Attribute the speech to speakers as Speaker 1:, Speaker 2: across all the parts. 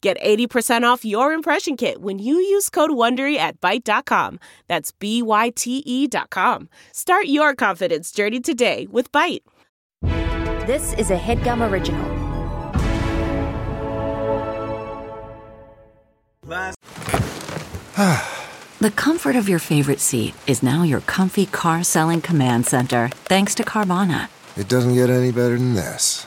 Speaker 1: Get 80% off your impression kit when you use code WONDERY at Byte.com. That's B-Y-T-E E dot com. Start your confidence journey today with Byte.
Speaker 2: This is a headgum original.
Speaker 3: The comfort of your favorite seat is now your comfy car selling command center, thanks to Carvana.
Speaker 4: It doesn't get any better than this.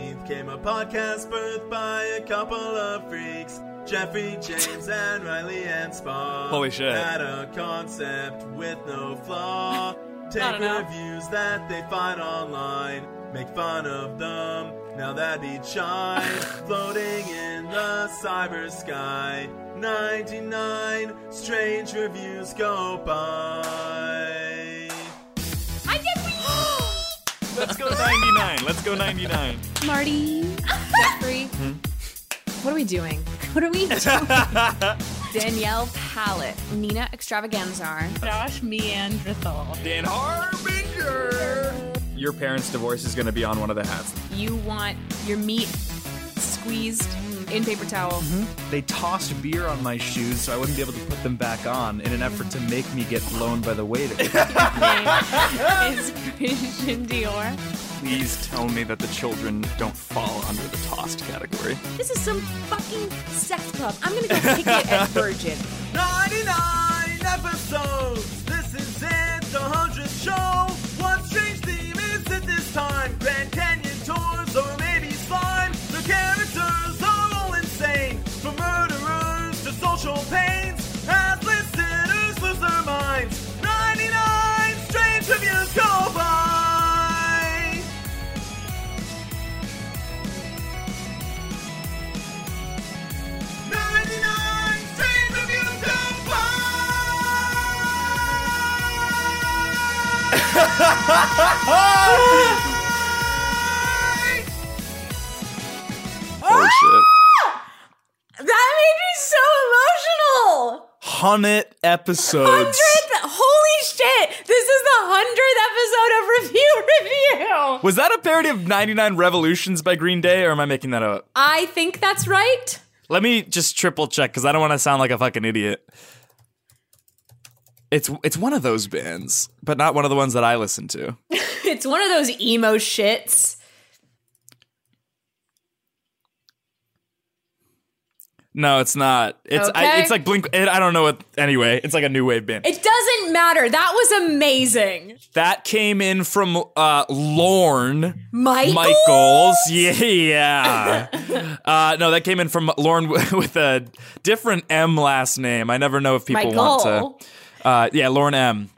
Speaker 5: came a podcast birthed by a couple of freaks. Jeffrey, James, and Riley and Spock.
Speaker 6: Holy shit.
Speaker 5: Had a concept with no flaw. Take
Speaker 1: enough.
Speaker 5: reviews that they find online. Make fun of them. Now that each shine. Floating in the cyber sky. 99 strange reviews go by.
Speaker 7: I did we
Speaker 6: Let's go 99. Let's go 99.
Speaker 7: Marty, Jeffrey.
Speaker 6: Hmm?
Speaker 7: What are we doing? What are we doing? Danielle Pallet, Nina Extravaganzar.
Speaker 8: Josh Neanderthal.
Speaker 6: Dan Harbinger. Your parents' divorce is going to be on one of the hats.
Speaker 7: You want your meat squeezed in paper towel.
Speaker 6: They tossed beer on my shoes so I wouldn't be able to put them back on in an effort to make me get blown by the waiter.
Speaker 7: Name is Christian Dior.
Speaker 6: Please tell me that the children don't fall under the tossed category.
Speaker 7: This is some fucking sex club. I'm gonna go kick it at Virgin.
Speaker 5: 99 episodes. This is it, the 100th show. What strange theme is it this time? Grand Canyon tours or maybe slime. The characters are all insane. From murderers to social pains. As listeners lose their minds. 99 strange reviews go by.
Speaker 6: Holy Oh, shit.
Speaker 7: That made me so emotional.
Speaker 6: 100 episodes.
Speaker 7: Holy shit! This is the hundredth episode of Review Review.
Speaker 6: Was that a parody of 99 Revolutions by Green Day, or am I making that up?
Speaker 7: I think that's right.
Speaker 6: Let me just triple check because I don't want to sound like a fucking idiot. It's it's one of those bands, but not one of the ones that I listen to.
Speaker 7: It's one of those emo shits.
Speaker 6: No, it's not. It's I,
Speaker 7: Okay.
Speaker 6: it's like Blink. It, I don't know what. Anyway, it's like a new wave band
Speaker 7: It doesn't matter. That was amazing.
Speaker 6: that came in from uh, Lorne
Speaker 7: Michael?
Speaker 6: Michaels. Yeah, uh, no, that came in from Lorne w- with a different M last name. I never know if people
Speaker 7: Michael.
Speaker 6: want to. Uh, yeah, Lorne M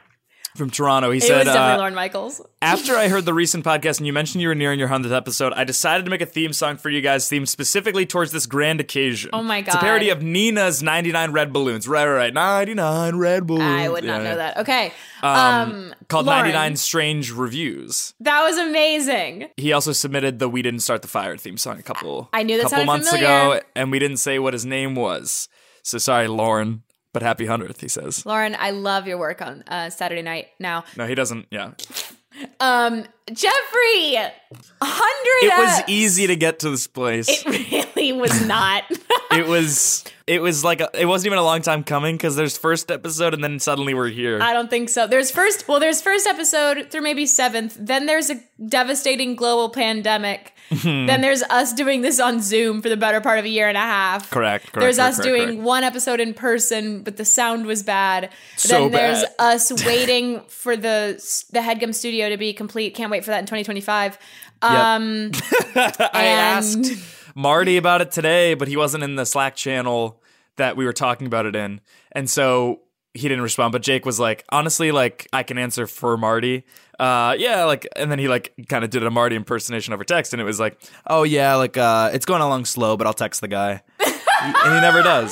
Speaker 6: from Toronto. He
Speaker 7: It
Speaker 6: said
Speaker 7: was definitely
Speaker 6: uh,
Speaker 7: Lauren Michaels.
Speaker 6: After I heard the recent podcast and you mentioned you were nearing your 100th episode, I decided to make a theme song for you guys themed specifically towards this grand occasion.
Speaker 7: Oh my
Speaker 6: It's a parody
Speaker 7: God.
Speaker 6: of Nina's 99 Red Balloons. Right, right, right. 99 Red Balloons.
Speaker 7: I would not
Speaker 6: Yeah.
Speaker 7: know that. Okay. um,
Speaker 6: Called
Speaker 7: Lauren,
Speaker 6: 99 Strange Reviews.
Speaker 7: That was amazing.
Speaker 6: He also submitted the We Didn't Start the Fire theme song a couple,
Speaker 7: I knew that
Speaker 6: couple
Speaker 7: sounded
Speaker 6: months
Speaker 7: familiar.
Speaker 6: ago, and we didn't say what his name was. So sorry, Lauren, but happy 100th, he says.
Speaker 7: Lauren, I love your work on uh, Saturday night now.
Speaker 6: No, he doesn't. Yeah.
Speaker 7: Um, Jeffrey, 100
Speaker 6: It was
Speaker 7: eps.
Speaker 6: easy to get to this place.
Speaker 7: It really was not.
Speaker 6: it was it was like a, it wasn't even a long time coming because there's first episode and then suddenly we're here.
Speaker 7: I don't think so. There's first, well, there's first episode through maybe seventh. Then there's a devastating global pandemic.
Speaker 6: Hmm.
Speaker 7: then there's us doing this on Zoom for the better part of a year and a half.
Speaker 6: Correct, correct,
Speaker 7: There's
Speaker 6: correct,
Speaker 7: us
Speaker 6: correct,
Speaker 7: doing
Speaker 6: correct.
Speaker 7: one episode in person, but the sound was bad.
Speaker 6: So
Speaker 7: then there's
Speaker 6: bad.
Speaker 7: us waiting for the the Headgum Studio to be complete. Can't wait for that in 2025.
Speaker 6: Um, I
Speaker 7: and-
Speaker 6: asked Marty about it today, but he wasn't in the Slack channel that we were talking about it in, and so he didn't respond. But Jake was like, honestly, like I can answer for Marty. Uh, yeah, like, and then he like kind of did a Marty impersonation over text, and it was like, oh yeah, like uh, it's going along slow, but I'll text the guy, and he never does.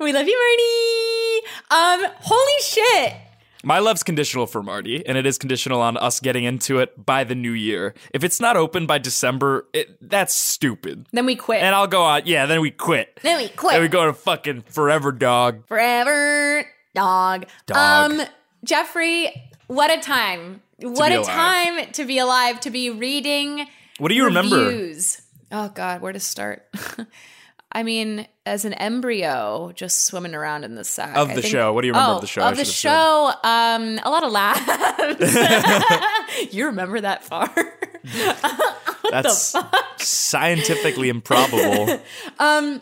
Speaker 7: We love you, Marty. Um, holy shit.
Speaker 6: My love's conditional for Marty, and it is conditional on us getting into it by the new year. If it's not open by December, it, that's stupid.
Speaker 7: Then we quit.
Speaker 6: And I'll go on. Yeah, then we quit.
Speaker 7: then we quit.
Speaker 6: Then we go to fucking forever dog.
Speaker 7: Forever dog.
Speaker 6: Dog.
Speaker 7: Um, Jeffrey, what a time. What
Speaker 6: be
Speaker 7: a
Speaker 6: alive.
Speaker 7: time to be alive, to be reading
Speaker 6: What do you remember?
Speaker 7: reviews. Oh God, where to start? I mean, as an embryo, just swimming around in the sack
Speaker 6: Of
Speaker 7: I
Speaker 6: the show. What do you remember
Speaker 7: Oh,
Speaker 6: of the show? I
Speaker 7: Of the
Speaker 6: should have
Speaker 7: show, um, a lot of laughs. you remember that far?
Speaker 6: That's scientifically improbable.
Speaker 7: Um,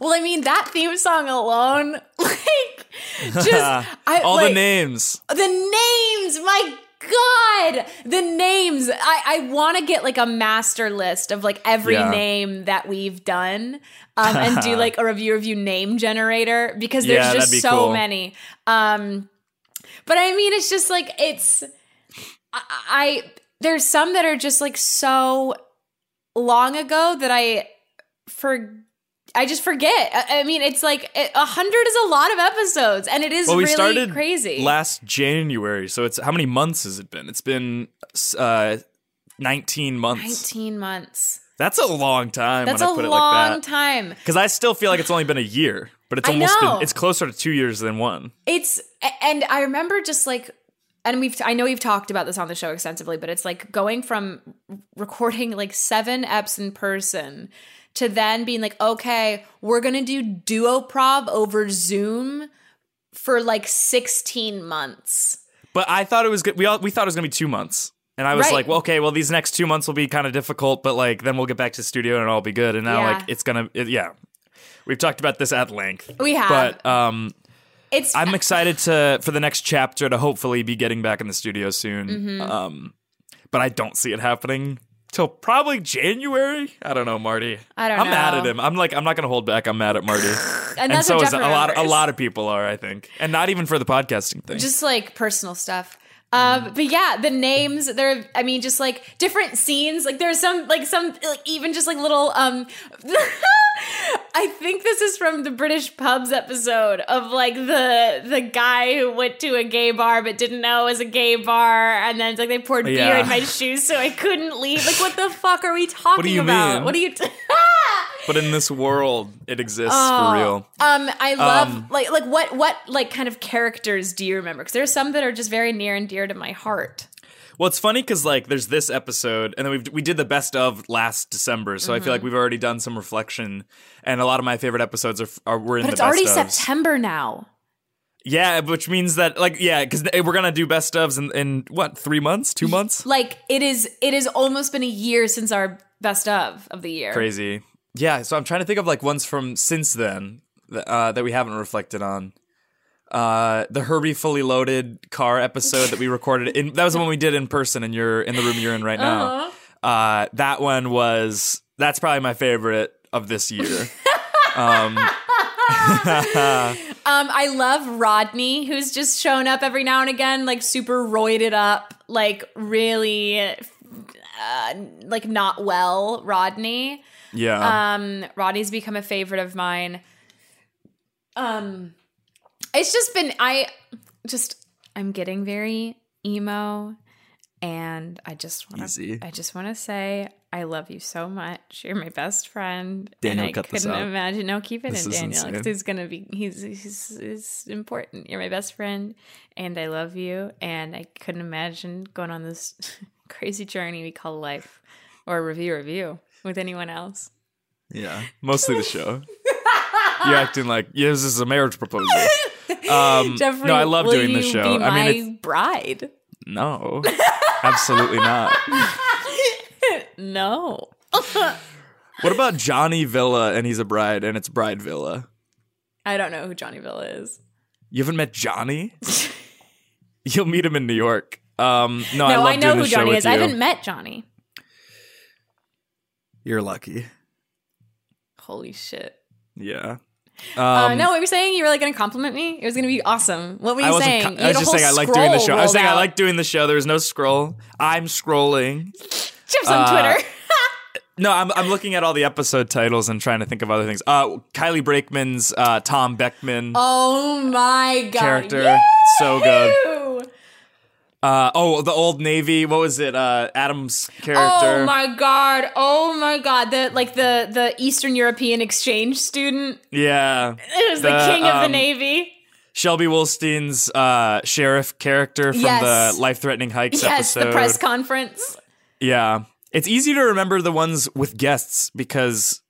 Speaker 7: well, I mean, that theme song alone, like, just I,
Speaker 6: All the
Speaker 7: like,
Speaker 6: names.
Speaker 7: The names, my God, the names. I, I want to get like a master list of like every
Speaker 6: Yeah.
Speaker 7: name that we've done um, and do like a review review name generator because there's
Speaker 6: Yeah, that'd be
Speaker 7: just so
Speaker 6: cool.
Speaker 7: many. Um, but I mean, it's just like, it's, I, I, there's some that are just like so long ago that I for I just forget. I, I mean, it's like a hundred is a lot of episodes, and it is
Speaker 6: Well, we
Speaker 7: really
Speaker 6: started
Speaker 7: crazy.
Speaker 6: last January, so it's how many months has it been? It's been uh, 19 months.
Speaker 7: 19 months.
Speaker 6: That's a long time
Speaker 7: That's
Speaker 6: when I
Speaker 7: a
Speaker 6: put it like that.
Speaker 7: long time.
Speaker 6: Because I still feel like it's only been a year, but it's
Speaker 7: I
Speaker 6: almost
Speaker 7: know.
Speaker 6: been, it's closer to two years than one.
Speaker 7: It's a- and I remember just like and we've I know we've talked about this on the show extensively, but it's like going from recording like seven eps in person to then being like, okay, we're gonna do duoprov over Zoom for like 16 months.
Speaker 6: But I thought it was good. We all we thought it was gonna be two months, and I was
Speaker 7: Right.
Speaker 6: like, well, okay, well these next two months will be kind of difficult, but like then we'll get back to the studio and it'll be good. And now
Speaker 7: Yeah.
Speaker 6: like it's gonna it, yeah. We've talked about this at length.
Speaker 7: We have.
Speaker 6: But um,
Speaker 7: It's
Speaker 6: I'm excited to for the next chapter to hopefully be getting back in the studio soon.
Speaker 7: Mm-hmm.
Speaker 6: Um, but I don't see it happening till probably January. I don't know, Marty.
Speaker 7: I don't
Speaker 6: I'm mad
Speaker 7: know.
Speaker 6: at him. I'm like I'm not gonna hold back. I'm mad at Marty.
Speaker 7: and that's what
Speaker 6: so is
Speaker 7: Jeff
Speaker 6: a lot. A
Speaker 7: remembers.
Speaker 6: lot of people are, I think, and not even for the podcasting thing. Mm-hmm.
Speaker 7: just like personal stuff. Um, but yeah, the names there. I mean, just like different scenes. Like there's some, like some, like, even just like little. um I think this is from the British pubs episode of like the the guy who went to a gay bar but didn't know it was a gay bar, and then it's like they poured beer
Speaker 6: Yeah.
Speaker 7: in my shoes so I couldn't leave. Like, what the fuck are we talking
Speaker 6: you
Speaker 7: about?
Speaker 6: mean?
Speaker 7: What are you? T-
Speaker 6: but in this world, it exists for real.
Speaker 7: Um, I love like like what what like kind of characters do you remember? Because there's some that are just very near and dear to my heart.
Speaker 6: Well, it's funny because like there's this episode, and then we we did the best of last December, so I
Speaker 7: Mm-hmm.
Speaker 6: feel like we've already done some reflection, and a lot of my favorite episodes are, are were in
Speaker 7: But
Speaker 6: the
Speaker 7: it's
Speaker 6: best
Speaker 7: already
Speaker 6: ofs.
Speaker 7: September now.
Speaker 6: Yeah, which means that like yeah, because we're gonna do best ofs in, in what three months, two months?
Speaker 7: Like it is it has almost been a year since our best of of the year.
Speaker 6: Crazy. Yeah, so I'm trying to think of like ones from since then th- uh, that we haven't reflected on. Uh, the Herbie fully loaded car episode that we recorded in that was the one we did in person and you're in the room you're in right now. uh
Speaker 7: Uh-huh.
Speaker 6: that one was that's probably my favorite of this year.
Speaker 7: Um I love Rodney who's just shown up every now and again like super roided up, like really uh, like not well, Rodney.
Speaker 6: yeah.
Speaker 7: Um, Rodney's become a favorite of mine. Um, it's just been I just I'm getting very emo, and I just want
Speaker 6: Easy.
Speaker 7: to I just want to say I love you so much. You're my best friend.
Speaker 6: Daniel,
Speaker 7: and I
Speaker 6: cut this
Speaker 7: couldn't
Speaker 6: out.
Speaker 7: imagine. No, keep it
Speaker 6: This
Speaker 7: in
Speaker 6: is
Speaker 7: Daniel because
Speaker 6: insane.
Speaker 7: he's gonna be he's, he's he's important. You're my best friend, and I love you. And I couldn't imagine going on this crazy journey we call life or review review with anyone else.
Speaker 6: yeah. Mostly the show. you're acting like yeah, this is a marriage proposal. Um,
Speaker 7: Jeffrey,
Speaker 6: no, I love
Speaker 7: will
Speaker 6: doing the
Speaker 7: you
Speaker 6: show.
Speaker 7: Be
Speaker 6: I mean,
Speaker 7: my
Speaker 6: it's,
Speaker 7: bride.
Speaker 6: No, absolutely not.
Speaker 7: No.
Speaker 6: What about Johnny Villa and he's a bride and it's Bride Villa?
Speaker 7: I don't know who Johnny Villa is.
Speaker 6: You haven't met Johnny? You'll meet him in New York. Um, no, I
Speaker 7: no,
Speaker 6: love
Speaker 7: I, know
Speaker 6: doing
Speaker 7: who
Speaker 6: this show
Speaker 7: Johnny
Speaker 6: with
Speaker 7: is. I
Speaker 6: you.
Speaker 7: haven't met Johnny.
Speaker 6: You're lucky.
Speaker 7: Holy shit.
Speaker 6: Yeah.
Speaker 7: uh, no, what were you saying? You were like going to compliment me? It was going to be awesome. What were you
Speaker 6: Um, I wasn't.
Speaker 7: saying?
Speaker 6: co-
Speaker 7: You
Speaker 6: I
Speaker 7: had
Speaker 6: was
Speaker 7: a
Speaker 6: just
Speaker 7: whole
Speaker 6: saying I like doing the
Speaker 7: scroll
Speaker 6: show. I was
Speaker 7: rolled
Speaker 6: saying I
Speaker 7: out.
Speaker 6: like doing the show. There was no scroll. I'm scrolling. Uh,
Speaker 7: Jeff's on Twitter.
Speaker 6: No, I'm, I'm looking at all the episode titles and trying to think of other things. Uh, Kylie Brakeman's uh, Tom Beckman
Speaker 7: Oh my god.
Speaker 6: character,
Speaker 7: Yeah. Oh
Speaker 6: so good.
Speaker 7: Ew.
Speaker 6: Uh, oh, the Old Navy. What was it? Uh, Adam's character.
Speaker 7: Oh my god. Oh my god. The like the the Eastern European exchange student.
Speaker 6: yeah.
Speaker 7: It was the,
Speaker 6: The,
Speaker 7: king of the
Speaker 6: um,
Speaker 7: navy.
Speaker 6: Shelby Wolstein's uh, sheriff character from
Speaker 7: Yes.
Speaker 6: the Life Threatening Hikes
Speaker 7: Yes,
Speaker 6: episode.
Speaker 7: the press conference.
Speaker 6: Yeah. It's easy to remember the ones with guests because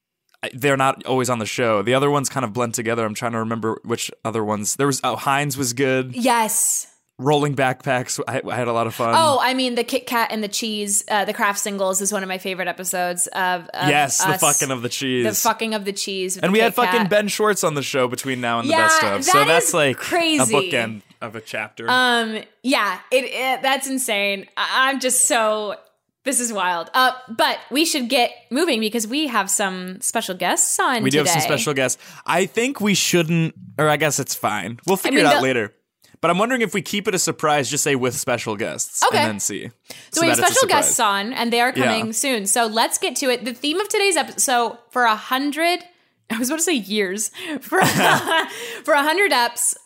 Speaker 6: they're not always on the show. The other ones kind of blend together. I'm trying to remember which other ones. There was, oh, Heinz was good.
Speaker 7: Yes.
Speaker 6: Rolling Backpacks, I, I had a lot of fun.
Speaker 7: Oh, I mean the Kit Kat and the cheese, uh, the craft singles is one of my favorite episodes of, of
Speaker 6: yes, the
Speaker 7: uh, us-
Speaker 6: fucking of the cheese.
Speaker 7: the fucking of the cheese, with
Speaker 6: and
Speaker 7: the
Speaker 6: we had
Speaker 7: Kit Kat.
Speaker 6: fucking Ben Schwartz on the show between now and the
Speaker 7: Yeah,
Speaker 6: best of. So
Speaker 7: that
Speaker 6: that's
Speaker 7: is
Speaker 6: like a
Speaker 7: crazy.
Speaker 6: bookend of a chapter.
Speaker 7: Um, yeah, it, it that's insane. I, I'm just so this is wild. Uh, but we should get moving because we have some special guests on.
Speaker 6: we do have some
Speaker 7: today.
Speaker 6: special guests. I think we shouldn't, or I guess it's fine. We'll figure
Speaker 7: mean,
Speaker 6: it out
Speaker 7: the-
Speaker 6: later. But I'm wondering if we keep it a surprise, just say with special guests,
Speaker 7: Okay.
Speaker 6: and then see.
Speaker 7: So, we have
Speaker 6: that it's a
Speaker 7: special guests
Speaker 6: surprise.
Speaker 7: on, and they are
Speaker 6: Yeah.
Speaker 7: coming soon. So let's get to it. The theme of today's episode. So for a hundred, I was about to say years for for a hundred eps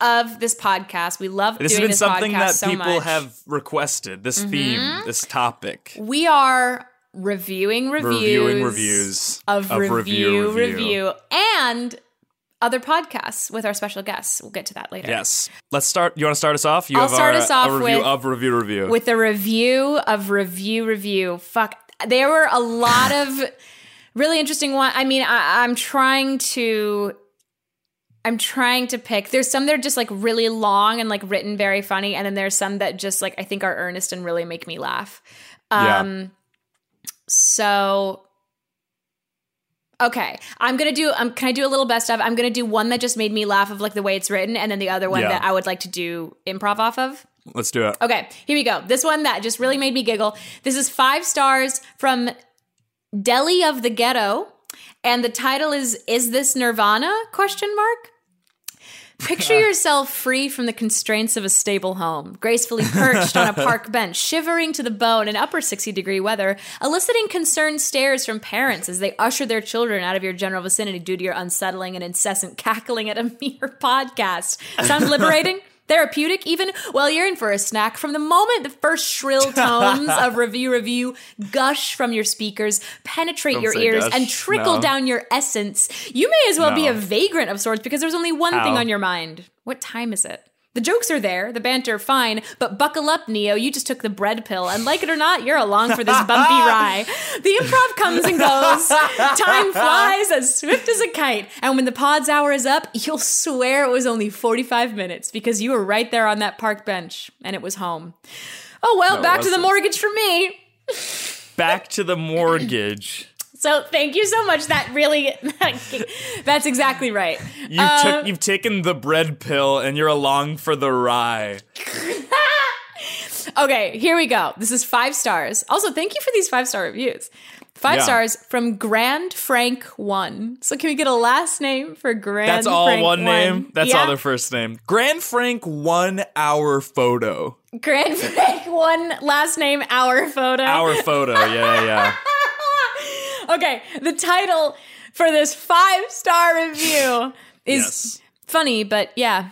Speaker 7: of this podcast, we love
Speaker 6: This has
Speaker 7: doing
Speaker 6: been
Speaker 7: this
Speaker 6: something
Speaker 7: podcast
Speaker 6: that
Speaker 7: so
Speaker 6: people
Speaker 7: much. Mm-hmm.
Speaker 6: have requested. This theme, this topic,
Speaker 7: We are reviewing reviews,
Speaker 6: reviewing reviews
Speaker 7: of, review, review,
Speaker 6: review.
Speaker 7: and other podcasts with our special guests. We'll get to that later.
Speaker 6: Yes, let's start. You want to start us off? You
Speaker 7: I'll
Speaker 6: have
Speaker 7: start
Speaker 6: our,
Speaker 7: us off
Speaker 6: a review
Speaker 7: with-
Speaker 6: of review review.
Speaker 7: with a review of review review. Fuck, there were a lot of really interesting one. I mean, I, I'm trying to. I'm trying to pick. There's some that are just like really long and like written very funny, and then there's some that just like I think are earnest and really make me laugh.
Speaker 6: Yeah.
Speaker 7: Um so okay, I'm gonna do. Um, can I do a little best of? I'm gonna do one that just made me laugh of like the way it's written, and then the other one
Speaker 6: Yeah.
Speaker 7: that I would like to do improv off of.
Speaker 6: let's do it.
Speaker 7: Okay, here we go. This one that just really made me giggle. This is five stars from Delhi of the Ghetto, and the title is "Is This Nirvana?" Question mark. Picture yourself free from the constraints of a stable home, gracefully perched on a park bench, shivering to the bone in upper 60 degree weather, eliciting concerned stares from parents as they usher their children out of your general vicinity due to your unsettling and incessant cackling at a mere podcast. Sounds liberating? Therapeutic, even? Well, you're in for a snack from the moment the first shrill tones of review review gush from your speakers, penetrate
Speaker 6: Don't
Speaker 7: your
Speaker 6: say
Speaker 7: ears,
Speaker 6: gush,
Speaker 7: and trickle
Speaker 6: no.
Speaker 7: down your essence. You may as well be a
Speaker 6: No.
Speaker 7: vagrant of sorts because there's only one thing
Speaker 6: Ow.
Speaker 7: on your mind. What time is it? The jokes are there, the banter fine, but buckle up, Neo. You just took the bread pill, and like it or not, you're along for this bumpy ride. The improv comes and goes. Time flies as swift as a kite. And when the pod's hour is up, you'll swear it was only 45 minutes because you were right there on that park bench, and it was home. Oh well,
Speaker 6: No, it
Speaker 7: back to the
Speaker 6: wasn't.
Speaker 7: mortgage for me.
Speaker 6: Back to the mortgage.
Speaker 7: So thank you so much. That really, that's exactly right. Um,
Speaker 6: You
Speaker 7: Uh,
Speaker 6: took, you've taken the bread pill and you're along for the rye.
Speaker 7: Okay, here we go. This is five stars. Also, thank you for these five star reviews. Five
Speaker 6: Yeah.
Speaker 7: stars from Grand Frank One. So can we get a last name for Grand?
Speaker 6: That's all
Speaker 7: Frank
Speaker 6: one name. That's
Speaker 7: Yeah.
Speaker 6: all their first name. Grand Frank one hour photo.
Speaker 7: Grand Frank One last name. Our photo.
Speaker 6: Hour photo. Yeah, yeah, yeah.
Speaker 7: okay, the title for this five star review is
Speaker 6: Yes.
Speaker 7: funny, but yeah.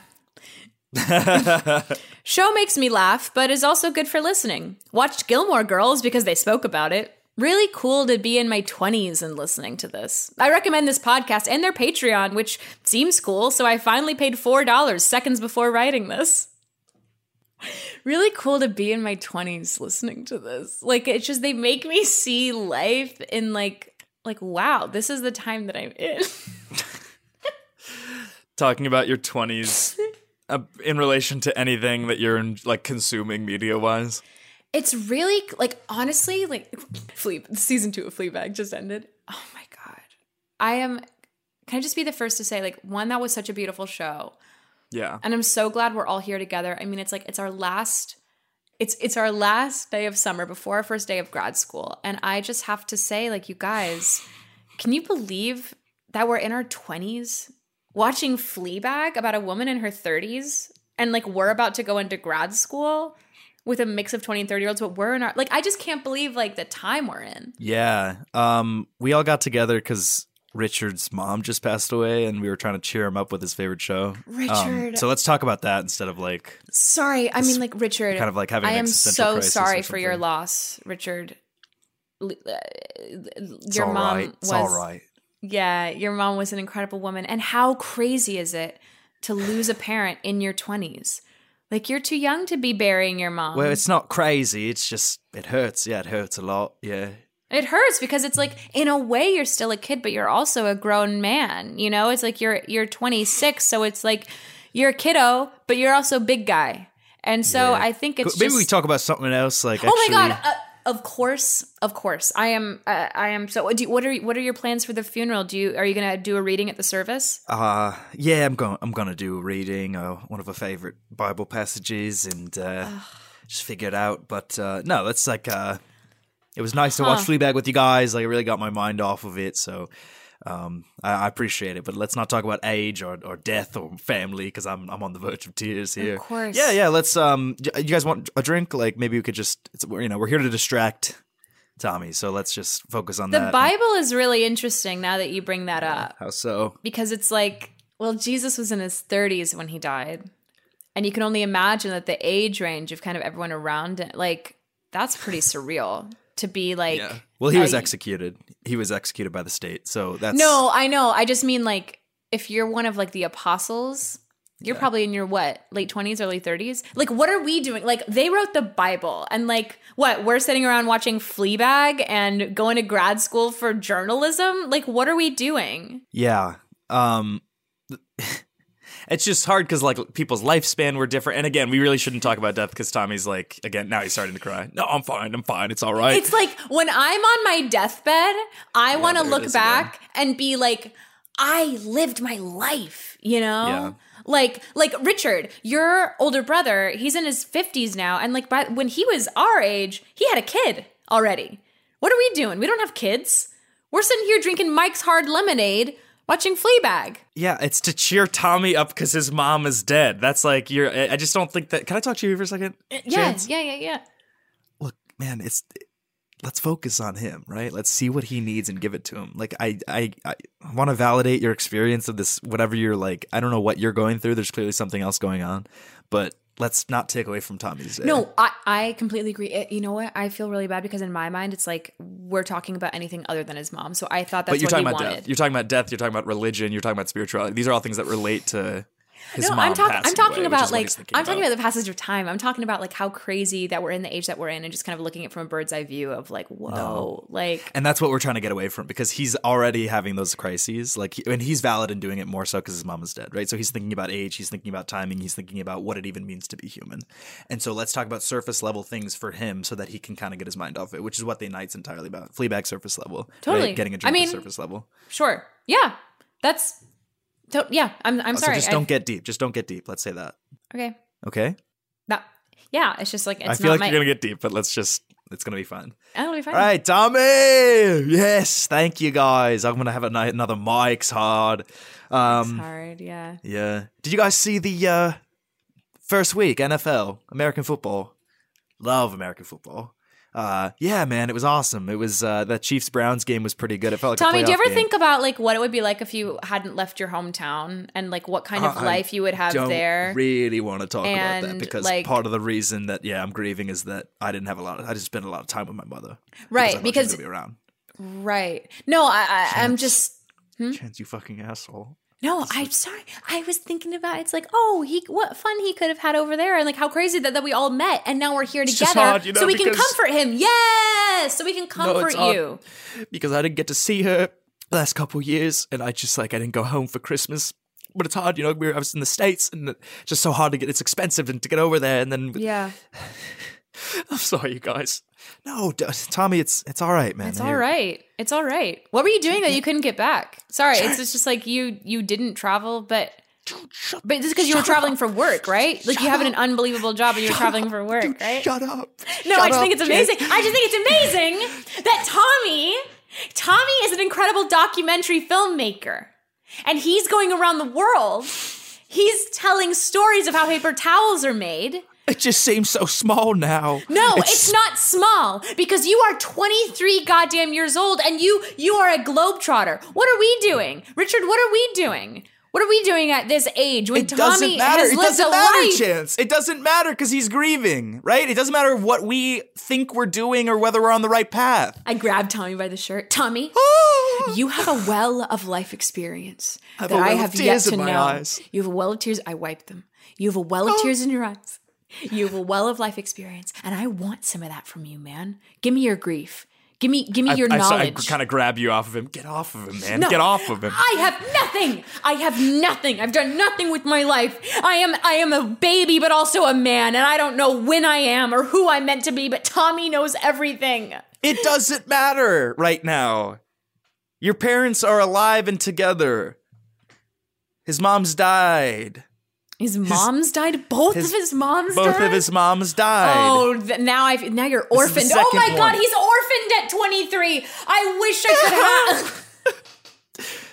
Speaker 7: Show makes me laugh, but is also good for listening. Watched Gilmore Girls because they spoke about it. Really cool to be in my 20s and listening to this. I recommend this podcast and their Patreon, which seems cool, so I finally paid $4 seconds before writing this. Really cool to be in my 20s listening to this. Like it's just they make me see life in like like wow, this is the time that I'm in.
Speaker 6: Talking about your twenties uh, in relation to anything that you're in, like consuming media wise.
Speaker 7: It's really like honestly like Flea season two of Fleabag just ended. Oh my god, I am. Can I just be the first to say like one that was such a beautiful show,
Speaker 6: Yeah.
Speaker 7: and I'm so glad we're all here together. I mean, it's like it's our last it's it's our last day of summer before our first day of grad school, and I just have to say, like, you guys, can you believe that we're in our twenties watching Fleabag about a woman in her thirties, and like we're about to go into grad school with a mix of twenty and thirty year olds, but we're in our like, I just can't believe like the time we're in.
Speaker 6: Yeah. Um, we all got together because Richard's mom just passed away, and we were trying to cheer him up with his favorite show. Um,
Speaker 7: Richard.
Speaker 6: so let's talk about that instead of like
Speaker 7: Sorry, I mean, like Richard,
Speaker 6: kind of like having
Speaker 7: I
Speaker 6: an
Speaker 7: am
Speaker 6: existential
Speaker 7: so
Speaker 6: crisis
Speaker 7: sorry
Speaker 6: or
Speaker 7: for your
Speaker 6: something.
Speaker 7: loss, Richard. L- uh,
Speaker 4: It's
Speaker 7: Your
Speaker 4: all
Speaker 7: mom
Speaker 4: right. It's
Speaker 7: was,
Speaker 4: all right.
Speaker 7: yeah, your mom was an incredible woman. And how crazy is it to lose a parent in your twenties? Like you're too young to be burying your mom.
Speaker 6: Well, it's not crazy. It's just it hurts. Yeah, it hurts a lot. Yeah.
Speaker 7: It hurts because it's like in a way you're still a kid, but you're also a grown man. You know, it's like you're you're 26, so it's like you're a kiddo, but you're also a big guy. And so I think it's
Speaker 6: Maybe
Speaker 7: just,
Speaker 6: we talk about something else. Like,
Speaker 7: Oh my god!
Speaker 6: actually-
Speaker 7: Uh, of course, of course. I am. Uh, I am. So, do you, what are what are your plans for the funeral? Do you are you gonna do a reading at the service?
Speaker 6: Uh, yeah, I'm going. I'm going to do a reading uh, one of her favorite Bible passages and uh, just figure it out. But uh, no, that's like uh, it was nice to watch Fleabag with you guys. Like, it really got my mind off of it. So. Um, I, I appreciate it, but let's not talk about age or, or death or family because I'm I'm on the verge of tears here. Of
Speaker 7: course.
Speaker 6: yeah, yeah. Let's um, y- you guys want a drink? Like maybe we could just it's, we're, you know we're here to distract Tommy, so let's just focus on
Speaker 7: The
Speaker 6: that.
Speaker 7: Bible is really interesting now that you bring that up
Speaker 6: How so?
Speaker 7: because it's like, well, Jesus was in his 30s when he died, and you can only imagine that the age range of kind of everyone around it, like that's pretty surreal to be like.
Speaker 6: Well, he was
Speaker 7: I-
Speaker 6: executed. He was executed by the state. So that's
Speaker 7: No, I know. I just mean like if you're one of like the apostles, you're probably in your what late twenties, early thirties. Like, what are we doing? Like, they wrote the Bible, and like, what we're sitting around watching Fleabag and going to grad school for journalism. Like, what are we doing?
Speaker 6: Yeah. Um It's just hard because like people's lifespan were different, and again, we really shouldn't talk about death because Tommy's like again now he's starting to cry. No, I'm fine. I'm fine. It's all right.
Speaker 7: It's like when I'm on my deathbed, I want to
Speaker 6: there it
Speaker 7: look
Speaker 6: is again.
Speaker 7: back and be like, I lived my life, you know?
Speaker 6: Yeah.
Speaker 7: Like, like Richard, your older brother, he's in his 50s now. And like, by, when he was our age, he had a kid already. What are we doing? We don't have kids. We're sitting here drinking Mike's Hard Lemonade, watching Fleabag.
Speaker 6: yeah, it's to cheer Tommy up because his mom is dead. That's like you're. I I just don't think that. Can I talk to you for a second?
Speaker 7: Yes, yeah, yeah, yeah.
Speaker 6: look, man, it's let's focus on him, right? Let's see what he needs and give it to him. Like I I, I want to validate your experience of this whatever you're like. I don't know what you're going through. There's clearly something else going on, but let's not take away from Tommy's. uh,
Speaker 7: No, I, I completely agree. It- you know what? I feel really bad because in my mind, it's like we're talking about anything other than his mom. So I thought that's
Speaker 6: but you're
Speaker 7: what
Speaker 6: talking
Speaker 7: he
Speaker 6: about
Speaker 7: wanted.
Speaker 6: death. You're talking about death. You're talking about religion. You're talking about spirituality. These are all things that relate to his
Speaker 7: no,
Speaker 6: mom.
Speaker 7: I'm talking. I'm
Speaker 6: passing
Speaker 7: talking
Speaker 6: away, which
Speaker 7: about
Speaker 6: is what
Speaker 7: like
Speaker 6: he's thinking
Speaker 7: I'm talking about the passage of time. I'm talking about like how crazy that we're in the age that we're in, and just kind of looking at it from a bird's eye view of like, whoa, like
Speaker 6: And that's what we're trying to get away from because he's already having those crises. Like, he- and he's valid in doing it more so because his mom is dead, right? So he's thinking about age, he's thinking about timing, he's thinking about what it even means to be human. And so let's talk about surface level things for him so that he can kind of get his mind off it, which is what the Knight's entirely about. Fleabag surface level, right?
Speaker 7: Totally.
Speaker 6: Getting a
Speaker 7: I
Speaker 6: drink
Speaker 7: mean,
Speaker 6: is surface level.
Speaker 7: sure, yeah, that's, to- yeah. I'm I'm sorry.
Speaker 6: Oh, so just
Speaker 7: I-
Speaker 6: don't get deep. Just don't get deep. Let's say that.
Speaker 7: okay.
Speaker 6: Okay.
Speaker 7: That yeah. It's just like it's
Speaker 6: I
Speaker 7: not
Speaker 6: feel like
Speaker 7: my.
Speaker 6: you're gonna get deep, but let's just. It's gonna be fun.
Speaker 7: I'll be fine.
Speaker 6: All right, Tommy. Yes, thank you guys. I'm gonna have an- another Mike's hard. Um,
Speaker 7: It's hard. Yeah.
Speaker 6: Yeah. Did you guys see the uh, first week NFL American football? Love American football. Uh, yeah, man, it was awesome. It was uh, that Chiefs Browns game was pretty good. It felt like
Speaker 7: Tommy,
Speaker 6: A
Speaker 7: do you
Speaker 6: playoff
Speaker 7: ever
Speaker 6: game.
Speaker 7: think about like what it would be like if you hadn't left your hometown and like what kind of
Speaker 6: I
Speaker 7: life you would have
Speaker 6: Don't
Speaker 7: there?
Speaker 6: really want to talk about that
Speaker 7: And,
Speaker 6: because
Speaker 7: like-
Speaker 6: part of the reason that yeah I'm grieving is that I didn't have a lot. Of, I just spent a lot of time with my mother.
Speaker 7: Right,
Speaker 6: I wanted
Speaker 7: because-
Speaker 6: her to be around.
Speaker 7: right. No, I, I I'm just Hmm?
Speaker 6: Chance, you fucking asshole.
Speaker 7: No, I'm sorry. I was thinking about it's like, oh, he what fun he could have had over there, and like how crazy that, that we all met, and now we're here
Speaker 6: It's just
Speaker 7: together,
Speaker 6: hard, you know,
Speaker 7: so we can
Speaker 6: because-
Speaker 7: comfort him. Yes, so we can comfort
Speaker 6: hard.
Speaker 7: you.
Speaker 6: because I didn't get to see her the last couple years, and I just like I didn't go home for Christmas. But it's hard, you know. We were, I was in the states, and it's just so hard to get. It's expensive and to get over there, and then
Speaker 7: Yeah,
Speaker 6: I'm sorry, you guys. No, d- Tommy, it's it's all right, man.
Speaker 7: it's all right. It's all right. What were you doing that you couldn't get back? Sorry, it's just, just like you you didn't travel, but But this is because you were traveling for work, right? Like you having an unbelievable job and you were traveling for work, right?
Speaker 6: Shut up.
Speaker 7: No, I just think it's amazing. I just think it's amazing that Tommy, Tommy is an incredible documentary filmmaker, and he's going around the world. He's telling stories of how paper towels are made.
Speaker 6: It just seems so small now.
Speaker 7: No, it's, not small because you are 23 goddamn years old and you you are a globetrotter. What are we doing? Richard, what are we doing? What are we doing at this age when
Speaker 6: It
Speaker 7: Tommy
Speaker 6: doesn't matter.
Speaker 7: has
Speaker 6: It
Speaker 7: lived a
Speaker 6: doesn't matter,
Speaker 7: life?
Speaker 6: Chance. It doesn't matter because he's grieving, right? It doesn't matter what we think we're doing or whether we're on the right path.
Speaker 7: I grabbed Tommy by the shirt. Tommy, you have a well of life experience
Speaker 6: Oh. have
Speaker 7: that
Speaker 6: a
Speaker 7: I
Speaker 6: well of
Speaker 7: have yet
Speaker 6: tears
Speaker 7: to
Speaker 6: in my
Speaker 7: know.
Speaker 6: eyes. Oh.
Speaker 7: You have a well of tears. I wipe them. You have a well of tears in your eyes. You have a well of life experience, and I want some of that from you, man. Give me your grief. Give me, give me your
Speaker 9: I,
Speaker 7: knowledge.
Speaker 9: kind of grab you off of him. Get off of him, man.
Speaker 7: No.
Speaker 9: Get off of him.
Speaker 7: I have nothing. I have nothing. I've done nothing with my life. I am I am a baby but also a man and I don't know when I am or who I'm meant to be, but Tommy knows everything.
Speaker 6: It doesn't matter right now. Your parents are alive and together. His mom's died.
Speaker 7: His mom's died. Both of
Speaker 6: his-
Speaker 7: his moms
Speaker 6: Both
Speaker 7: died.
Speaker 6: of his moms died.
Speaker 7: Oh, th- now I now you're
Speaker 6: is the
Speaker 7: orphaned. Oh my
Speaker 6: second
Speaker 7: god,
Speaker 6: one.
Speaker 7: he's orphaned at 23. I wish I could have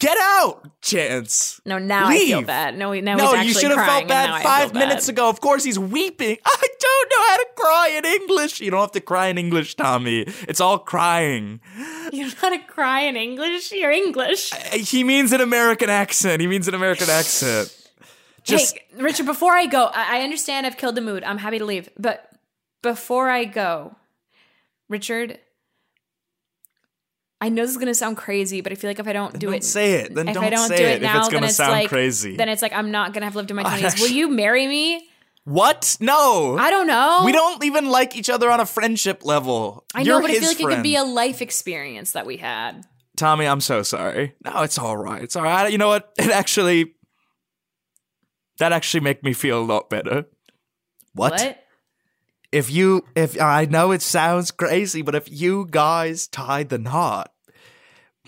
Speaker 6: Get out, Chance.
Speaker 7: No, now I feel
Speaker 6: Leave.
Speaker 7: bad. No, now he's
Speaker 6: No,
Speaker 7: actually
Speaker 6: you should have
Speaker 7: crying,
Speaker 6: felt
Speaker 7: and now I
Speaker 6: bad
Speaker 7: feel
Speaker 6: five
Speaker 7: bad.
Speaker 6: minutes ago. Of course, he's weeping. I don't know how to cry in English. You don't have to cry in English, Tommy. It's all crying.
Speaker 7: You're not a cry in English. You're English.
Speaker 9: he means an American accent. He means an American accent. Just
Speaker 7: hey, Richard, before I go, I I understand I've killed the mood. I'm happy to leave. But before I go, Richard, I know this is going to sound crazy, but I feel like if I don't do
Speaker 6: don't
Speaker 7: it,
Speaker 6: say it. Then
Speaker 7: if
Speaker 6: don't
Speaker 7: I don't
Speaker 6: say
Speaker 7: do
Speaker 6: it,
Speaker 7: it,
Speaker 6: if
Speaker 7: now,
Speaker 9: it's
Speaker 7: then
Speaker 9: gonna
Speaker 7: it's
Speaker 9: sound
Speaker 7: like,
Speaker 9: crazy.
Speaker 7: Then it's like I'm not going to have lived in my
Speaker 6: I
Speaker 7: 20s. Will
Speaker 6: actually-
Speaker 7: you marry me?
Speaker 6: what? No.
Speaker 7: I don't know.
Speaker 6: We don't even like each other on a friendship level.
Speaker 7: I know,
Speaker 6: You're
Speaker 7: but I feel
Speaker 6: his
Speaker 7: like it could be a
Speaker 6: friend.
Speaker 7: life experience that we had.
Speaker 6: Tommy, I'm so sorry. No, it's all right. It's all right. You know what? It actually. That actually make me feel a lot better. If you, if I know it sounds crazy, but if you guys tied the knot,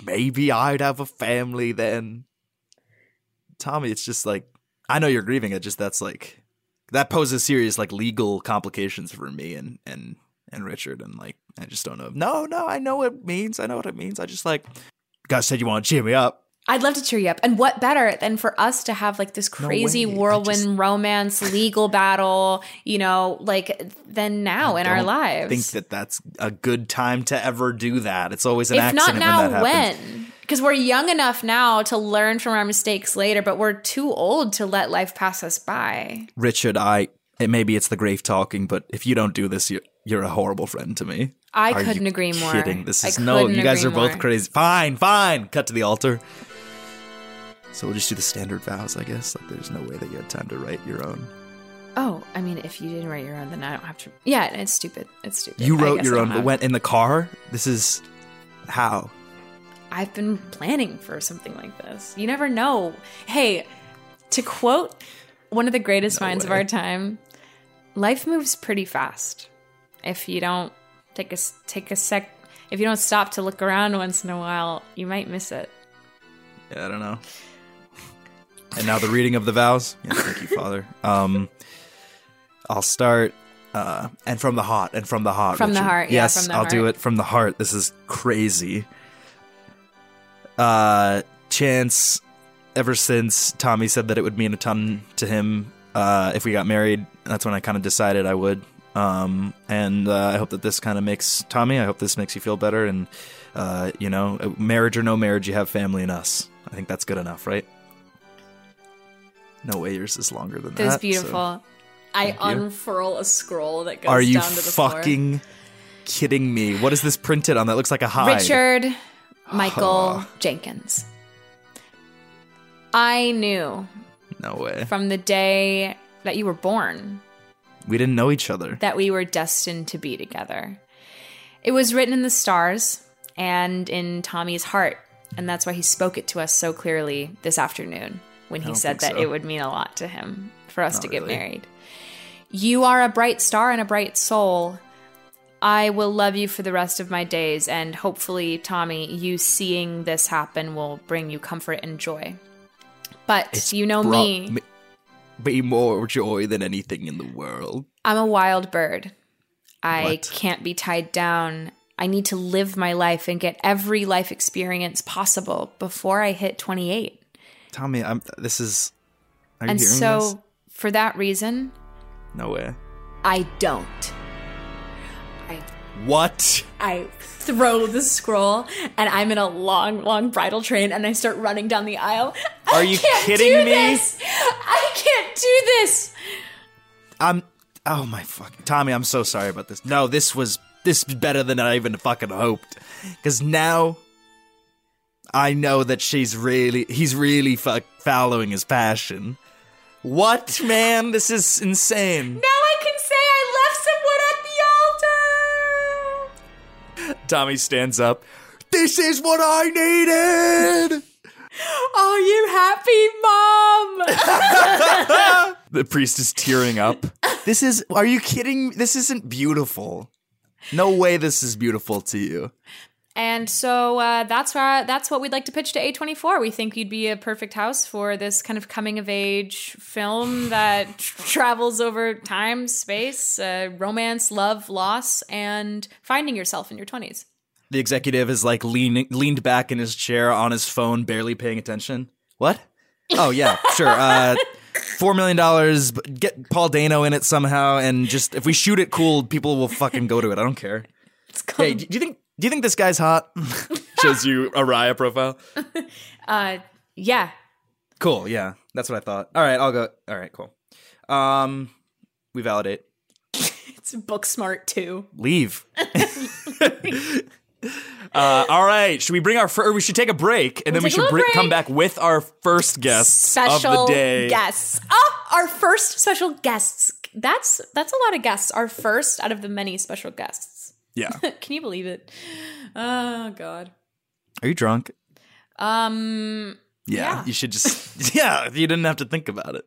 Speaker 6: maybe I'd have a family then. Tommy, it's just like I know you're grieving. It just that's like that poses serious like legal complications for me and and and Richard and like I just don't know. No, no, I know what it means. I know what it means. I just like you guys said you want to cheer me up.
Speaker 7: I'd love to cheer you up. And what better than for us to have like this crazy
Speaker 6: way. I
Speaker 7: whirlwind
Speaker 6: just-
Speaker 7: romance legal battle, you know, like than now in our
Speaker 6: Don't
Speaker 7: lives.
Speaker 6: Think that that's a good time to ever do that. It's always an
Speaker 7: if not
Speaker 6: accident when
Speaker 7: now,
Speaker 6: that happens.
Speaker 7: when? Because we're young enough now to learn from our mistakes later, but we're too old to let life pass us by.
Speaker 6: Richard, I it, maybe it's the grave talking, but if you don't do this, you're you're a horrible friend to me.
Speaker 7: I
Speaker 6: Are
Speaker 7: couldn't
Speaker 6: you
Speaker 7: agree more.
Speaker 6: Kidding. This
Speaker 7: I
Speaker 6: is no.
Speaker 7: couldn't
Speaker 6: You guys are
Speaker 7: agree
Speaker 6: both
Speaker 7: more.
Speaker 6: crazy. Fine, fine. Cut to the altar. So we'll just do the standard vows, I guess. Like there's no way that you had time to write your own.
Speaker 7: Oh, I mean, if you didn't write your own, then I don't have to. Yeah, it's stupid. It's stupid.
Speaker 6: You
Speaker 7: I
Speaker 6: wrote
Speaker 7: guess
Speaker 6: your
Speaker 7: I don't
Speaker 6: own, but
Speaker 7: have-
Speaker 6: went in the car. This is how.
Speaker 7: I've been planning for something like this. You never know. Hey, to quote one of the greatest minds of our time, life moves pretty fast. If you don't take a s- take a sec, if you don't stop to look around once in a while, you might miss it.
Speaker 6: Yeah, I don't know. And now the reading of the vows. Yeah, thank you, Father. Um, I'll start. Uh, and from the heart, and from the heart.
Speaker 7: From the
Speaker 6: Richard.
Speaker 7: heart, yeah,
Speaker 6: Yes,
Speaker 7: from the
Speaker 6: I'll do
Speaker 7: heart.
Speaker 6: it from the heart. This is crazy. Uh, Chance, ever since Tommy said that it would mean a ton to him uh, if we got married, that's when I kind of decided I would. Um, and uh, I hope that this kind of makes Tommy. I hope this makes you feel better. And uh, you know, marriage or no marriage, you have family and us. I think that's good enough, right? No way, yours is longer than
Speaker 7: That was
Speaker 6: that. so-
Speaker 7: beautiful. I
Speaker 6: you.
Speaker 7: unfurl a scroll that goes
Speaker 6: Are you
Speaker 7: down to the floor.
Speaker 6: fucking kidding me? What is this printed on? That looks like a hide.
Speaker 7: Richard Michael Jenkins. I knew
Speaker 6: No way.
Speaker 7: from the day that you were born
Speaker 6: We didn't know each other.
Speaker 7: that we were destined to be together. It was written in the stars and in Tommy's heart, and that's why he spoke it to us so clearly this afternoon when he said that
Speaker 6: think so.
Speaker 7: it would mean a lot to him for us to get
Speaker 6: really.
Speaker 7: married. You are a bright star and a bright soul. I will love you for the rest of my days, and hopefully, Tommy, you seeing this happen will bring you comfort and joy. But you know
Speaker 6: brought
Speaker 7: me.
Speaker 6: me- me more joy than anything in the world.
Speaker 7: I'm a wild bird. I
Speaker 6: What?
Speaker 7: can't be tied down. I need to live my life and get every life experience possible before I hit 28.
Speaker 6: Tommy, I'm. This is. Are you
Speaker 7: and
Speaker 6: hearing
Speaker 7: so,
Speaker 6: this?
Speaker 7: for that reason,
Speaker 6: No way.
Speaker 7: I don't. I
Speaker 6: What?
Speaker 7: I throw the scroll and I'm in a long, long bridal train and I start running down the aisle.
Speaker 10: Are
Speaker 7: I
Speaker 10: you
Speaker 7: can't
Speaker 10: kidding
Speaker 7: do
Speaker 10: me?
Speaker 7: This. I can't do this.
Speaker 6: I'm. Oh my fucking Tommy, I'm so sorry about this. No, this was this is better than I even fucking hoped. Because now I know that she's really he's really fuck following his passion. What man? This is insane.
Speaker 7: Now I can say I left someone at the altar.
Speaker 10: Tommy stands up.
Speaker 6: This is what I needed.
Speaker 7: Are you happy, Mom?
Speaker 10: The priest is tearing up.
Speaker 6: This is. Are you kidding? me? This isn't beautiful. No way. This is beautiful to you.
Speaker 7: and so uh, that's why that's what we'd like to pitch to A24. We think you'd be a perfect house for this kind of coming of age film that tr- travels over time, space, uh, romance, love, loss, and finding yourself in your 20s.
Speaker 6: The executive is like leaning, leaned back in his chair on his phone, barely paying attention. What? Oh yeah, sure. Uh, Four million dollars. Get Paul Dano in it somehow, and just if we shoot it cool, people will fucking go to it. I don't care.
Speaker 7: It's called
Speaker 6: Hey, do you think? Do you think this guy's hot?
Speaker 10: Shows you a Raya profile.
Speaker 7: uh, yeah.
Speaker 6: cool. Yeah, that's what I thought. All right, I'll go. All right, cool. Um, we validate.
Speaker 7: It's book smart too.
Speaker 6: Leave.
Speaker 10: Uh, all right, should we bring our fir- or we should take a break and then we
Speaker 7: take a
Speaker 10: should
Speaker 7: little
Speaker 10: bri- come
Speaker 7: break.
Speaker 10: back with our first guest
Speaker 7: Special
Speaker 10: of the day.
Speaker 7: guests. Oh, our first special guests. That's that's a lot of guests. Our first out of the many special guests.
Speaker 10: Yeah.
Speaker 7: Can you believe it? Oh God.
Speaker 6: Are you drunk?
Speaker 7: Um.
Speaker 6: Yeah,
Speaker 7: Yeah.
Speaker 6: you should just. yeah, you didn't have to think about it.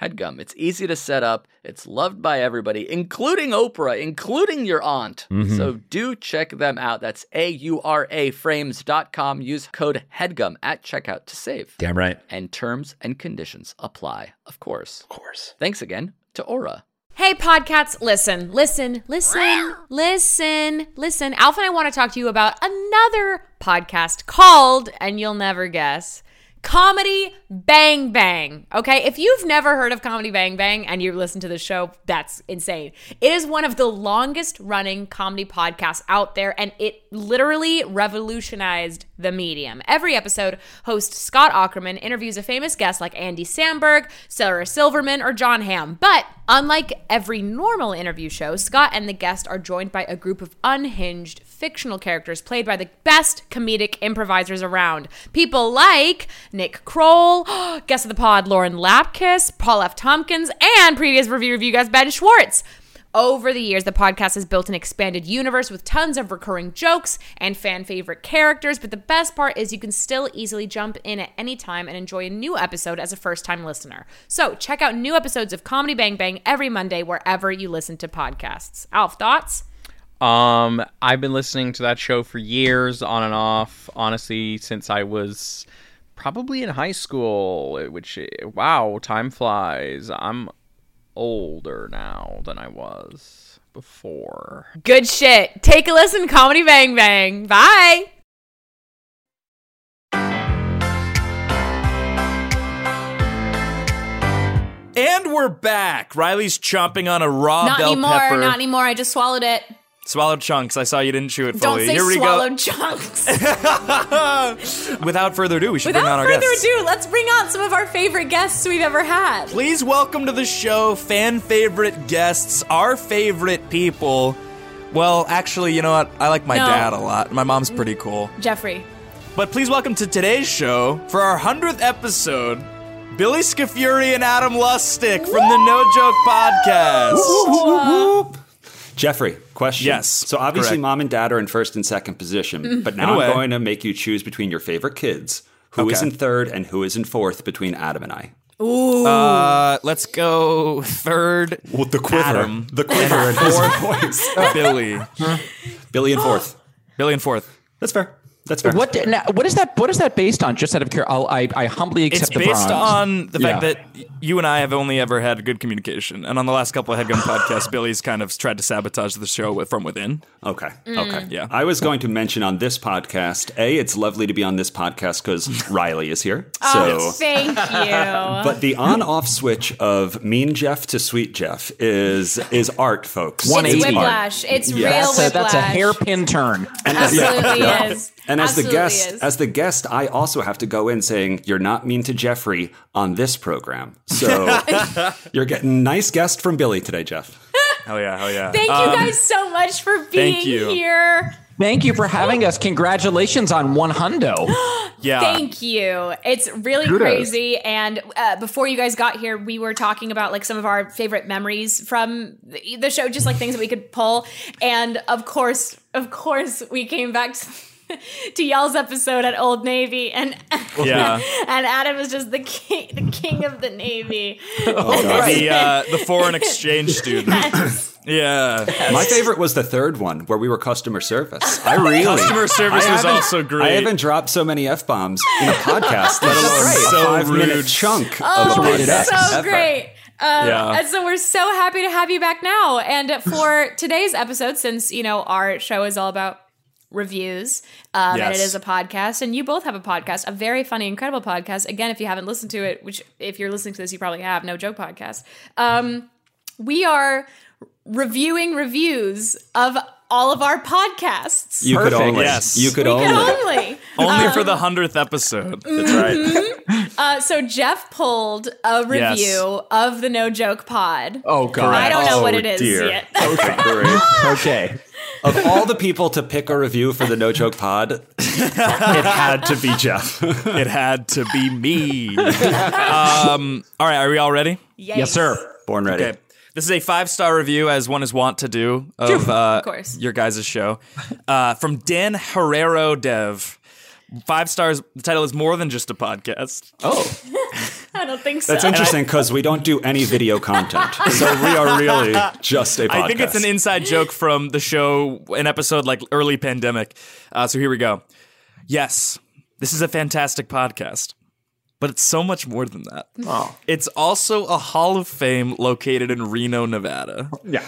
Speaker 11: HEADGUM. It's easy to set up, it's loved by everybody, including Oprah, including your aunt.
Speaker 12: Mhm.
Speaker 11: So do check them out. That's A U R A frames.com. Use code HEADGUM at checkout to save.
Speaker 12: Damn right.
Speaker 11: And terms and conditions apply, of course.
Speaker 12: Of course.
Speaker 11: Thanks again to Aura.
Speaker 7: Hey, podcasts, listen, listen, listen, listen, listen. Alf and I want to talk to you about another podcast called, and you'll never guess, Comedy Bang Bang. Okay. If you've never heard of Comedy Bang Bang and you've listened to the show, that's insane. It is one of the longest running comedy podcasts out there, and it literally revolutionized the medium. Every episode, host Scott Ackerman interviews a famous guest like Andy Samberg, Sarah Silverman, or John Hamm. But unlike every normal interview show, Scott and the guest are joined by a group of unhinged fictional characters played by the best comedic improvisers around. People like Nick Kroll, guest of the pod Lauren Lapkus, Paul F. Tompkins, and previous review review guest Ben Schwartz. Over the years, the podcast has built an expanded universe with tons of recurring jokes and fan favorite characters. But the best part is you can still easily jump in at any time and enjoy a new episode as a first time listener. So check out new episodes of Comedy Bang Bang every Monday wherever you listen to podcasts. Alf, thoughts?
Speaker 13: Um, I've been listening to that show for years, on and off. Honestly, since I was probably in high school, which wow, time flies. I'm older now than I was before.
Speaker 7: Good shit. Take a listen, Comedy Bang Bang. Bye.
Speaker 6: And we're back. Riley's chomping on a raw
Speaker 7: not
Speaker 6: Ah, bell
Speaker 7: anymore.
Speaker 6: pepper.
Speaker 7: Not anymore. I just swallowed it.
Speaker 6: Swallowed chunks. I saw you didn't chew it
Speaker 7: Don't
Speaker 6: fully.
Speaker 7: say
Speaker 6: Here we
Speaker 7: swallowed chunks.
Speaker 6: go. Without further ado, we should bring
Speaker 7: Without
Speaker 6: on our
Speaker 7: further
Speaker 6: guests.
Speaker 7: ado, let's bring on some of our favorite guests we've ever had.
Speaker 6: Please welcome to the show fan favorite guests, our favorite people. Well, actually, you know what? I like my
Speaker 7: No. Mm.
Speaker 6: dad a lot. My mom's pretty cool.
Speaker 7: Jeffrey.
Speaker 6: But please welcome to today's show for our 100th episode. Billy Scafuri and Adam Lustick from the No Joke Podcast.
Speaker 14: Jeffrey, question.
Speaker 6: Yes,
Speaker 14: So obviously,
Speaker 6: correct.
Speaker 14: mom and dad are in first and second position,
Speaker 6: Mm.
Speaker 14: but
Speaker 6: In a
Speaker 14: now
Speaker 6: way.
Speaker 14: I'm going to make you choose between your favorite kids, who is
Speaker 6: Okay.
Speaker 14: in third and who is in fourth between Adam and I.
Speaker 7: Ooh.
Speaker 6: Uh, let's go third.
Speaker 14: the quiver,
Speaker 6: Adam.
Speaker 14: the quiver,
Speaker 6: And
Speaker 14: and fourth
Speaker 6: fourth. Billy.
Speaker 14: Billy and fourth.
Speaker 6: Billy and fourth.
Speaker 14: That's fair. That's fair.
Speaker 15: What now, what is that? What is that based on? Just out of curiosity, I, I humbly accept
Speaker 6: It's
Speaker 15: the
Speaker 6: based
Speaker 15: bronze.
Speaker 6: on the fact
Speaker 15: Yeah.
Speaker 6: that y- you and I have only ever had good communication, and on the last couple of Headgun podcasts, Billy's kind of tried to sabotage the show with, from within.
Speaker 14: Okay. Okay.
Speaker 6: Yeah.
Speaker 14: I was going to mention on this podcast, A, it's lovely to be on this podcast because Riley is here.
Speaker 7: Oh,
Speaker 14: so
Speaker 7: thank you.
Speaker 14: But the on-off switch of mean Jeff to sweet Jeff is is art, folks.
Speaker 7: It's whiplash. It's real whiplash.
Speaker 14: hairpin turn.
Speaker 7: Absolutely is.
Speaker 14: And as
Speaker 7: Absolutely
Speaker 14: the guest,
Speaker 7: is.
Speaker 14: as the guest, I also have to go in saying you're not mean to Jeffrey on this program. So you're getting nice guest from Billy today, Jeff.
Speaker 6: Oh yeah, hell yeah. Um,
Speaker 7: Thank you guys so much for being
Speaker 14: Um, thank you.
Speaker 7: here.
Speaker 15: Thank you for having us. Congratulations on one hundo.
Speaker 6: yeah.
Speaker 7: Thank you. It's really
Speaker 15: Kudos.
Speaker 7: crazy. And uh, before you guys got here, we were talking about like some of our favorite memories from the the show, just like things that we could pull. And of course, of course, we came back to, to Y'all's episode at Old Navy, and
Speaker 6: Yeah.
Speaker 7: and Adam is just the king, the king of the Navy.
Speaker 14: Oh,
Speaker 6: the uh, the foreign exchange student. yeah.
Speaker 14: My favorite was the third one where we were customer service. I really
Speaker 6: Customer service
Speaker 14: I
Speaker 6: was
Speaker 14: haven't-
Speaker 6: also great.
Speaker 14: I haven't dropped so many f bombs in a podcast, let alone
Speaker 6: Right.
Speaker 14: a
Speaker 6: So
Speaker 14: five
Speaker 6: rude.
Speaker 14: minute chunk of a
Speaker 7: Oh,
Speaker 14: podcast.
Speaker 7: that's so
Speaker 14: ever.
Speaker 7: great. Um,
Speaker 14: Yeah.
Speaker 7: And so we're so happy to have you back now. And for today's episode, since, you know, our show is all about reviews um, and it
Speaker 12: Yes.
Speaker 7: is a podcast, and you both have a podcast, a very funny, incredible podcast. Again, if you haven't listened to it, which if you're listening to this, you probably have, no joke podcast. Um, we are reviewing reviews of all of our podcasts.
Speaker 6: You could
Speaker 14: Perfect.
Speaker 6: only.
Speaker 14: Yes.
Speaker 6: You could
Speaker 14: We
Speaker 7: could only.
Speaker 6: Only
Speaker 7: Um,
Speaker 6: for the hundredth episode. That's
Speaker 7: Uh, so Jeff pulled a review
Speaker 6: Yes.
Speaker 7: of the No Joke Pod.
Speaker 14: Oh god.
Speaker 7: I don't know what it
Speaker 6: Oh,
Speaker 7: is yet.
Speaker 14: Okay. okay. Of all the people to pick a review for the No Joke Pod, it had to be Jeff.
Speaker 6: it had to be me. um, all right, are we all ready?
Speaker 7: Yes. Yes, sir.
Speaker 14: Born ready.
Speaker 6: Okay. This is a five star review, as one is wont to do, of, uh,
Speaker 7: Of course.
Speaker 6: your guys' show. Uh, from Dan Herrero Dev. Five stars. The title is More Than Just a Podcast.
Speaker 14: Oh.
Speaker 7: I don't think so.
Speaker 14: That's interesting because we don't do any video content. So we are really just a podcast.
Speaker 6: I think it's an inside joke from the show, an episode like early pandemic. Uh, so here we go. Yes, this is a fantastic podcast, but it's so much more than that.
Speaker 5: Oh.
Speaker 6: It's also a Hall of Fame located in Reno, Nevada.
Speaker 14: Yeah.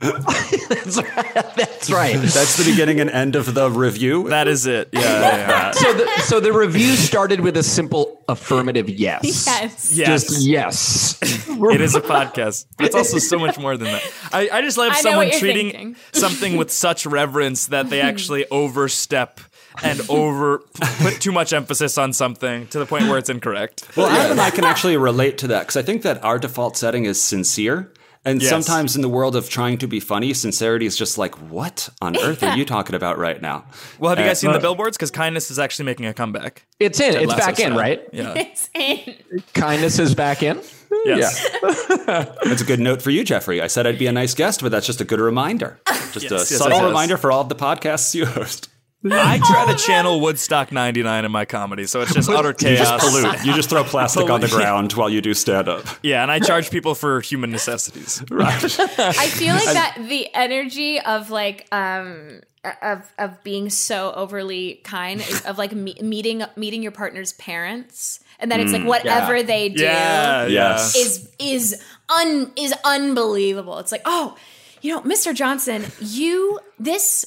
Speaker 14: That's right. That's the beginning and end of the review.
Speaker 6: That is it. Yeah. yeah, yeah.
Speaker 15: so, the, so the review started with a simple affirmative yes.
Speaker 7: Yes.
Speaker 15: Just yes.
Speaker 6: it is a podcast. but It's also so much more than that. I, I just love
Speaker 7: I know
Speaker 6: someone
Speaker 7: what you're
Speaker 6: treating
Speaker 7: thinking.
Speaker 6: something with such reverence that they actually overstep and over p- put too much emphasis on something to the point where it's incorrect.
Speaker 14: Well, Adam and I can actually relate to that because I think that our default setting is sincere. And
Speaker 6: Yes.
Speaker 14: sometimes in the world of trying to be funny, sincerity is just like, what on earth are you talking about right now?
Speaker 6: Well, have you
Speaker 14: Uh,
Speaker 6: guys seen the billboards? Because kindness is actually making a comeback.
Speaker 15: It's in.
Speaker 6: Ted
Speaker 15: It's
Speaker 6: Lasso
Speaker 15: back in,
Speaker 6: style.
Speaker 15: right?
Speaker 6: Yeah.
Speaker 7: It's in.
Speaker 15: Kindness is back in.
Speaker 6: Yes.
Speaker 14: That's a good note for you, Jeffrey. I said I'd be a nice guest, but that's just a good reminder. Just
Speaker 6: Yes,
Speaker 14: a
Speaker 6: yes,
Speaker 14: subtle
Speaker 6: yes.
Speaker 14: reminder for all of the podcasts you host.
Speaker 6: I try to channel Woodstock 99 in my comedy, so it's just utter
Speaker 14: You just
Speaker 6: chaos.
Speaker 14: pollute. You just throw plastic on the
Speaker 6: Pollute.
Speaker 14: ground while you do stand up.
Speaker 6: Yeah, and I charge people for human necessities.
Speaker 14: Right.
Speaker 7: I feel like
Speaker 14: And-
Speaker 7: that the energy of like um of of being so overly kind is of like me- meeting meeting your partner's parents and then it's like
Speaker 14: Mm,
Speaker 7: whatever
Speaker 14: yeah.
Speaker 7: they do
Speaker 14: Yeah, Yes.
Speaker 7: is is un is unbelievable. It's like, "Oh, you know, Mr. Johnson, you this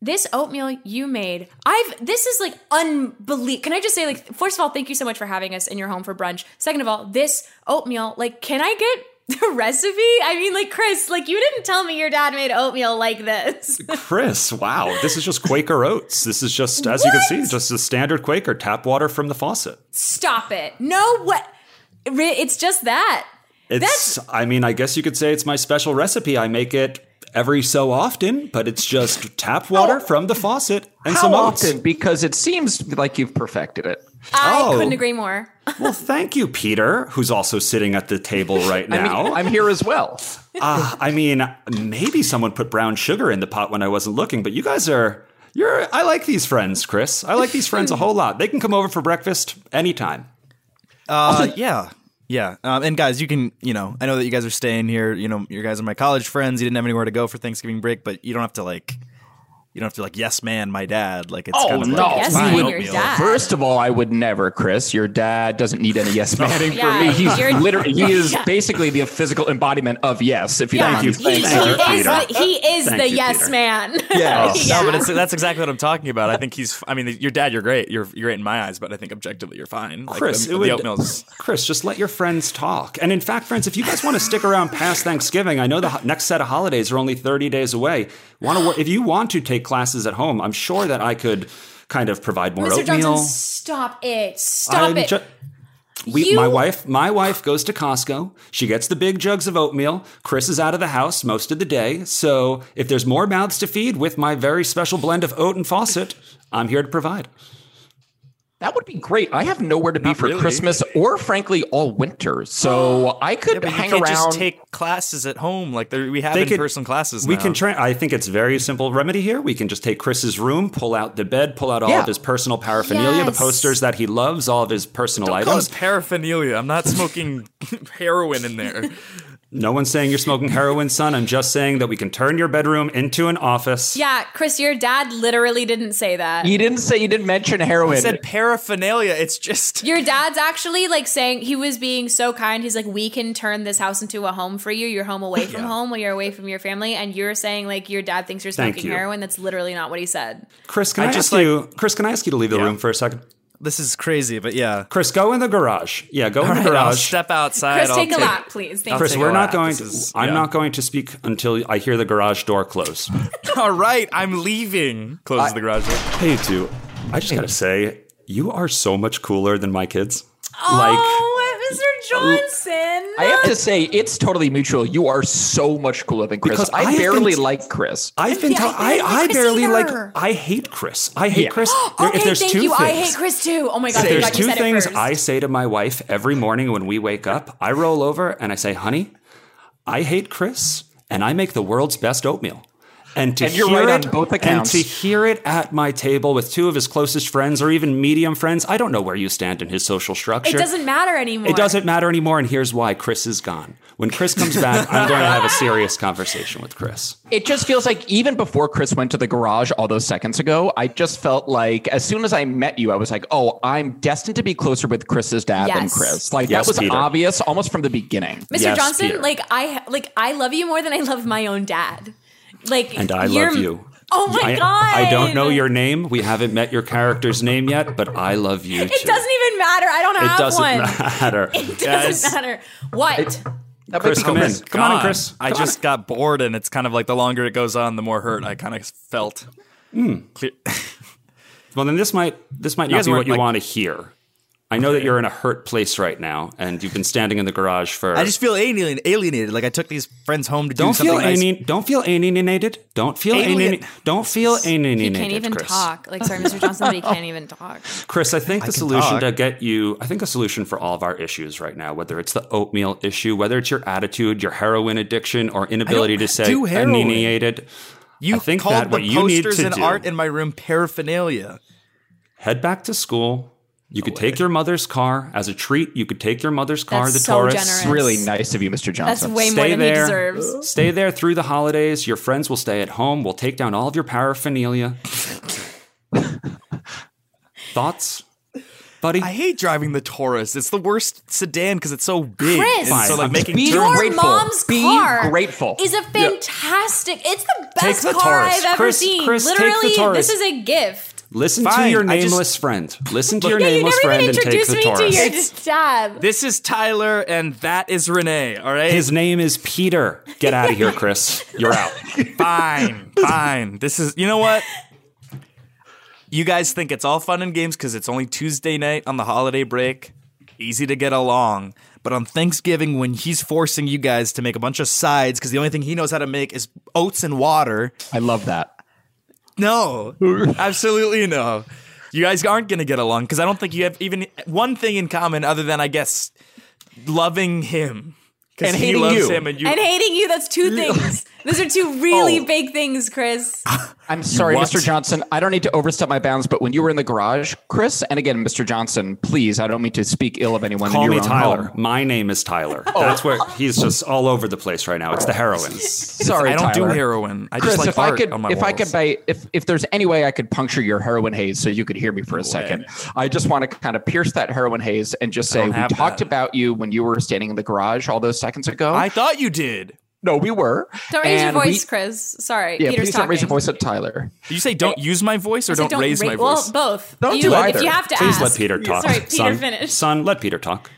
Speaker 7: this oatmeal you made, I've this is like unbelievable. Can I just say, like, first of all, thank you so much for having us in your home for brunch. Second of all, this oatmeal, like, can I get the recipe? I mean, like, Chris, like, you didn't tell me your dad made oatmeal like this.
Speaker 14: Chris, wow. This is just Quaker oats. This is just, as you can see, just a standard Quaker tap water from the faucet.
Speaker 7: Stop it. No, what? Re- It's just that.
Speaker 14: It's, I mean, I guess you could say it's my special recipe. I make it every so often, but it's just tap water from the faucet and
Speaker 15: How
Speaker 14: some oats.
Speaker 15: often? Because it seems like you've perfected it.
Speaker 7: I
Speaker 14: Oh.
Speaker 7: couldn't agree more.
Speaker 14: Well, thank you, Peter, who's also sitting at the table right
Speaker 15: I mean,
Speaker 14: now.
Speaker 15: I'm here as well.
Speaker 14: Ah, I mean, maybe someone put brown sugar in the pot when I wasn't looking, but you guys are. You're, I like these friends, Chris. I like these friends a whole lot. They can come over for breakfast anytime.
Speaker 10: Uh, yeah, yeah. Um, and guys, you can, you know, I know that you guys are staying here. You know, you guys are my college friends. You didn't have anywhere to go for Thanksgiving break, but you don't have to like, you don't have to like, yes, man, my dad. Like, it's
Speaker 14: Oh,
Speaker 15: Oh,
Speaker 10: kind of like, it's fine.
Speaker 15: You would-
Speaker 10: Oatmeal.
Speaker 15: First of all, I would never, Chris. Your dad doesn't need any yes manning
Speaker 7: Yeah,
Speaker 15: for me. He's
Speaker 7: you're-
Speaker 15: literally he is
Speaker 7: Yeah.
Speaker 15: basically the physical embodiment of yes. If you
Speaker 7: Yeah.
Speaker 15: don't mind
Speaker 7: He, he
Speaker 15: saying so.
Speaker 7: is the, he is the yes man. Yeah.
Speaker 6: Yeah, Oh, no, but it's, that's exactly what I'm talking about. I think he's. I mean, your dad, you're great. You're you're great in my eyes, but I think objectively, you're fine. Like,
Speaker 14: Chris,
Speaker 6: the,
Speaker 14: it
Speaker 6: the
Speaker 14: would-
Speaker 6: oatmeal's-
Speaker 14: Chris, just let your friends talk. And in fact, friends, if you guys want to stick around past Thanksgiving, I know the ho- next set of holidays are only 30 days away. Want to wor- if you want to take classes at home, I'm sure that I could kind of provide more
Speaker 7: Mr.
Speaker 14: oatmeal.
Speaker 7: Johnson, stop it. Stop
Speaker 14: I'm
Speaker 7: it.
Speaker 14: ju- we,
Speaker 7: You-
Speaker 14: My wife, my wife goes to Costco. She gets the big jugs of oatmeal. Chris is out of the house most of the day, so if there's more mouths to feed with my very special blend of oat and faucet, I'm here to provide.
Speaker 15: That would be great. I have nowhere to be for Christmas or frankly all winter. So I
Speaker 6: Yeah,
Speaker 15: could
Speaker 6: but
Speaker 15: hang
Speaker 6: you can't
Speaker 15: around.
Speaker 6: just take classes at home. Like there, we have
Speaker 14: They
Speaker 6: in
Speaker 14: could-
Speaker 6: person classes.
Speaker 14: We
Speaker 6: now.
Speaker 14: can try. I think it's very simple remedy here. We can just take Chris's room, pull out the bed, pull out all
Speaker 6: Yeah.
Speaker 14: of his personal paraphernalia, the
Speaker 6: Yes.
Speaker 14: posters that he loves, all of his personal
Speaker 6: Don't call it
Speaker 14: items.
Speaker 6: paraphernalia. I'm not smoking heroin in there.
Speaker 14: No one's saying you're smoking heroin, son. I'm just saying that we can turn your bedroom into an office.
Speaker 7: Yeah, Chris, your dad literally didn't say that.
Speaker 15: didn't say you didn't mention
Speaker 6: I
Speaker 15: heroin.
Speaker 6: said paraphernalia. It's just
Speaker 7: Your dad's actually like saying he was being so kind. He's like, we can turn this house into a home for you. You're home away from home when you're away from your family, and you're saying like your dad thinks you're
Speaker 14: Thank
Speaker 7: smoking
Speaker 14: you.
Speaker 7: heroin. That's literally not what he said.
Speaker 14: Chris, can
Speaker 7: I
Speaker 14: I,
Speaker 7: just,
Speaker 14: ask you? Chris, can I ask you to leave the room for a second?
Speaker 10: This is crazy, but yeah.
Speaker 14: Chris, go in the garage. Yeah, go in the
Speaker 6: All right, I'll
Speaker 14: garage.
Speaker 6: step outside.
Speaker 7: Chris,
Speaker 6: I'll
Speaker 7: take a lap, please. Thank
Speaker 14: Chris,
Speaker 7: you.
Speaker 14: we're not going.
Speaker 6: is-
Speaker 14: I'm
Speaker 6: yeah.
Speaker 14: not going to speak until I hear the garage door close.
Speaker 6: All right, I'm leaving. Closes the garage door.
Speaker 14: Hey, you two. I just gotta say, you are so much cooler than my kids.
Speaker 7: Oh, Mr. Johnson.
Speaker 15: I have to say, it's totally mutual. You are so much cooler than Chris.
Speaker 14: Because
Speaker 15: I,
Speaker 14: I've
Speaker 15: barely
Speaker 14: been-
Speaker 15: like Chris.
Speaker 14: I've been.
Speaker 7: Yeah,
Speaker 14: tell-
Speaker 7: I don't
Speaker 14: I,
Speaker 7: like
Speaker 14: I,
Speaker 7: Chris
Speaker 14: barely
Speaker 7: either.
Speaker 14: like. I hate Chris. I hate
Speaker 15: Yeah.
Speaker 14: Chris. There-
Speaker 7: okay,
Speaker 14: if there's
Speaker 7: thank
Speaker 14: two
Speaker 7: you.
Speaker 14: things,
Speaker 7: I hate Chris too. Oh my god, thank
Speaker 14: if there's
Speaker 7: God you
Speaker 14: two
Speaker 7: said it
Speaker 14: things
Speaker 7: first.
Speaker 14: I say to my wife every morning when we wake up. I roll over and I say, "Honey, I hate Chris, and I make the world's best oatmeal." And to
Speaker 15: And you're
Speaker 14: hear
Speaker 15: right
Speaker 14: it,
Speaker 15: on both accounts.
Speaker 14: And to hear it at my table with two of his closest friends or even medium friends, I don't know where you stand in his social
Speaker 7: it
Speaker 14: structure.
Speaker 7: doesn't matter anymore.
Speaker 14: It doesn't matter anymore, and here's why Chris is gone. When Chris comes back, I'm going to have a serious conversation with Chris.
Speaker 15: It just feels like even before Chris went to the garage all those seconds ago, I just felt like as soon as I met you, I was like, oh, I'm destined to be closer with Chris's dad than
Speaker 7: Yes.
Speaker 15: Chris. Like
Speaker 14: Yes,
Speaker 15: that was
Speaker 14: Peter.
Speaker 15: obvious almost from the beginning.
Speaker 7: Mr. Johnson, like I like I love you more than I love my own dad. Like
Speaker 14: And I
Speaker 7: you're-
Speaker 14: love you.
Speaker 7: Oh my
Speaker 14: I,
Speaker 7: god.
Speaker 14: I don't know your name. We haven't met your character's name yet, but I love you
Speaker 7: It
Speaker 14: too.
Speaker 7: doesn't even matter. I don't
Speaker 14: It
Speaker 7: have
Speaker 14: doesn't
Speaker 7: one.
Speaker 14: matter.
Speaker 7: It doesn't matter. What?
Speaker 14: Chris, come in. Come on in,
Speaker 6: God,
Speaker 14: Chris.
Speaker 6: I
Speaker 14: Come on
Speaker 6: just got bored, and it's kind of like the longer it goes on, the more hurt I kind of felt.
Speaker 14: Hmm.
Speaker 6: Clear-
Speaker 14: Well, then this might this might
Speaker 6: You
Speaker 14: not
Speaker 6: guys
Speaker 14: be what
Speaker 6: weren't,
Speaker 14: you
Speaker 6: like-
Speaker 14: want to hear. I know that you're in a hurt place right now, and you've been standing in the garage for.
Speaker 10: I just feel alien, alienated. Like I took these friends home to
Speaker 14: don't
Speaker 10: do something.
Speaker 14: feel
Speaker 10: nice.
Speaker 14: alien, don't feel alienated. Don't feel
Speaker 10: Alien-
Speaker 14: alienated. Don't feel alienated.
Speaker 7: He can't even
Speaker 14: Chris.
Speaker 7: talk. Like, sorry, Mr. Johnson, but he can't even talk.
Speaker 14: Chris, I think the
Speaker 7: can
Speaker 14: solution
Speaker 7: talk.
Speaker 14: to get you, I think a solution for all of our issues right now, whether it's the oatmeal issue, whether it's your attitude, your heroin addiction, or inability to say
Speaker 10: do heroin.
Speaker 14: alienated,
Speaker 10: You
Speaker 14: I think
Speaker 10: called
Speaker 14: that
Speaker 10: the
Speaker 14: what you need
Speaker 10: posters
Speaker 14: to
Speaker 10: and
Speaker 14: do,
Speaker 10: art in my room paraphernalia.
Speaker 14: head back to school. You could take your mother's car as a treat. You could take your mother's car,
Speaker 7: That's
Speaker 14: the
Speaker 7: so
Speaker 14: Taurus.
Speaker 7: generous. It's really
Speaker 14: nice of you, Mr.
Speaker 7: That's way more than he deserves.
Speaker 14: Stay there through the holidays. Your friends will stay at home. We'll take down all of your paraphernalia. Thoughts? Buddy,
Speaker 10: I hate driving the Taurus. It's the worst sedan because it's so big.
Speaker 7: Chris,
Speaker 10: and so like making
Speaker 15: Be
Speaker 10: turns-
Speaker 7: Your mom's car is a
Speaker 10: Yeah.
Speaker 7: fantastic. It's the
Speaker 14: Take
Speaker 7: best
Speaker 14: the
Speaker 7: car
Speaker 14: Taurus.
Speaker 7: I've ever
Speaker 14: Chris-
Speaker 7: seen.
Speaker 14: Chris, take the
Speaker 7: Literally,
Speaker 14: Taurus.
Speaker 7: this is a gift.
Speaker 14: Listen to
Speaker 10: Fine,
Speaker 14: your
Speaker 10: I just-
Speaker 14: nameless friend. Listen to your
Speaker 7: Yeah, you
Speaker 14: nameless
Speaker 7: never
Speaker 14: friend
Speaker 7: even
Speaker 14: and take
Speaker 7: introduced
Speaker 14: the
Speaker 7: me
Speaker 14: Taurus.
Speaker 7: to your dad.
Speaker 6: This is Tyler, and that is Renee. All right.
Speaker 14: His name is Peter. Get out of here, Chris. You're out.
Speaker 6: fine, fine. This is, you know what? You guys think it's all fun and games because it's only Tuesday night on the holiday break. Easy to get along.
Speaker 10: But on Thanksgiving, when he's forcing you guys to make a bunch of sides because the only thing he knows how to make is oats and water.
Speaker 15: I love that.
Speaker 10: No,
Speaker 6: Absolutely no. You guys aren't going to get along because I don't think you have even one thing in common other than, I guess, loving him. 'Cause
Speaker 15: And
Speaker 6: he
Speaker 15: hating
Speaker 6: loves
Speaker 15: you.
Speaker 6: him and you.
Speaker 7: and hating you, that's two things. Those are two really big things, Chris.
Speaker 15: I'm sorry,
Speaker 7: what?
Speaker 15: Mr. Johnson. I don't need to overstep my bounds, but when you were in the garage, Chris, and again, Mr. Johnson, please, I don't mean to speak ill of anyone.
Speaker 14: Call
Speaker 15: in
Speaker 14: me
Speaker 15: your own
Speaker 14: Tyler.
Speaker 15: home.
Speaker 14: My name is Tyler.
Speaker 6: Oh.
Speaker 14: That's where he's just all over the place right now. It's the heroin.
Speaker 15: Sorry,
Speaker 6: I don't do
Speaker 15: Tyler.
Speaker 6: heroin. I
Speaker 15: Chris,
Speaker 6: just like
Speaker 15: if
Speaker 6: art
Speaker 15: I could,
Speaker 6: on my
Speaker 15: if I
Speaker 6: walls.
Speaker 15: could, bite, if if there's any way I could puncture your heroin haze so you could hear me for a second, I just want to kind of pierce that heroin haze and just say we
Speaker 6: have
Speaker 15: talked about you when you were standing in the garage all those seconds ago.
Speaker 6: I thought you did.
Speaker 15: No, we were.
Speaker 7: Don't raise your
Speaker 15: And we-
Speaker 7: voice, Chris. Sorry,
Speaker 15: Yeah,
Speaker 7: Peter's
Speaker 15: please
Speaker 7: talking.
Speaker 15: don't raise your voice at Tyler.
Speaker 6: Did you say don't use my voice or
Speaker 7: I said
Speaker 6: don't, raise
Speaker 7: ra-
Speaker 6: my
Speaker 7: well,
Speaker 6: voice?
Speaker 7: both.
Speaker 6: Don't
Speaker 7: You-
Speaker 6: do
Speaker 7: If
Speaker 6: either.
Speaker 7: you have to
Speaker 14: Please
Speaker 7: ask.
Speaker 14: let Peter talk.
Speaker 7: Sorry, Peter,
Speaker 14: son.
Speaker 7: finish.
Speaker 14: Son, let Peter talk.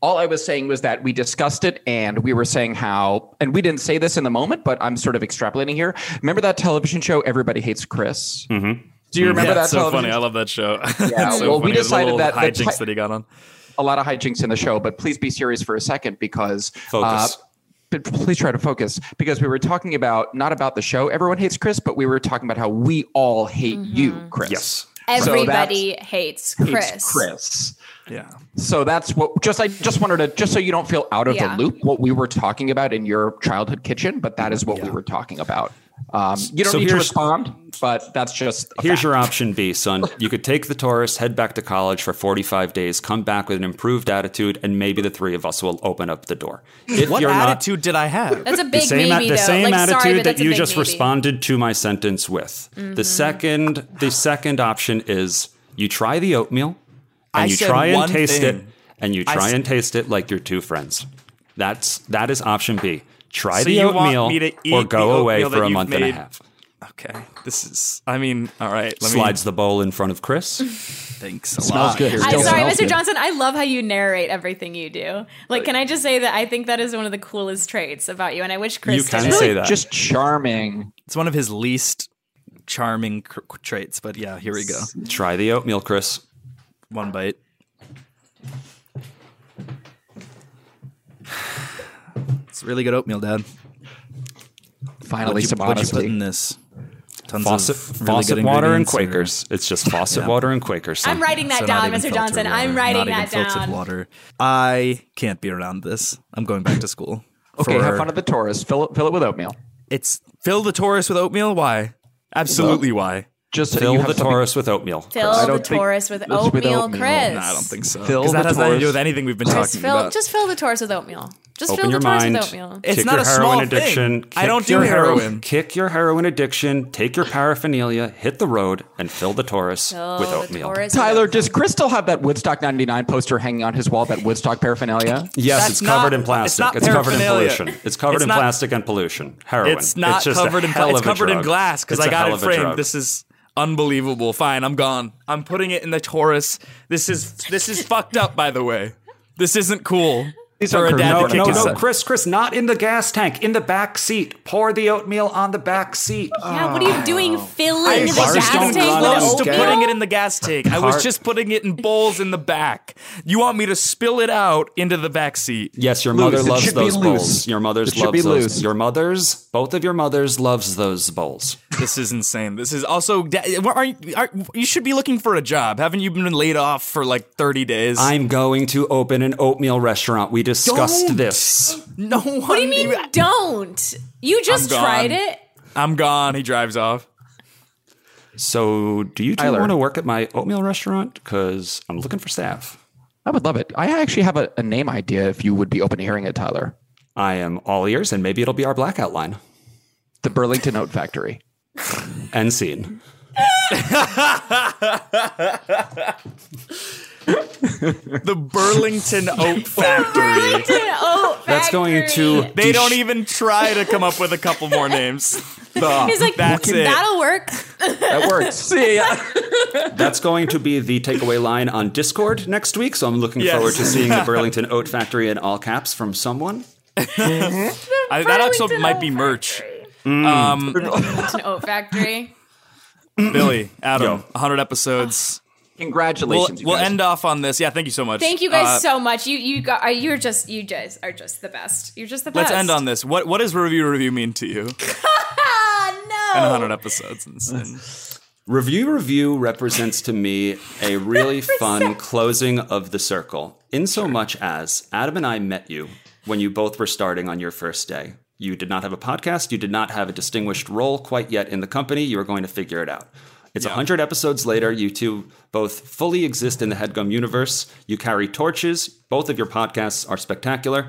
Speaker 15: All I was saying was that we discussed it and we were saying how, and we didn't say this in the moment, but I'm sort of extrapolating here. Remember that television show, Everybody Hates Chris?
Speaker 6: Mm-hmm.
Speaker 15: Do you remember that
Speaker 6: That's so
Speaker 15: television
Speaker 6: funny. I love that show.
Speaker 15: Yeah,
Speaker 6: It's so
Speaker 15: well, we
Speaker 6: funny. The
Speaker 15: decided
Speaker 6: little
Speaker 15: that the
Speaker 6: hijinks
Speaker 15: ti-
Speaker 6: that he got on.
Speaker 15: a lot of hijinks in the show, but please be serious for a second because
Speaker 6: Focus.
Speaker 15: uh, but please try to focus because we were talking about not about the show. Everyone hates Chris, but we were talking about how we all hate you, Chris. Yes,
Speaker 7: Mm-hmm. Everybody hates Chris.
Speaker 15: Chris.
Speaker 6: Yeah.
Speaker 15: So that's what. Just I just wanted to just so you don't feel out of
Speaker 7: Yeah.
Speaker 15: the loop what we were talking about in your childhood kitchen, but that is what we were talking about. Um, you don't
Speaker 14: So
Speaker 15: need to
Speaker 14: here's-
Speaker 15: respond, but that's just a
Speaker 14: Here's
Speaker 15: fact.
Speaker 14: your option B, son. You could take the Taurus, head back to college for 45 days, come back with an improved attitude, and maybe the three of us will open up the door. If
Speaker 6: what
Speaker 14: you're not
Speaker 6: attitude did I have?
Speaker 7: That's a
Speaker 14: the
Speaker 7: big
Speaker 14: same,
Speaker 7: maybe,
Speaker 14: the
Speaker 7: though.
Speaker 14: same
Speaker 7: like,
Speaker 14: attitude
Speaker 7: sorry, but
Speaker 14: that
Speaker 7: that's a
Speaker 14: you
Speaker 7: big
Speaker 14: just
Speaker 7: maybe. Mm-hmm.
Speaker 14: responded to my sentence with. The second, the second option is you try the oatmeal, and
Speaker 6: I
Speaker 14: you
Speaker 6: said
Speaker 14: try and
Speaker 6: one
Speaker 14: taste it,
Speaker 6: thing.
Speaker 14: and you
Speaker 6: I
Speaker 14: try
Speaker 6: s-
Speaker 14: and taste it like your two friends. That's that is option B. Try
Speaker 6: So
Speaker 14: the
Speaker 6: you want
Speaker 14: oatmeal
Speaker 6: me to
Speaker 14: or
Speaker 6: eat
Speaker 14: go
Speaker 6: the
Speaker 14: away
Speaker 6: oatmeal that
Speaker 14: for a
Speaker 6: you've
Speaker 14: month and a
Speaker 6: made?
Speaker 14: half.
Speaker 6: Okay. This is, I mean, all right. Let
Speaker 14: Slides
Speaker 6: me,
Speaker 14: the bowl in front of Chris.
Speaker 6: Thanks.
Speaker 14: a Smells lot. good.
Speaker 7: I'm
Speaker 14: Still
Speaker 7: sorry,
Speaker 14: smells
Speaker 7: Mr.
Speaker 14: good.
Speaker 7: Johnson. I love how you narrate everything you do. Like, can I just say that I think that is one of the coolest traits about you, and I wish Chris
Speaker 6: You can
Speaker 7: did it.
Speaker 6: say that.
Speaker 15: Just charming.
Speaker 6: It's one of his least charming cr- traits, but yeah, here we go.
Speaker 14: Try the oatmeal, Chris.
Speaker 6: One bite.
Speaker 10: It's really good oatmeal, Dad.
Speaker 15: Finally,
Speaker 10: what'd you,
Speaker 15: some
Speaker 10: what'd you put
Speaker 15: honesty.
Speaker 10: in this? Tons
Speaker 14: faucet
Speaker 10: of really
Speaker 14: faucet
Speaker 10: good
Speaker 14: water and
Speaker 10: ingredients
Speaker 14: Quakers. It's just faucet
Speaker 10: Yeah.
Speaker 14: water and Quakers. son.
Speaker 7: I'm writing that
Speaker 10: So not
Speaker 7: down,
Speaker 10: even
Speaker 7: Mr.
Speaker 10: filtered
Speaker 7: Johnson. I'm
Speaker 10: water,
Speaker 7: writing
Speaker 10: not even
Speaker 7: that
Speaker 10: Filtered
Speaker 7: down.
Speaker 10: water. I can't be around this. I'm going back to school.
Speaker 15: Okay,
Speaker 10: for-
Speaker 15: have fun at the Taurus. Fill it, fill it with oatmeal.
Speaker 10: It's fill the Taurus with oatmeal. Why?
Speaker 6: Absolutely. Why?
Speaker 15: Just
Speaker 14: Fill
Speaker 15: you
Speaker 14: the
Speaker 15: have something-
Speaker 14: Taurus with oatmeal.
Speaker 7: Fill
Speaker 15: I
Speaker 7: the
Speaker 15: don't think-
Speaker 7: Taurus with
Speaker 15: with
Speaker 7: oatmeal,
Speaker 15: oatmeal.
Speaker 7: Chris.
Speaker 6: I don't think so.
Speaker 15: Fill
Speaker 6: Because that
Speaker 15: the
Speaker 6: has nothing to do
Speaker 15: Taurus.
Speaker 6: with anything we've been
Speaker 7: Just
Speaker 6: talking
Speaker 7: fill,
Speaker 6: about.
Speaker 7: just fill the Taurus with oatmeal. Just
Speaker 14: Open
Speaker 7: fill
Speaker 14: your
Speaker 7: the Taurus
Speaker 14: mind.
Speaker 7: with oatmeal.
Speaker 6: It's
Speaker 14: Kick
Speaker 6: not
Speaker 14: your
Speaker 6: a small
Speaker 14: heroin
Speaker 6: thing.
Speaker 14: addiction.
Speaker 6: I
Speaker 14: Kick
Speaker 6: don't do
Speaker 14: your
Speaker 6: heroin.
Speaker 14: Kick your heroin addiction. Take your paraphernalia. Hit the road and fill the Taurus
Speaker 6: Oh,
Speaker 7: Fill
Speaker 14: with
Speaker 7: the
Speaker 14: oatmeal.
Speaker 7: Taurus with
Speaker 15: Tyler, does Chris still have that Woodstock 99 poster hanging on his wall, that Woodstock paraphernalia?
Speaker 14: Yes,
Speaker 6: That's
Speaker 14: it's covered
Speaker 6: not-
Speaker 14: in
Speaker 6: it's
Speaker 14: plastic.
Speaker 6: not
Speaker 14: It's, covered in
Speaker 6: paraphernalia.
Speaker 14: pollution. It's covered
Speaker 6: It's
Speaker 14: in
Speaker 6: not-
Speaker 14: plastic and pollution. Heroin.
Speaker 6: It's not
Speaker 14: just a
Speaker 6: covered in
Speaker 14: hell
Speaker 6: pla- It's
Speaker 14: of a
Speaker 6: covered in
Speaker 14: drug.
Speaker 6: glass because
Speaker 14: It's
Speaker 6: I
Speaker 14: a
Speaker 6: got
Speaker 14: hell
Speaker 6: it
Speaker 14: of a drug.
Speaker 6: framed. This is unbelievable. Fine, I'm gone. I'm putting it in the Taurus. This is this is fucked up. By the way, this isn't cool.
Speaker 14: These are no, no, no, Chris, Chris, not in the gas tank, in the back seat. Pour the oatmeal on the back seat.
Speaker 7: Yeah, what are
Speaker 14: uh,
Speaker 7: you doing filling the
Speaker 6: was
Speaker 7: gas tank with
Speaker 6: close to
Speaker 7: oatmeal?
Speaker 6: putting it in the gas tank. I was
Speaker 14: Cart-
Speaker 6: just putting it in bowls in the back. You want me to spill it out into the back seat?
Speaker 14: Yes, your mother loves those bowls. Your mother's loves those. Your mother's, both of your mothers, loves those bowls.
Speaker 6: This is insane. This is also. da- what Are you, are, you should be looking for a job. Haven't you been laid off for like thirty days?
Speaker 14: I'm going to open an oatmeal restaurant. We discussed
Speaker 6: Don't.
Speaker 14: this.
Speaker 6: No
Speaker 7: What do you mean don't? You just
Speaker 6: I'm gone.
Speaker 7: tried it.
Speaker 6: I'm gone. He drives off.
Speaker 14: So, do you two
Speaker 15: Tyler.
Speaker 14: want to work at my oatmeal restaurant? Because I'm looking for staff.
Speaker 15: I would love it. I actually have a, a name idea if you would be open to hearing it, Tyler.
Speaker 14: I am all ears, and maybe it'll be our blackout line.
Speaker 15: The Burlington Oat Factory.
Speaker 14: End scene.
Speaker 6: The Burlington Oat Factory.
Speaker 7: Oh,
Speaker 14: That's going to.
Speaker 6: They don't even try to come up with a couple more names.
Speaker 7: He's like,
Speaker 6: that's it.
Speaker 7: that'll work.
Speaker 14: That works.
Speaker 6: See,
Speaker 14: That's going to be the takeaway line on Discord next week. So I'm looking
Speaker 6: Yes.
Speaker 14: forward to seeing the Burlington Oat Factory in all caps from someone.
Speaker 6: I, that also might be merch. Um,
Speaker 7: It's an oat factory.
Speaker 6: Billy, Adam, 100 episodes.
Speaker 15: Congratulations, you
Speaker 6: We'll, we'll
Speaker 15: guys.
Speaker 6: end off on this. Yeah, thank you so much.
Speaker 7: Thank you guys
Speaker 6: Uh,
Speaker 7: so much. You you got uh, you're just you guys are just the best. You're just the best.
Speaker 6: Let's end on this. What what does review review mean to you?
Speaker 7: Ah,
Speaker 6: And
Speaker 7: no.
Speaker 6: 100 episodes. And, and
Speaker 14: Oh. Review Review represents to me a really fun closing of the circle, in so much as Adam and I met you when you both were starting on your first day. You did not have a podcast, you did not have a distinguished role quite yet in the company, you were going to figure it out. It's a 100 episodes later, you two both fully exist in the Headgum universe, you carry torches, both of your podcasts are spectacular,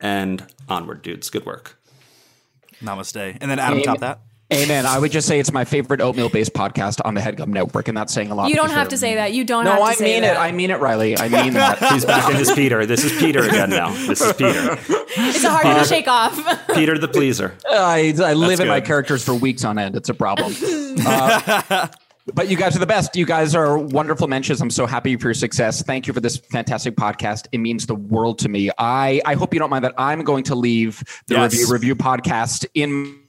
Speaker 14: and onward, dudes. Good work.
Speaker 6: namaste. And then Adam,
Speaker 15: Amen.
Speaker 6: top that.
Speaker 15: Amen. I would just say it's my favorite oatmeal based podcast on the Headgum Network, and that's saying a lot.
Speaker 7: You don't
Speaker 15: because
Speaker 7: have to say that. You don't
Speaker 15: No,
Speaker 7: have to
Speaker 15: I
Speaker 7: say
Speaker 15: mean
Speaker 7: that.
Speaker 15: it. I mean it, Riley. I mean that.
Speaker 14: He's back in his Peter. This is Peter again now. This is Peter.
Speaker 7: It's a hard one to shake off.
Speaker 14: Peter the pleaser.
Speaker 15: I, I live in my
Speaker 14: good.
Speaker 15: characters for weeks on end. It's a problem. Uh, but you guys are the best. You guys are wonderful mentions. I'm so happy for your success. Thank you for this fantastic podcast. It means the world to me. I, I hope you don't mind that I'm going to leave the
Speaker 6: Yes.
Speaker 15: review review podcast in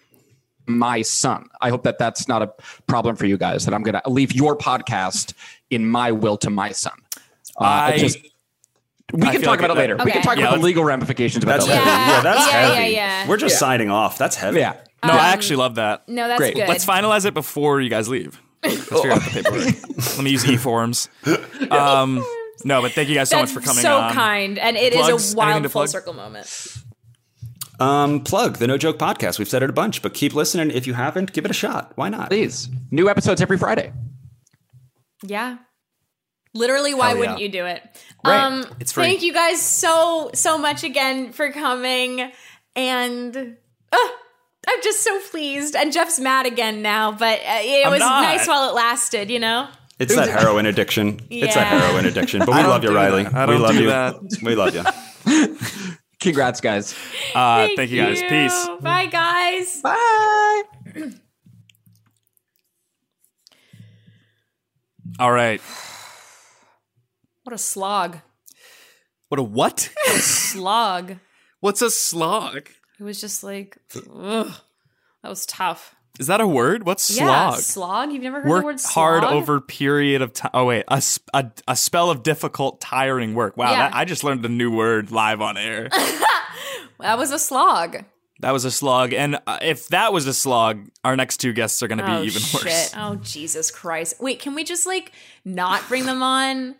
Speaker 15: my son. I hope that that's not a problem for you guys. That I'm going to leave your podcast in my will to my son. Uh,
Speaker 6: I-
Speaker 15: it just- we
Speaker 6: I
Speaker 15: can
Speaker 6: feel
Speaker 15: talk
Speaker 6: like
Speaker 15: about it
Speaker 6: that-
Speaker 15: later. We
Speaker 7: Okay.
Speaker 15: can talk
Speaker 6: Yeah,
Speaker 15: about the
Speaker 6: let's-
Speaker 15: legal ramifications about
Speaker 14: That's
Speaker 15: that.
Speaker 14: heavy.
Speaker 15: later.
Speaker 14: Yeah, that's
Speaker 7: yeah,
Speaker 14: heavy.
Speaker 7: yeah, yeah.
Speaker 14: We're just signing off. That's heavy.
Speaker 15: Yeah.
Speaker 6: No, I actually love that.
Speaker 7: No, that's
Speaker 15: Great.
Speaker 7: good.
Speaker 6: Let's finalize it before you guys leave. Let's figure out the paperwork. Let me use e-forms. Um, no, but thank you guys so
Speaker 7: That's
Speaker 6: much for coming
Speaker 7: so
Speaker 6: on.
Speaker 7: kind, and it is
Speaker 6: Plugs?
Speaker 7: a
Speaker 6: Anything to
Speaker 7: wild full
Speaker 6: plug?
Speaker 7: circle moment.
Speaker 14: Um, plug the No Joke podcast. We've said it a bunch, but keep listening. If you haven't, give it a shot. Why not?
Speaker 15: Please. New episodes every Friday.
Speaker 7: Yeah. Literally, why
Speaker 14: Hell yeah.
Speaker 7: wouldn't you do it?
Speaker 15: Right.
Speaker 7: Um,
Speaker 6: It's free.
Speaker 7: Thank you guys so so much again for coming, and ah, I'm just so pleased. And Jeff's mad again now, but uh, it
Speaker 6: I'm
Speaker 7: was
Speaker 6: not.
Speaker 7: nice while it lasted. You know.
Speaker 14: It's that heroin addiction. It's that
Speaker 7: Yeah.
Speaker 14: heroin addiction. But we
Speaker 6: I don't
Speaker 14: love you,
Speaker 6: do
Speaker 14: Riley.
Speaker 6: that. I
Speaker 14: we
Speaker 6: don't
Speaker 14: love
Speaker 6: do
Speaker 14: you.
Speaker 6: that.
Speaker 14: We love you.
Speaker 15: Congrats, guys.
Speaker 6: Uh, thank you guys. Peace.
Speaker 7: Bye, guys.
Speaker 15: Bye.
Speaker 6: All right.
Speaker 7: What a slog.
Speaker 6: What a what?
Speaker 7: Slog.
Speaker 6: What's a slog?
Speaker 7: It was just like, ugh, that was tough.
Speaker 6: Is that a word? What's
Speaker 7: Yeah,
Speaker 6: slog?
Speaker 7: slog. You've never heard
Speaker 6: Work
Speaker 7: the word slog?
Speaker 6: hard over period of time. Oh wait, a, sp- a a spell of difficult, tiring work. Wow,
Speaker 7: Yeah.
Speaker 6: that, I just learned a new word live on air.
Speaker 7: That was a slog.
Speaker 6: that was a slog, and uh, if that was a slog, our next two guests are going to be
Speaker 7: oh,
Speaker 6: even
Speaker 7: shit.
Speaker 6: worse.
Speaker 7: Oh, Jesus Christ. Wait, can we just like not bring them on?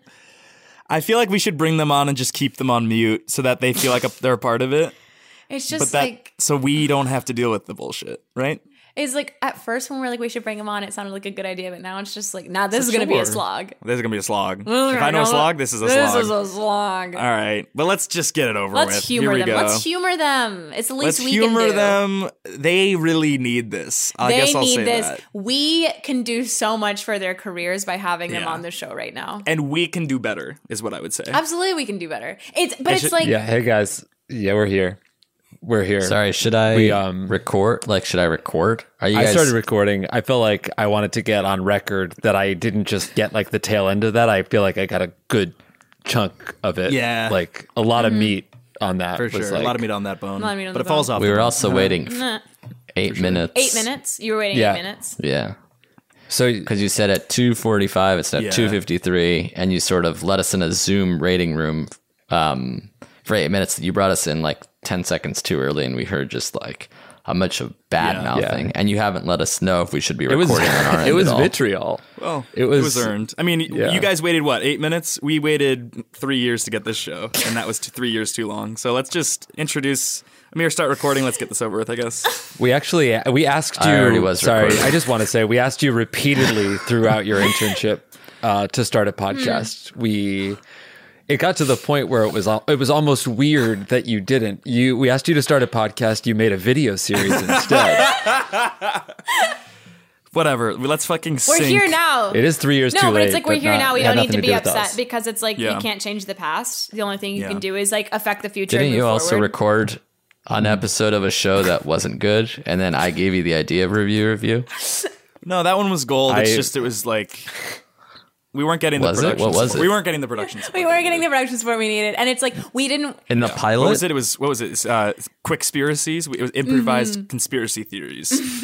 Speaker 6: I feel like we should bring them on and just keep them on mute so that they feel like a, they're a part of it,
Speaker 7: It's
Speaker 6: but
Speaker 7: just
Speaker 6: that
Speaker 7: like,
Speaker 6: so we don't have to deal with the bullshit, right?
Speaker 7: it's like at first when we are like, we should bring them on, it sounded like a good idea, but now it's just like, nah, this is going to be a
Speaker 6: Sure.
Speaker 7: slog.
Speaker 6: This is gonna be a slog. if
Speaker 7: Ugh,
Speaker 6: I know a
Speaker 7: no,
Speaker 6: slog, this is a
Speaker 7: This
Speaker 6: slog.
Speaker 7: is a slog.
Speaker 6: All right, but let's just get it over
Speaker 7: Let's
Speaker 6: with. Here
Speaker 7: humor
Speaker 6: we
Speaker 7: them.
Speaker 6: go.
Speaker 7: Let's humor them. It's the least
Speaker 6: Let's
Speaker 7: we
Speaker 6: humor
Speaker 7: can do.
Speaker 6: them. They really need this. I
Speaker 7: they
Speaker 6: guess I'll
Speaker 7: need
Speaker 6: say
Speaker 7: this.
Speaker 6: that.
Speaker 7: We can do so much for their careers by having them
Speaker 6: Yeah.
Speaker 7: on the show right now.
Speaker 6: And we can do better, is what I would say.
Speaker 7: Absolutely, we can do better. It's but
Speaker 6: I
Speaker 7: it's
Speaker 6: should-
Speaker 7: like
Speaker 12: yeah, hey guys. Yeah, we're here. We're here.
Speaker 11: Sorry, should I
Speaker 12: We, um,
Speaker 11: record? Like, should I record? Are
Speaker 12: I started recording. I feel like I wanted to get on record that I didn't just get like the tail end of that. I feel like I got a good chunk of it.
Speaker 6: Yeah.
Speaker 12: Like a lot of meat on that.
Speaker 10: Mm-hmm. For sure. A lot of meat on that bone.
Speaker 7: A lot of meat on
Speaker 10: but
Speaker 7: the
Speaker 10: it falls
Speaker 7: bone.
Speaker 10: off.
Speaker 11: We
Speaker 10: the
Speaker 11: were
Speaker 10: bone.
Speaker 11: also waiting
Speaker 7: Nah.
Speaker 11: eight minutes.
Speaker 7: Eight minutes? You were waiting eight minutes?
Speaker 11: Yeah. So because you said at two forty five, it's at
Speaker 7: Yeah.
Speaker 11: two fifty three, and you sort of let us in a Zoom rating room um, for eight minutes. You brought us in like ten seconds too early, and we heard just like a bunch of bad mouthing, and you haven't let us know if we should be
Speaker 12: It was-
Speaker 11: recording on our
Speaker 12: it
Speaker 11: end.
Speaker 12: was
Speaker 11: at all.
Speaker 12: vitriol.
Speaker 6: Well,
Speaker 12: It was-
Speaker 6: earned. I mean,
Speaker 12: Yeah.
Speaker 6: you guys waited what eight minutes? We waited three years to get this show, and that was t- three years too long. So let's just introduce. I mean, or start recording. Let's get this over with. I guess.
Speaker 12: We actually we asked you.
Speaker 11: I already was
Speaker 12: sorry,
Speaker 11: recording.
Speaker 12: I just want to say we asked you repeatedly throughout your internship uh, to start a
Speaker 7: Hmm.
Speaker 12: podcast. We it got to the point where it was al- it was almost weird that you didn't. You we asked you to start a podcast. You made a video series instead.
Speaker 6: Whatever. Let's fucking.
Speaker 7: We're
Speaker 6: sink.
Speaker 7: here now.
Speaker 12: It is three years
Speaker 7: no,
Speaker 12: too
Speaker 7: but it's
Speaker 12: late,
Speaker 7: like we're
Speaker 12: but
Speaker 7: here
Speaker 12: not-
Speaker 7: now. We
Speaker 12: it had
Speaker 7: don't need to
Speaker 12: nothing to
Speaker 7: be
Speaker 12: do with
Speaker 7: upset
Speaker 12: us.
Speaker 7: because it's like
Speaker 11: Yeah.
Speaker 7: you can't change the past. The only thing you
Speaker 11: Yeah.
Speaker 7: can do is like affect the future.
Speaker 11: Didn't
Speaker 7: and move
Speaker 11: you also
Speaker 7: forward.
Speaker 11: record
Speaker 12: Mm-hmm.
Speaker 11: an episode of a show that wasn't good, and then I gave you the idea of review review?
Speaker 6: No, that one was gold. It's
Speaker 11: I-
Speaker 6: just it was like we weren't getting the
Speaker 11: Was it? What
Speaker 6: production.
Speaker 11: was
Speaker 6: support.
Speaker 11: it?
Speaker 6: We weren't getting the production. support.
Speaker 7: We were getting the production support we needed, and it's like we didn't.
Speaker 11: In the pilot,
Speaker 6: What was it? It was what was it? It's, Uh, conspiracies. It was improvised
Speaker 7: Mhm.
Speaker 6: conspiracy theories.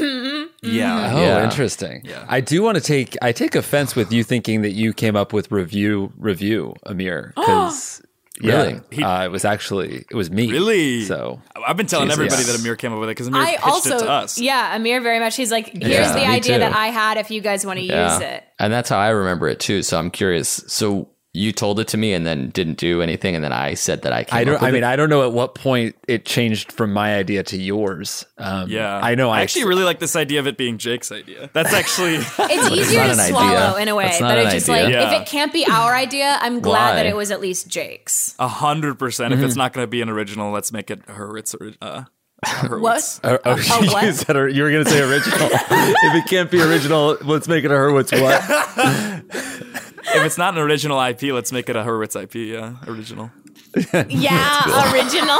Speaker 12: Yeah. Oh,
Speaker 6: Yeah.
Speaker 12: interesting. I do want to take I take offense with you thinking that you came up with review review Amir because
Speaker 11: Really?
Speaker 12: uh, it was actually it was me.
Speaker 6: Really?
Speaker 12: So
Speaker 6: I've been telling
Speaker 12: Jesus.
Speaker 6: everybody that Amir came up with it because Amir
Speaker 7: I
Speaker 6: pitched
Speaker 7: also,
Speaker 6: it to us.
Speaker 7: yeah, Amir very much. He's like, here's
Speaker 11: Yeah,
Speaker 7: the
Speaker 11: me
Speaker 7: idea
Speaker 11: too.
Speaker 7: that I had. If you guys want to use it,
Speaker 11: And that's how I remember it too. So I'm curious. So you told it to me and then didn't do anything, and then I said that I came
Speaker 12: I
Speaker 11: up
Speaker 12: don't.
Speaker 11: with
Speaker 12: I mean,
Speaker 11: it.
Speaker 12: I don't know at what point it changed from my idea to yours. Um,
Speaker 6: Yeah,
Speaker 12: I know. I,
Speaker 6: actually really like this idea of it being Jake's idea. That's actually
Speaker 7: it's easier to swallow in a way. But it's just like, if it can't be our idea, I'm glad that
Speaker 6: Why?
Speaker 7: it was at least Jake's.
Speaker 6: a hundred percent. If
Speaker 12: Mhm.
Speaker 6: it's not going to be an original, let's make it Hurwitz or uh, Hurwitz.
Speaker 7: What?
Speaker 12: Oh, oh,
Speaker 7: A- a
Speaker 12: you,
Speaker 7: what?
Speaker 12: said, or- you were going to say original. if it can't be original, let's make it a Hurwitz. What?
Speaker 6: If it's not an original IP, let's make it a Hurwitz IP. Yeah, original.
Speaker 7: Yeah, original.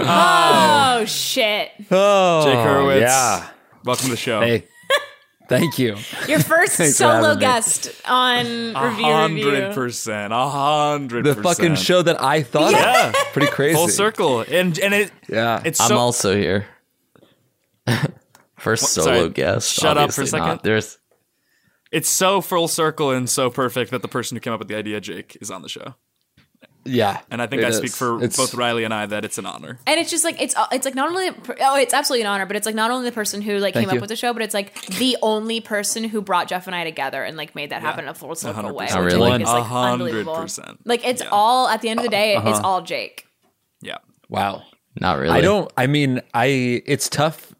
Speaker 7: oh. shit!
Speaker 12: Oh,
Speaker 6: Jake Hurwitz.
Speaker 12: yeah.
Speaker 6: Welcome to the show.
Speaker 12: Hey, thank you.
Speaker 7: Your first
Speaker 12: Thanks for
Speaker 7: solo
Speaker 12: having me.
Speaker 7: guest on
Speaker 6: A
Speaker 7: review review.
Speaker 6: hundred percent. A hundred.
Speaker 12: The fucking show that I thought.
Speaker 6: Yeah.
Speaker 12: Of. Pretty crazy.
Speaker 6: Full circle, and and it
Speaker 12: Yeah.
Speaker 6: it's
Speaker 11: I'm
Speaker 6: so
Speaker 11: also here. First
Speaker 6: What? Sorry.
Speaker 11: solo guest.
Speaker 6: Shut up for a
Speaker 11: obviously
Speaker 6: second.
Speaker 11: not. There's
Speaker 6: it's so full circle and so perfect that the person who came up with the idea, Jake, is on the show.
Speaker 12: Yeah,
Speaker 6: And I think
Speaker 12: it
Speaker 6: I
Speaker 12: is.
Speaker 6: speak for
Speaker 12: It's-
Speaker 6: both Riley and I that it's an honor.
Speaker 7: And it's just like it's uh, it's like not only oh it's absolutely an honor, but it's like not only the person who like
Speaker 6: Thank
Speaker 7: came
Speaker 6: you.
Speaker 7: up with the show, but it's like the only person who brought Jeff and I together and like made that happen in a full circle way.
Speaker 11: Oh,
Speaker 7: which I
Speaker 11: really?
Speaker 7: think is, like,
Speaker 11: 100%.
Speaker 7: unbelievable. Like it's all at the end of the day,
Speaker 12: Uh-huh.
Speaker 7: it's all Jake.
Speaker 6: Yeah.
Speaker 12: Wow.
Speaker 11: Not really.
Speaker 12: I don't. I mean, I. It's tough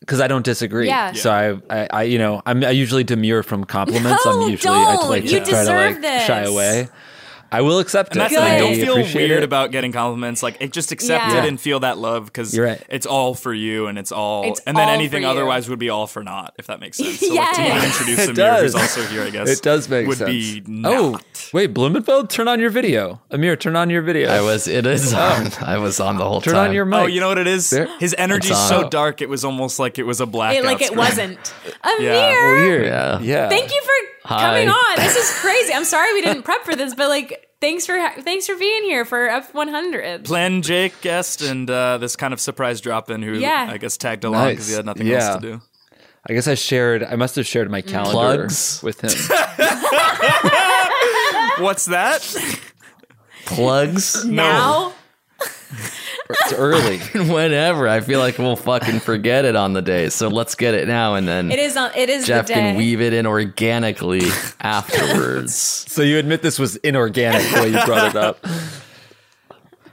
Speaker 12: because I don't disagree.
Speaker 7: Yeah.
Speaker 12: So I, I, I, you know, I'm. I usually demure from compliments.
Speaker 7: No,
Speaker 12: I'm usually. I
Speaker 7: don't.
Speaker 12: like to
Speaker 7: You
Speaker 12: try to
Speaker 7: deserve
Speaker 12: like
Speaker 7: this.
Speaker 12: shy away. I will accept
Speaker 6: And
Speaker 12: it.
Speaker 6: that's the thing.
Speaker 12: I
Speaker 6: Don't feel
Speaker 12: appreciate
Speaker 6: weird
Speaker 12: it.
Speaker 6: about getting compliments. Like, it just accept
Speaker 12: Yeah.
Speaker 6: it and feel that love because
Speaker 12: You're right.
Speaker 6: it's all for you, and it's all.
Speaker 7: It's
Speaker 6: and then
Speaker 7: all
Speaker 6: anything
Speaker 7: for you.
Speaker 6: otherwise would be all for naught, if that makes sense. So
Speaker 7: Yes.
Speaker 6: like, to introduce
Speaker 12: It
Speaker 6: Amir,
Speaker 12: does.
Speaker 6: who's also here, I guess.
Speaker 12: It does make
Speaker 6: would
Speaker 12: sense.
Speaker 6: Be
Speaker 12: Oh wait, Blumenfeld, turn on your video. Amir, turn on your video.
Speaker 11: I was. It is
Speaker 12: Oh.
Speaker 11: on. I was on the whole
Speaker 12: Turn
Speaker 11: time.
Speaker 12: on your mic.
Speaker 6: Oh, you know what it is?
Speaker 12: There.
Speaker 6: His energy's
Speaker 11: It's
Speaker 6: so
Speaker 11: on.
Speaker 6: dark, it was almost like it was a
Speaker 7: It,
Speaker 6: blackout.
Speaker 7: like it
Speaker 6: screen.
Speaker 7: wasn't. Amir,
Speaker 12: Weird.
Speaker 11: Yeah.
Speaker 12: Yeah.
Speaker 7: thank you for
Speaker 6: Hi.
Speaker 11: Uh,
Speaker 7: coming on. This is crazy. I'm sorry we didn't prep for this, but like thanks for ha- thanks for being here for F100.
Speaker 6: Plan Jake guest and uh, this kind of surprise drop in who
Speaker 7: Yeah.
Speaker 6: I guess tagged along because he had nothing
Speaker 12: Yeah.
Speaker 6: else to do.
Speaker 12: I guess I shared. I must have shared my calendar
Speaker 11: Mm. Plugs?
Speaker 12: with him.
Speaker 6: What's that?
Speaker 11: plugs
Speaker 7: Now
Speaker 12: It's early.
Speaker 11: Whenever I feel like we'll fucking forget it on the day, so let's get it now and then.
Speaker 7: it is on it is
Speaker 11: Jeff
Speaker 7: the day.
Speaker 11: can weave it in organically afterwards.
Speaker 12: so you admit this was inorganic the way you brought it up.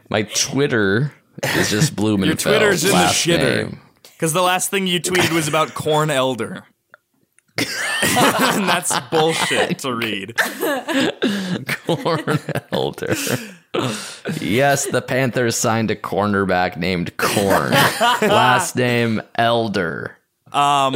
Speaker 11: My Twitter is just Blumenfeld.
Speaker 6: Your Twitter's in the
Speaker 11: last
Speaker 6: shitter.
Speaker 11: name.
Speaker 6: Because the last thing you tweeted was about corn elder. and that's bullshit to read.
Speaker 11: Corn elder. Yes, the Panthers signed a cornerback named Corn. last name Elder.
Speaker 6: Um,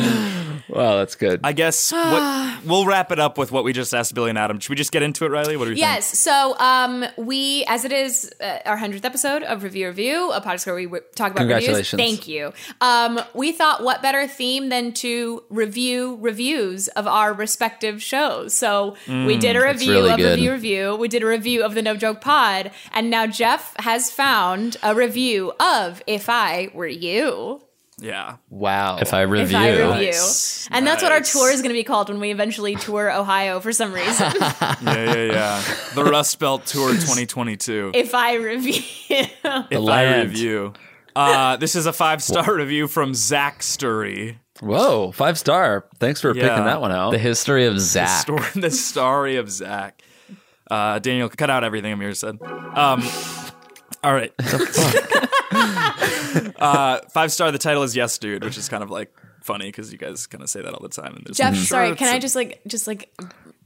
Speaker 12: well, that's good.
Speaker 6: I guess what, we'll wrap it up with what we just asked Billy and Adam. Should we just get into it, Riley? What do you
Speaker 7: yes. So um, we, as it is uh, our hundredth episode of Review Review, a podcast where we w- talk about reviews.
Speaker 12: Congratulations.
Speaker 7: Thank you. Um, we thought, what better theme than to review reviews of our respective shows? So we
Speaker 11: Mm,
Speaker 7: did a
Speaker 11: that's
Speaker 7: review
Speaker 11: really
Speaker 7: of
Speaker 11: good.
Speaker 7: Review Review. We did a review of the No Joke Pod, and now Jeff has found a review of If I Were You.
Speaker 6: think? Yeah.
Speaker 11: Wow. If I review.
Speaker 7: If I review, and that's what our
Speaker 6: Nice.
Speaker 7: tour is going to be called when we eventually tour Ohio for some reason.
Speaker 6: yeah, yeah, yeah. The Rust Belt Tour 2022.
Speaker 7: if I review,
Speaker 6: If I review. Uh, this is a five star review from Zaxtery.
Speaker 12: Whoa, five star. Thanks for
Speaker 6: Yeah.
Speaker 12: picking that one out.
Speaker 11: The history of
Speaker 6: The,
Speaker 11: Zach.
Speaker 6: story, the story of Zach. Uh, Daniel, cut out everything Amir said. Um, all right. uh, five star. The title is Yes, Dude, which is kind of like funny because you guys kind of say that all the time. And there's-
Speaker 7: Jeff,
Speaker 6: I'm
Speaker 7: sorry,
Speaker 6: Mm-hmm. sure
Speaker 7: can
Speaker 6: it's-
Speaker 7: I just like just like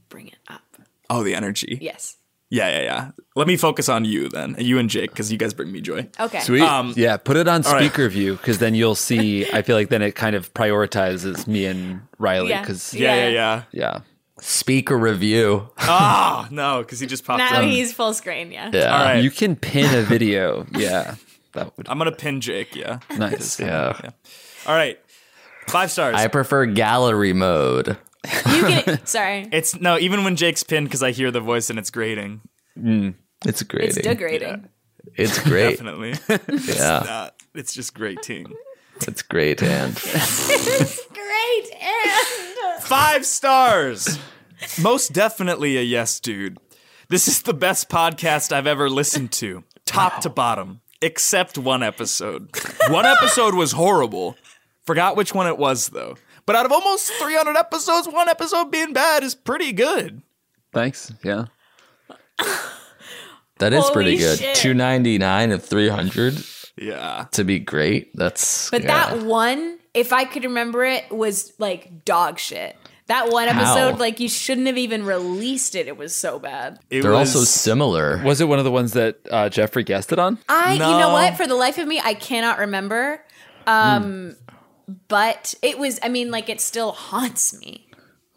Speaker 7: bring it up?
Speaker 6: Oh, the energy.
Speaker 7: Yes.
Speaker 6: Yeah, yeah, yeah. Let me focus on you then, you and Jake, because you Um, guys bring me joy.
Speaker 7: Okay.
Speaker 12: Sweet. yeah, put it on
Speaker 6: all right.
Speaker 12: speaker view because then you'll see. I feel like then it kind of prioritizes me and Riley
Speaker 7: Yeah.
Speaker 12: because
Speaker 7: Yeah, yeah,
Speaker 6: yeah,
Speaker 12: yeah.
Speaker 11: Speaker review.
Speaker 6: Oh no, because he just popped
Speaker 7: now
Speaker 6: up.
Speaker 7: he's full screen. Yeah.
Speaker 6: All right.
Speaker 12: you can pin a video. Yeah, that would
Speaker 6: I'm gonna pin Jake. Yeah.
Speaker 12: nice.
Speaker 11: Yeah.
Speaker 6: All right. Five stars.
Speaker 11: I prefer gallery mode.
Speaker 7: Sorry.
Speaker 6: It's no, even when Jake's pinned, because I hear the voice and it's grating.
Speaker 12: Mm.
Speaker 11: It's great.
Speaker 7: It's degrading.
Speaker 11: It's great.
Speaker 6: Definitely. It's
Speaker 11: Yeah.
Speaker 6: not- it's just grating.
Speaker 11: It's great. And
Speaker 7: it's great. And
Speaker 6: Five stars. Most definitely a yes, dude. This is the best podcast I've ever listened to, top to bottom, except one episode. One episode was horrible. Forgot which one it was, though. But out of almost 300 episodes, one episode being bad is pretty good.
Speaker 12: Thanks. Yeah.
Speaker 11: that is
Speaker 7: Holy
Speaker 11: pretty good.
Speaker 7: shit.
Speaker 11: 299 of 300.
Speaker 6: Yeah.
Speaker 11: To be great. That's.
Speaker 7: But
Speaker 11: yeah.
Speaker 7: that one, if I could remember it, was like dog shit. That one
Speaker 11: How?
Speaker 7: episode, like you shouldn't have even released it. It was so bad.
Speaker 11: They're also similar.
Speaker 12: Was it one of the ones that uh, Jeffrey guested on?
Speaker 7: I, you know what? For the life of me, I cannot remember. Um,
Speaker 11: Hmm.
Speaker 7: but it was. I mean, like it still haunts me.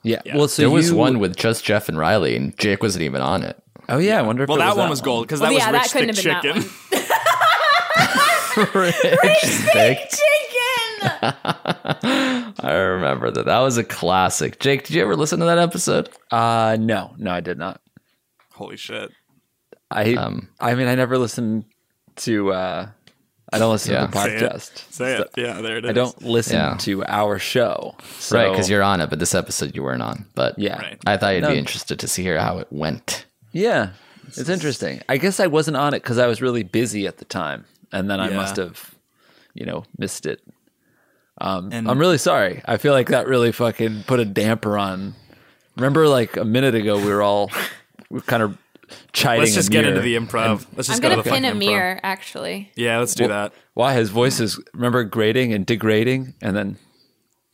Speaker 12: Yeah. Well, so
Speaker 11: there was
Speaker 12: you-
Speaker 11: one with just Jeff and Riley, and Jake wasn't even on it.
Speaker 12: Oh yeah, I wonder if
Speaker 6: Well,
Speaker 12: it
Speaker 6: that
Speaker 12: was
Speaker 6: one was gold because
Speaker 7: Well,
Speaker 6: that
Speaker 7: yeah, that
Speaker 6: was
Speaker 7: couldn't
Speaker 6: rich thick
Speaker 7: have been that
Speaker 6: chicken.
Speaker 7: Chicken.
Speaker 11: I remember that. That was a classic. Jake, did you ever listen to that episode?
Speaker 12: Uh, no, no, I did not.
Speaker 6: Holy shit!
Speaker 12: I
Speaker 11: Um.
Speaker 12: I mean, I never listen to. Uh, I don't listen
Speaker 11: Yeah.
Speaker 12: to the
Speaker 11: Say it.
Speaker 12: podcast.
Speaker 6: Say it. Yeah, there it is.
Speaker 12: I don't listen
Speaker 11: Yeah.
Speaker 12: to our show. So.
Speaker 11: Right, because you're on it, but this episode you weren't on. But
Speaker 12: Yeah. Right.
Speaker 11: I thought you'd
Speaker 12: No.
Speaker 11: be interested to see here how it went.
Speaker 12: Yeah, it's interesting. I guess I wasn't on it because I was really busy at the time, and then I
Speaker 6: Yeah.
Speaker 12: must have, you know, missed it. Um,
Speaker 6: And-
Speaker 12: I'm really sorry. I feel like that really fucking put a damper on. Remember, like a minute ago, we were all we kind of chiding.
Speaker 6: Let's just get into
Speaker 12: Amir
Speaker 6: the improv.
Speaker 12: and-
Speaker 6: Let's just
Speaker 7: I'm
Speaker 6: go to
Speaker 7: gonna
Speaker 6: the
Speaker 7: pin a
Speaker 6: fucking improv.
Speaker 7: mirror, actually.
Speaker 6: Yeah, let's do
Speaker 12: Wh-
Speaker 6: that.
Speaker 12: Why his voice is remember grating and degrading, and then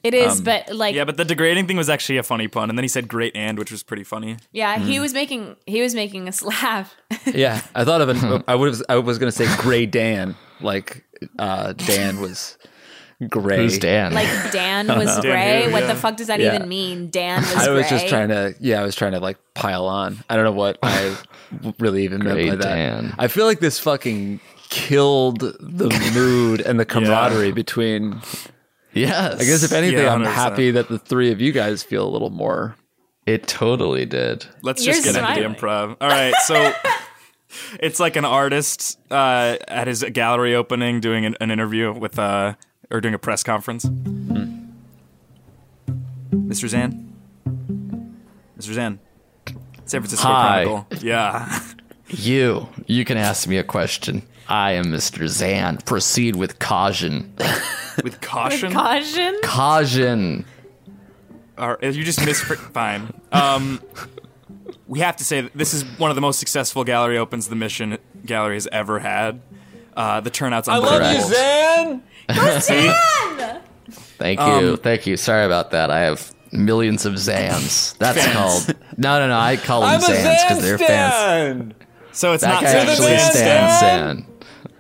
Speaker 7: It is,
Speaker 12: Um,
Speaker 7: but like,
Speaker 6: yeah, but the degrading thing was actually a funny pun, and then he said "great and," which was pretty funny.
Speaker 7: yeah,
Speaker 12: Hmm.
Speaker 7: he was making he was making us laugh.
Speaker 12: yeah, I thought of an. I would. I was gonna say Gray Dan, like uh, Dan was gray.
Speaker 11: Who's Dan?
Speaker 7: Like Dan
Speaker 12: I don't
Speaker 7: was
Speaker 12: know.
Speaker 7: gray.
Speaker 12: Dan,
Speaker 7: What the
Speaker 12: yeah.
Speaker 7: fuck does that
Speaker 12: Yeah.
Speaker 7: even mean? Dan was
Speaker 12: I was
Speaker 7: gray.
Speaker 12: just trying to, yeah, I was trying to like pile on. I don't know what I really even meant
Speaker 11: Great
Speaker 12: by that.
Speaker 11: Dan.
Speaker 12: I feel like this fucking killed the mood and the camaraderie between.
Speaker 11: Yes.
Speaker 12: I guess if anything,
Speaker 11: Yeah,
Speaker 12: I'm
Speaker 11: 100%.
Speaker 12: happy that the three of you guys feel a little more.
Speaker 11: It totally did.
Speaker 6: Let's
Speaker 7: You're
Speaker 6: just get
Speaker 7: smiling.
Speaker 6: into the improv. All right, so it's like an artist uh, at his gallery opening doing an, an interview with uh, or doing a press conference. Mr. Zan, Mr. Zan, San Francisco
Speaker 11: Hi.
Speaker 6: Chronicle. Yeah,
Speaker 11: You, you can ask me a question. I am Mr. Zan. Proceed with caution.
Speaker 6: with caution.
Speaker 7: Caution.
Speaker 11: Caution.
Speaker 6: Or if you just miss fine. Um, we have to say that this is one of the most successful gallery opens the Mission Gallery has ever had. Uh, the turnout's unbelievable.
Speaker 12: Zan.
Speaker 11: Thank you.
Speaker 6: Um,
Speaker 11: Thank you. Sorry about that. I have millions of Zans. That's
Speaker 6: Fans.
Speaker 11: called. No, no, no. I call them Zans because they're fans.
Speaker 6: So it's
Speaker 11: That
Speaker 6: not
Speaker 11: guy actually
Speaker 6: actually
Speaker 11: stands Zan.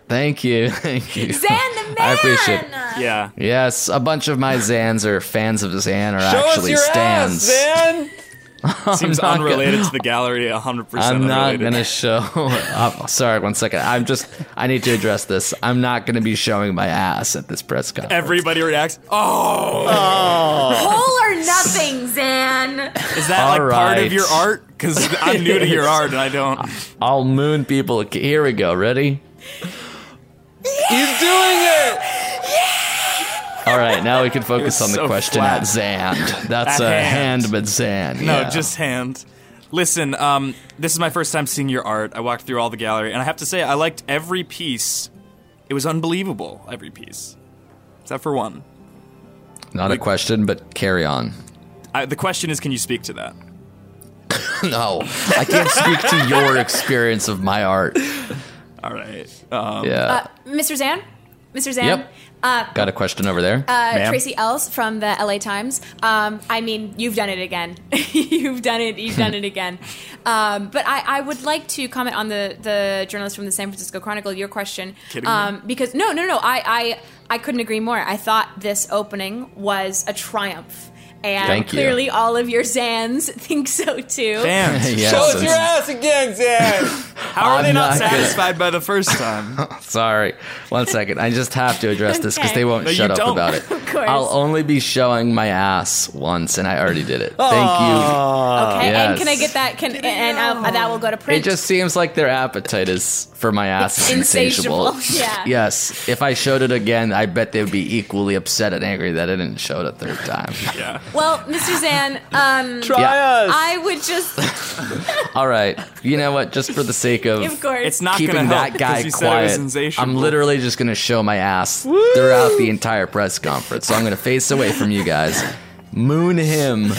Speaker 11: Thank you. Thank you.
Speaker 7: Zan the man.
Speaker 11: I appreciate it.
Speaker 6: Yeah.
Speaker 11: Yes, a bunch of my Zans are fans of Zan or
Speaker 6: Show us
Speaker 11: actually
Speaker 6: your
Speaker 11: stands.
Speaker 6: ass, man.
Speaker 11: I'm
Speaker 6: Seems
Speaker 11: not gonna-
Speaker 6: unrelated to the gallery. 100. percent
Speaker 11: I'm not going to show up. Sorry, one second. I'm just, I need to address this. I'm not going to be showing my ass at this press conference.
Speaker 6: Everybody reacts. Oh.
Speaker 7: Whole or nothing, Zan.
Speaker 6: Is that like
Speaker 11: All
Speaker 6: part
Speaker 11: right.
Speaker 6: of your art? Because I'm new to your art and I don't.
Speaker 11: I'll moon people. Okay, Here we go. Ready?
Speaker 6: He's doing it.
Speaker 11: All right, now we can focus
Speaker 6: was
Speaker 11: on the
Speaker 6: so
Speaker 11: question
Speaker 6: flat.
Speaker 11: at Zand.
Speaker 6: At
Speaker 11: That's a
Speaker 6: hand.
Speaker 11: hand, but Zand.
Speaker 6: No,
Speaker 11: yeah.
Speaker 6: just hand. Listen, um, this is my first time seeing your art. I walked through all the gallery, and I have to say, I liked every piece. It was unbelievable, every piece, except for one.
Speaker 11: Not a question, but carry on.
Speaker 6: I, the question is, can you speak to that?
Speaker 11: no, I can't speak to your experience of my art.
Speaker 6: All right. Um,
Speaker 11: yeah.
Speaker 7: Uh, Mr. Zan? Mr. Zan?
Speaker 11: Yep.
Speaker 7: Uh,
Speaker 11: Got a question over there.
Speaker 7: uh, Tracy Ells from the LA Times. Um, I mean, you've done it again. you've done it. You've done it again. Um, but I, I would like to comment on the the journalist from the San Francisco Chronicle. Your question,
Speaker 16: Kidding me?
Speaker 7: um, because no, no, no. I, I I couldn't agree more. I thought this opening was a triumph. And
Speaker 11: Thank you.
Speaker 7: clearly, all of your Zans think so too.
Speaker 6: Damn. ass again, Zan. How are
Speaker 11: I'm
Speaker 6: they
Speaker 7: um,
Speaker 6: not,
Speaker 11: not gonna-
Speaker 6: satisfied by the first time?
Speaker 11: Sorry, one second. I just have to address this because they won't
Speaker 6: No, you
Speaker 11: shut up
Speaker 6: don't.
Speaker 11: about it.
Speaker 6: Of
Speaker 7: course.
Speaker 11: I'll only be showing my ass once, and I already did it. Thank
Speaker 6: Ah.
Speaker 11: you.
Speaker 7: Okay, and can I
Speaker 11: Yes.
Speaker 7: get that? Can and uh, that will go to
Speaker 11: It
Speaker 7: print.
Speaker 11: just seems like their appetite is for my ass is insatiable.
Speaker 7: Insatiable, yeah.
Speaker 11: Yes. If I showed it again, I bet they'd be equally upset and angry that I didn't show it a third time.
Speaker 6: Yeah.
Speaker 7: Well, Mr. Zan, um,
Speaker 11: Try Yeah. us.
Speaker 7: I would just
Speaker 11: All right. You know what? Just for the sake of,
Speaker 7: Of course. It's not
Speaker 11: keeping
Speaker 7: gonna
Speaker 11: that
Speaker 7: help,
Speaker 11: guy
Speaker 7: 'cause you said it was
Speaker 11: quiet,
Speaker 6: insatiable.
Speaker 11: I'm literally just going to show my ass throughout the entire press conference. So I'm going to face away from you guys, moon him,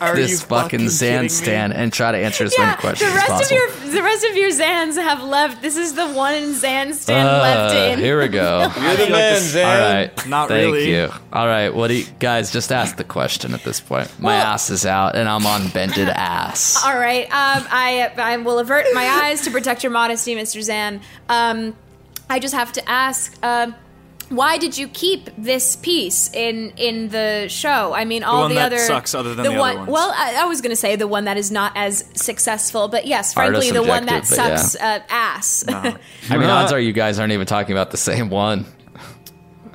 Speaker 7: Are you
Speaker 11: this
Speaker 7: fucking
Speaker 11: fucking
Speaker 7: kidding me?
Speaker 11: sand stand, and try to answer as
Speaker 7: yeah.
Speaker 11: many questions
Speaker 7: the rest
Speaker 11: as possible.
Speaker 7: of your the rest of your Zans have left. This is the one Zan stand
Speaker 11: Uh,
Speaker 7: left in.
Speaker 11: Here we go.
Speaker 7: You're the man, Zan.
Speaker 11: All right.
Speaker 6: Not
Speaker 11: Thank
Speaker 6: really.
Speaker 11: you. All right. What do you guys just ask the question at this point? My ass is out and I'm on bended ass.
Speaker 7: All right. Um, I I will avert my eyes to protect your modesty, Mr. Zan. Um, I just have to ask. Uh, why did you keep this piece in in the show? I mean, all
Speaker 6: one
Speaker 7: the
Speaker 6: that
Speaker 7: other
Speaker 6: sucks other than the other
Speaker 7: one.
Speaker 6: ones.
Speaker 7: Well, I, I was going to say the one that is not as successful, but yes, frankly,
Speaker 11: Artist
Speaker 7: the one that
Speaker 11: subjective, but yeah.
Speaker 7: sucks uh, ass.
Speaker 11: I mean, odds are you guys aren't even talking about the same one.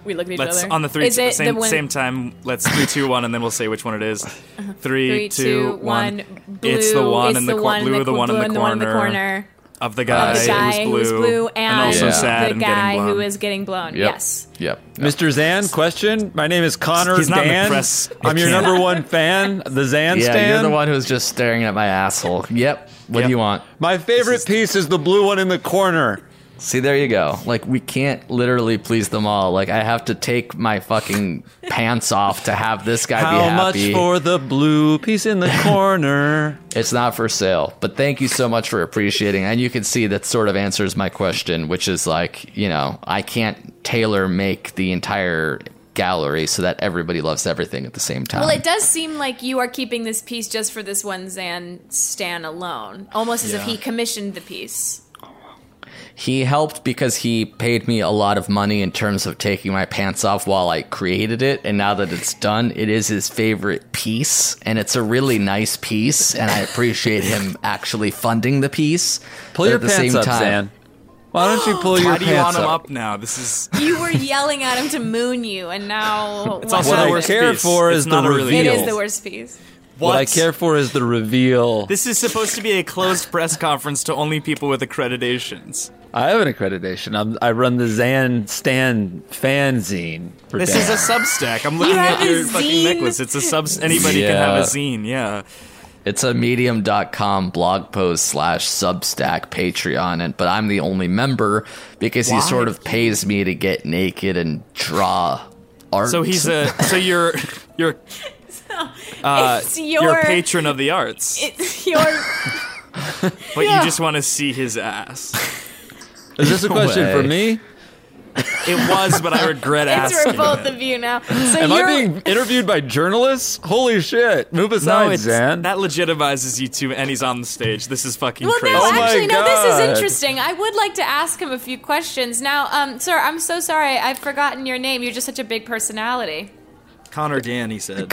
Speaker 7: we look at each
Speaker 6: Let's
Speaker 7: other.
Speaker 6: on the three
Speaker 7: Is it
Speaker 6: same,
Speaker 7: the one-
Speaker 6: same time. Let's three, two, one, and then we'll say which one it is.
Speaker 7: Uh-huh. Three,
Speaker 6: Three,
Speaker 7: two,
Speaker 6: two, one.
Speaker 7: one.
Speaker 6: It's the
Speaker 7: Blue
Speaker 6: one
Speaker 7: is
Speaker 6: in the,
Speaker 7: the
Speaker 6: cor-
Speaker 7: one in
Speaker 6: blue,
Speaker 7: the
Speaker 6: the
Speaker 7: cor-
Speaker 6: one in
Speaker 7: blue
Speaker 6: the
Speaker 7: in the one in the
Speaker 6: corner,
Speaker 7: corner.
Speaker 6: of the guy,
Speaker 7: of the guy
Speaker 6: who's, blue,
Speaker 7: who's blue and,
Speaker 6: also
Speaker 17: Yeah.
Speaker 6: sad
Speaker 7: the
Speaker 6: and
Speaker 7: guy
Speaker 6: getting blown.
Speaker 7: who is getting blown.
Speaker 17: Yep.
Speaker 7: Yes.
Speaker 11: Yep.
Speaker 17: Mr. Zan, question. My name is Connor
Speaker 11: He's not in the
Speaker 17: Dan.
Speaker 11: press.
Speaker 17: I'm your
Speaker 11: He can't.
Speaker 17: number one fan, the Zan
Speaker 11: yeah,
Speaker 17: stand.
Speaker 11: you're the one who's just staring at my asshole. Yep. What do you want?
Speaker 17: My favorite piece is the blue one in the corner.
Speaker 11: See, there you go. Like we can't literally please them all. Like I have to take my fucking pants off to have this guy be
Speaker 17: How much
Speaker 11: happy.
Speaker 17: for the blue piece in the corner?
Speaker 11: It's not for sale, but thank you so much for appreciating. And you can see that sort of answers my question, which is like, you know, I can't tailor make the entire gallery so that everybody loves everything at the same time.
Speaker 7: Well, it does seem like you are keeping this piece just for this one Zan Stan alone, almost as if
Speaker 11: Yeah.
Speaker 7: he commissioned the piece.
Speaker 11: He helped because he paid me a lot of money in terms of taking my pants off while I created it. And now that it's done, it is his favorite piece. And it's a really nice piece. And I appreciate him actually funding the piece.
Speaker 17: Pull
Speaker 11: But
Speaker 17: your
Speaker 11: at the
Speaker 17: pants
Speaker 11: same
Speaker 17: up,
Speaker 11: time,
Speaker 17: Zan. Why don't you pull your
Speaker 6: Why do you want
Speaker 17: pants
Speaker 6: him
Speaker 17: up?
Speaker 6: up now? This is
Speaker 7: You were yelling at him to moon you, and now
Speaker 17: It's also What the I worst care piece. for It's is not the a really
Speaker 7: It
Speaker 17: good
Speaker 7: is
Speaker 17: piece.
Speaker 7: the worst piece.
Speaker 17: What? I
Speaker 6: What?
Speaker 17: care for is the reveal.
Speaker 6: This is supposed to be a closed press conference to only people with accreditations.
Speaker 17: I have an accreditation. I'm, I run the Zan Stan fanzine. For
Speaker 6: This
Speaker 17: Dan.
Speaker 6: is a Substack. I'm looking
Speaker 7: You
Speaker 6: at
Speaker 7: have a
Speaker 6: your fucking
Speaker 7: zine?
Speaker 6: necklace. It's a subs. Anybody can have a
Speaker 11: Yeah.
Speaker 6: zine. Yeah.
Speaker 11: It's a medium.com blog post slash substack Patreon, and but I'm the only member because
Speaker 6: Why?
Speaker 11: he sort of pays me to get naked and draw art.
Speaker 6: So he's a. So you're you're. Uh,
Speaker 7: It's
Speaker 6: you're
Speaker 7: your-
Speaker 6: a patron of the arts,
Speaker 7: It's your
Speaker 6: but
Speaker 7: Yeah.
Speaker 6: you just want to see his ass.
Speaker 17: Is this a question for me?
Speaker 6: It was, but I regret
Speaker 7: It's
Speaker 6: asking.
Speaker 7: for both of you now. So
Speaker 12: Am
Speaker 7: you're
Speaker 12: I being interviewed by journalists? Holy shit! Move aside,
Speaker 6: it's-
Speaker 12: Zan.
Speaker 6: That legitimizes you two, and he's on the stage. This is fucking
Speaker 7: well,
Speaker 6: crazy. Oh
Speaker 7: no,
Speaker 12: Oh
Speaker 7: actually, no. This is interesting. I would like to ask him a few questions now, um, sir. I'm so sorry. I've forgotten your name. You're just such a big personality.
Speaker 10: Connor Dan, he said.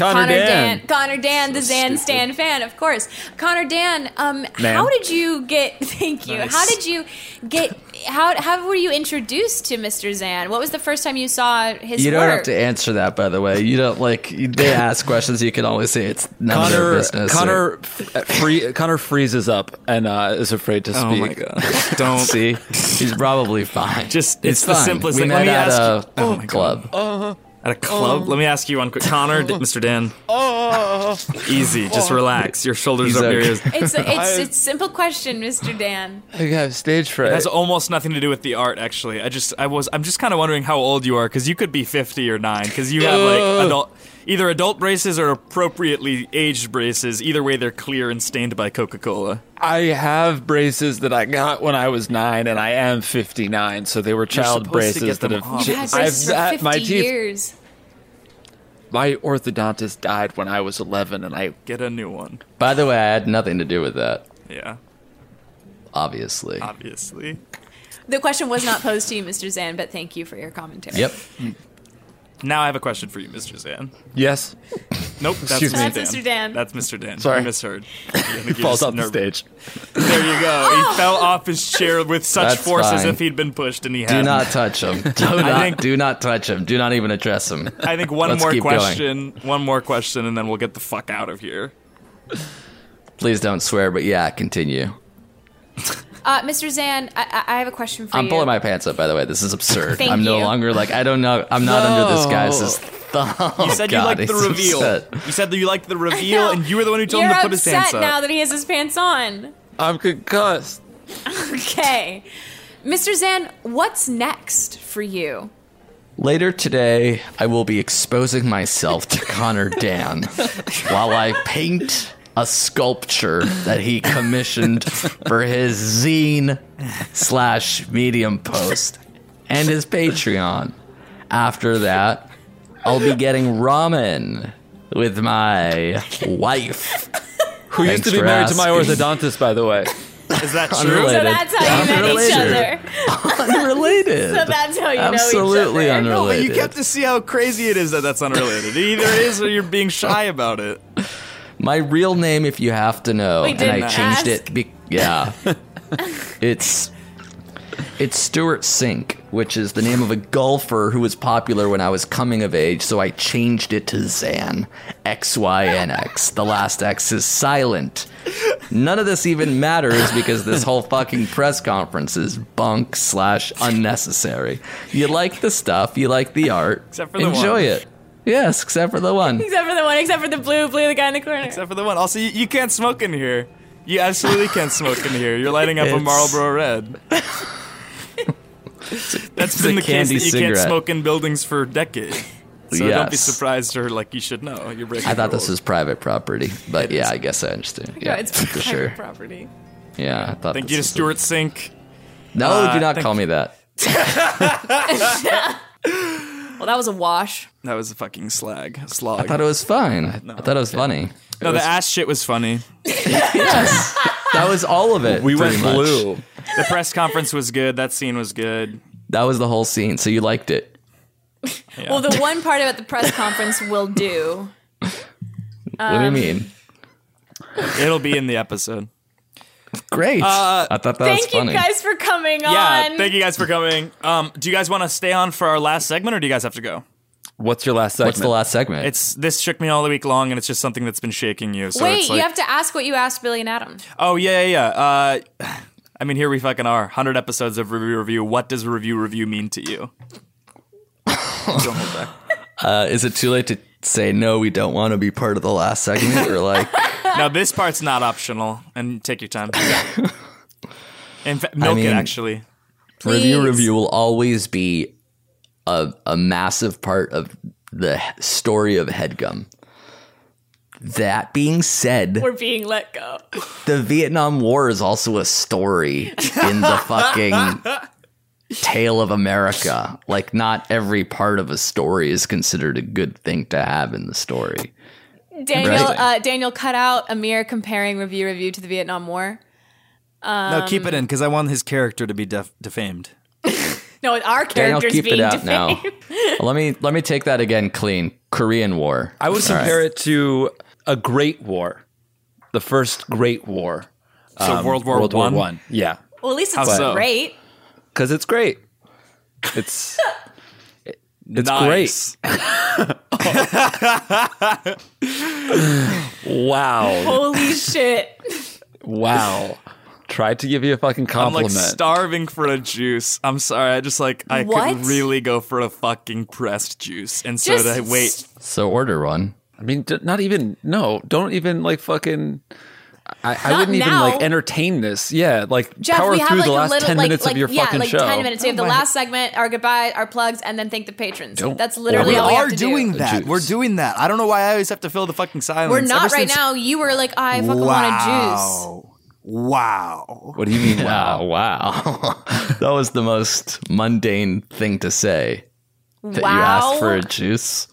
Speaker 7: Connor Dan, the Zan Stan fan, of course. Connor Dan, um,
Speaker 10: Ma'am.
Speaker 7: how did you get? Thank you.
Speaker 10: Nice.
Speaker 7: How did you get? How how were you introduced to Mr. Zan? What was the first time you saw his
Speaker 11: you don't
Speaker 7: work?
Speaker 11: have to answer that, by the way. You don't like they ask questions. You can always say it's none of their
Speaker 12: Connor,
Speaker 11: business. or-
Speaker 12: Connor, f- free, Connor freezes up and uh, is afraid to speak.
Speaker 11: Oh my
Speaker 12: god!
Speaker 11: Don't see. He's probably fine.
Speaker 6: Just
Speaker 11: it's,
Speaker 6: it's the
Speaker 11: fine.
Speaker 6: simplest
Speaker 11: we
Speaker 6: thing. Let
Speaker 11: Met
Speaker 6: me
Speaker 11: at
Speaker 6: ask
Speaker 11: a
Speaker 6: you- Oh my
Speaker 11: club.
Speaker 12: Uh-huh.
Speaker 6: God. At a club.
Speaker 11: Oh.
Speaker 6: Let me ask you one quick. Connor, d- Mr. Dan,
Speaker 7: Oh,
Speaker 6: easy. Just relax. Your shoulders
Speaker 11: He's
Speaker 6: up
Speaker 11: okay.
Speaker 6: your ears.
Speaker 7: it's a, it's it's simple question, Mr. Dan.
Speaker 12: I got stage fright.
Speaker 6: It has almost nothing to do with the art, actually. I just, I was, I'm just kind of wondering how old you are because you could be 50 or nine because you have like
Speaker 12: Ugh.
Speaker 6: adult, either adult braces or appropriately aged braces. Either way, they're clear and stained by Coca Cola.
Speaker 12: I have braces that I got when I was nine, and I am fifty-nine, so they were
Speaker 6: supposed
Speaker 12: child
Speaker 6: to
Speaker 12: braces
Speaker 6: get
Speaker 12: that
Speaker 6: them
Speaker 12: have.
Speaker 6: off.
Speaker 7: You've had
Speaker 12: I've
Speaker 7: braces for
Speaker 12: had-
Speaker 7: 50
Speaker 12: my teeth.
Speaker 7: years.
Speaker 12: My orthodontist died when I was eleven, and I
Speaker 6: get a new one.
Speaker 11: By the way, I had nothing to do with that.
Speaker 6: Yeah. Uh,
Speaker 11: Obviously.
Speaker 6: Obviously.
Speaker 7: The question was not posed to you, Mr. Zan, but thank you for your commentary.
Speaker 11: Yep.
Speaker 6: Now I have a question for you, Mr. Zan.
Speaker 12: Yes.
Speaker 6: Nope, that's
Speaker 12: Excuse me.
Speaker 6: Mr. Dan.
Speaker 7: That's Mr. Dan.
Speaker 6: That's Mr. Dan.
Speaker 12: Sorry.
Speaker 6: I misheard. I think you're
Speaker 12: falls
Speaker 6: just
Speaker 12: off the
Speaker 6: nervous.
Speaker 12: stage.
Speaker 6: There you
Speaker 7: Oh.
Speaker 6: go. He fell off his chair with such
Speaker 11: That's
Speaker 6: force as
Speaker 11: fine.
Speaker 6: if he'd been pushed, and he
Speaker 11: Do
Speaker 6: had.
Speaker 11: not touch him. Do
Speaker 6: I
Speaker 11: not,
Speaker 6: think-
Speaker 11: do not touch him. Do not even address him.
Speaker 6: I think one
Speaker 11: Let's
Speaker 6: more
Speaker 11: keep going.
Speaker 6: question. One more question, and then we'll get the fuck out of here.
Speaker 11: Please don't swear, but yeah, continue.
Speaker 7: Uh, Mr. Zan, I, I I have a question for
Speaker 11: I'm
Speaker 7: you.
Speaker 11: pulling my pants up, by the way. This is absurd.
Speaker 7: Thank
Speaker 11: I'm no
Speaker 7: you.
Speaker 11: longer like, I don't know. I'm not under this guy's
Speaker 6: No.
Speaker 11: thumb.
Speaker 6: You said you
Speaker 11: God,
Speaker 6: liked the
Speaker 11: he's
Speaker 6: reveal.
Speaker 11: upset.
Speaker 6: You said that you liked the reveal, and you were the one who told
Speaker 7: You're
Speaker 6: him to put his
Speaker 7: upset
Speaker 6: hands up.
Speaker 7: now that he has his pants on.
Speaker 12: I'm concussed.
Speaker 7: Okay. Mr. Zan, what's next for you?
Speaker 11: Later today, I will be exposing myself to Connor Dan while I paint a sculpture that he commissioned for his zine slash medium post and his Patreon. After that, I'll be getting ramen with my wife.
Speaker 12: Who used to be married to my orthodontist, by the way.
Speaker 6: Is that
Speaker 11: true?
Speaker 7: So that's how you met each other.
Speaker 11: Unrelated.
Speaker 7: So that's how you know
Speaker 11: Absolutely
Speaker 7: each other.
Speaker 6: No, but
Speaker 11: unrelated.
Speaker 6: you get to see how crazy it is that that's unrelated. It either is, or you're being shy about it.
Speaker 11: My real name, if you have to know,
Speaker 7: We
Speaker 11: and I
Speaker 7: didn't
Speaker 11: changed
Speaker 7: ask.
Speaker 11: it. Be- yeah, it's it's Stuart Sink, which is the name of a golfer who was popular when I was coming of age. So I changed it to Zan X Y N X. The last X is silent. None of this even matters because this whole fucking press conference is bunk slash unnecessary. You like the stuff, you like the art,
Speaker 6: Except for the
Speaker 11: enjoy
Speaker 6: one.
Speaker 11: it. Yes, except for the one.
Speaker 7: Except for the one, except for the blue, blue, the guy in the corner.
Speaker 6: Except for the one. Also, you, you can't smoke in here. You absolutely can't smoke in here. You're lighting up a
Speaker 11: It's-
Speaker 6: Marlboro Red. That's
Speaker 11: it's
Speaker 6: been
Speaker 11: a
Speaker 6: the case that
Speaker 11: candy
Speaker 6: you
Speaker 11: cigarette.
Speaker 6: can't smoke in buildings for decades. So don't be
Speaker 11: Yes.
Speaker 6: surprised or like you should know. You're breaking
Speaker 11: I thought
Speaker 6: rules.
Speaker 11: this was private property, but yeah, I guess I understand.
Speaker 7: No,
Speaker 11: Yeah,
Speaker 7: it's
Speaker 11: for
Speaker 7: private
Speaker 11: sure.
Speaker 7: property.
Speaker 11: Yeah, I thought.
Speaker 6: Thank
Speaker 11: this
Speaker 6: you to
Speaker 11: was a-
Speaker 6: Stuart Sink.
Speaker 11: No,
Speaker 6: Uh,
Speaker 11: do not
Speaker 6: thank
Speaker 11: call
Speaker 6: you.
Speaker 11: me that.
Speaker 7: Well, that was a wash.
Speaker 6: That was a fucking slag. A slog.
Speaker 11: I thought it was fine. I, I thought it was funny.
Speaker 6: No,
Speaker 11: It was-
Speaker 6: the ass shit was funny.
Speaker 11: that was all of it.
Speaker 12: We went
Speaker 11: pretty much.
Speaker 12: blue.
Speaker 6: The press conference was good. That scene was good.
Speaker 11: That was the whole scene. So you liked it.
Speaker 7: Well, the one part about the press conference will do.
Speaker 11: what do you
Speaker 7: Um,
Speaker 11: mean?
Speaker 6: It'll be in the episode.
Speaker 11: Great.
Speaker 6: Uh,
Speaker 11: I thought that was
Speaker 7: Thank you
Speaker 11: funny.
Speaker 7: guys for coming
Speaker 6: Yeah,
Speaker 7: on.
Speaker 6: thank you guys for coming. Um, do you guys want to stay on for our last segment, or do you guys have to go?
Speaker 12: What's your last segment?
Speaker 11: What's the last segment?
Speaker 6: It's this shook me all the week long, and it's just something that's been shaking you. So
Speaker 7: Wait,
Speaker 6: it's like,
Speaker 7: you have to ask what you asked Billy and Adam.
Speaker 6: Oh yeah, yeah. yeah. Uh, I mean, here we fucking are. Hundred episodes of review review. What does review review mean to you? Don't hold back.
Speaker 11: uh, is it too late to say no? We don't want to be part of the last segment. Or like,
Speaker 6: Now this part's not optional, and take your time. In fact, milk
Speaker 11: mean-
Speaker 6: it actually.
Speaker 7: Please.
Speaker 11: review review will always be a, a massive part of the h- story of headgum that being said
Speaker 7: We're being let go.
Speaker 11: the vietnam war is also a story in the fucking tale of America. Like, not every part of a story is considered a good thing to have in the story.
Speaker 7: Daniel,
Speaker 11: Right.
Speaker 7: uh, Daniel, cut out Amir comparing review review to the Vietnam War. Um,
Speaker 10: no, keep it in because I want his character to be def- defamed.
Speaker 7: No, our
Speaker 11: Daniel,
Speaker 7: character's
Speaker 11: keep
Speaker 7: being
Speaker 11: it out
Speaker 7: defamed.
Speaker 11: now. let me let me take that again clean. Korean War.
Speaker 12: I would
Speaker 11: All right.
Speaker 12: compare it to a Great War, the first Great War. Um,
Speaker 6: So World War
Speaker 12: World
Speaker 6: One?
Speaker 12: War One. Yeah,
Speaker 7: Well, at least
Speaker 12: How
Speaker 7: it's
Speaker 12: so?
Speaker 7: great.
Speaker 12: because it's great. It's it's
Speaker 6: Nice.
Speaker 12: great. wow,
Speaker 7: Holy shit!
Speaker 12: wow. Tried to give you a fucking
Speaker 6: I'm like
Speaker 12: compliment.
Speaker 6: starving for a juice. I'm sorry. I just like I
Speaker 7: What?
Speaker 6: could really go for a fucking pressed juice instead
Speaker 7: Just
Speaker 6: of wait.
Speaker 11: So order one.
Speaker 12: I mean, d- not even no. Don't even like fucking. I, I
Speaker 7: Not
Speaker 12: wouldn't even
Speaker 7: now.
Speaker 12: like entertain this. Yeah, like
Speaker 7: Jeff,
Speaker 12: power
Speaker 7: we have
Speaker 12: through
Speaker 7: like
Speaker 12: the
Speaker 7: a
Speaker 12: last
Speaker 7: little
Speaker 12: ten
Speaker 7: like,
Speaker 12: minutes
Speaker 7: like
Speaker 12: of your
Speaker 7: yeah,
Speaker 12: fucking
Speaker 7: like
Speaker 12: show.
Speaker 7: ten minutes. We have the
Speaker 12: Oh
Speaker 7: last segment, our goodbye, our plugs, and then thank the patrons. That's literally
Speaker 10: we
Speaker 7: all we
Speaker 10: are
Speaker 7: have to
Speaker 10: doing
Speaker 7: do.
Speaker 10: that. We're doing that. I don't know why I always have to fill the fucking silence.
Speaker 7: We're not
Speaker 10: Ever
Speaker 7: right
Speaker 10: since-
Speaker 7: now. You were like, I fucking want a juice.
Speaker 10: Wow.
Speaker 11: What do you mean? Wow, wow. that was the most mundane thing to say. That you asked for a juice.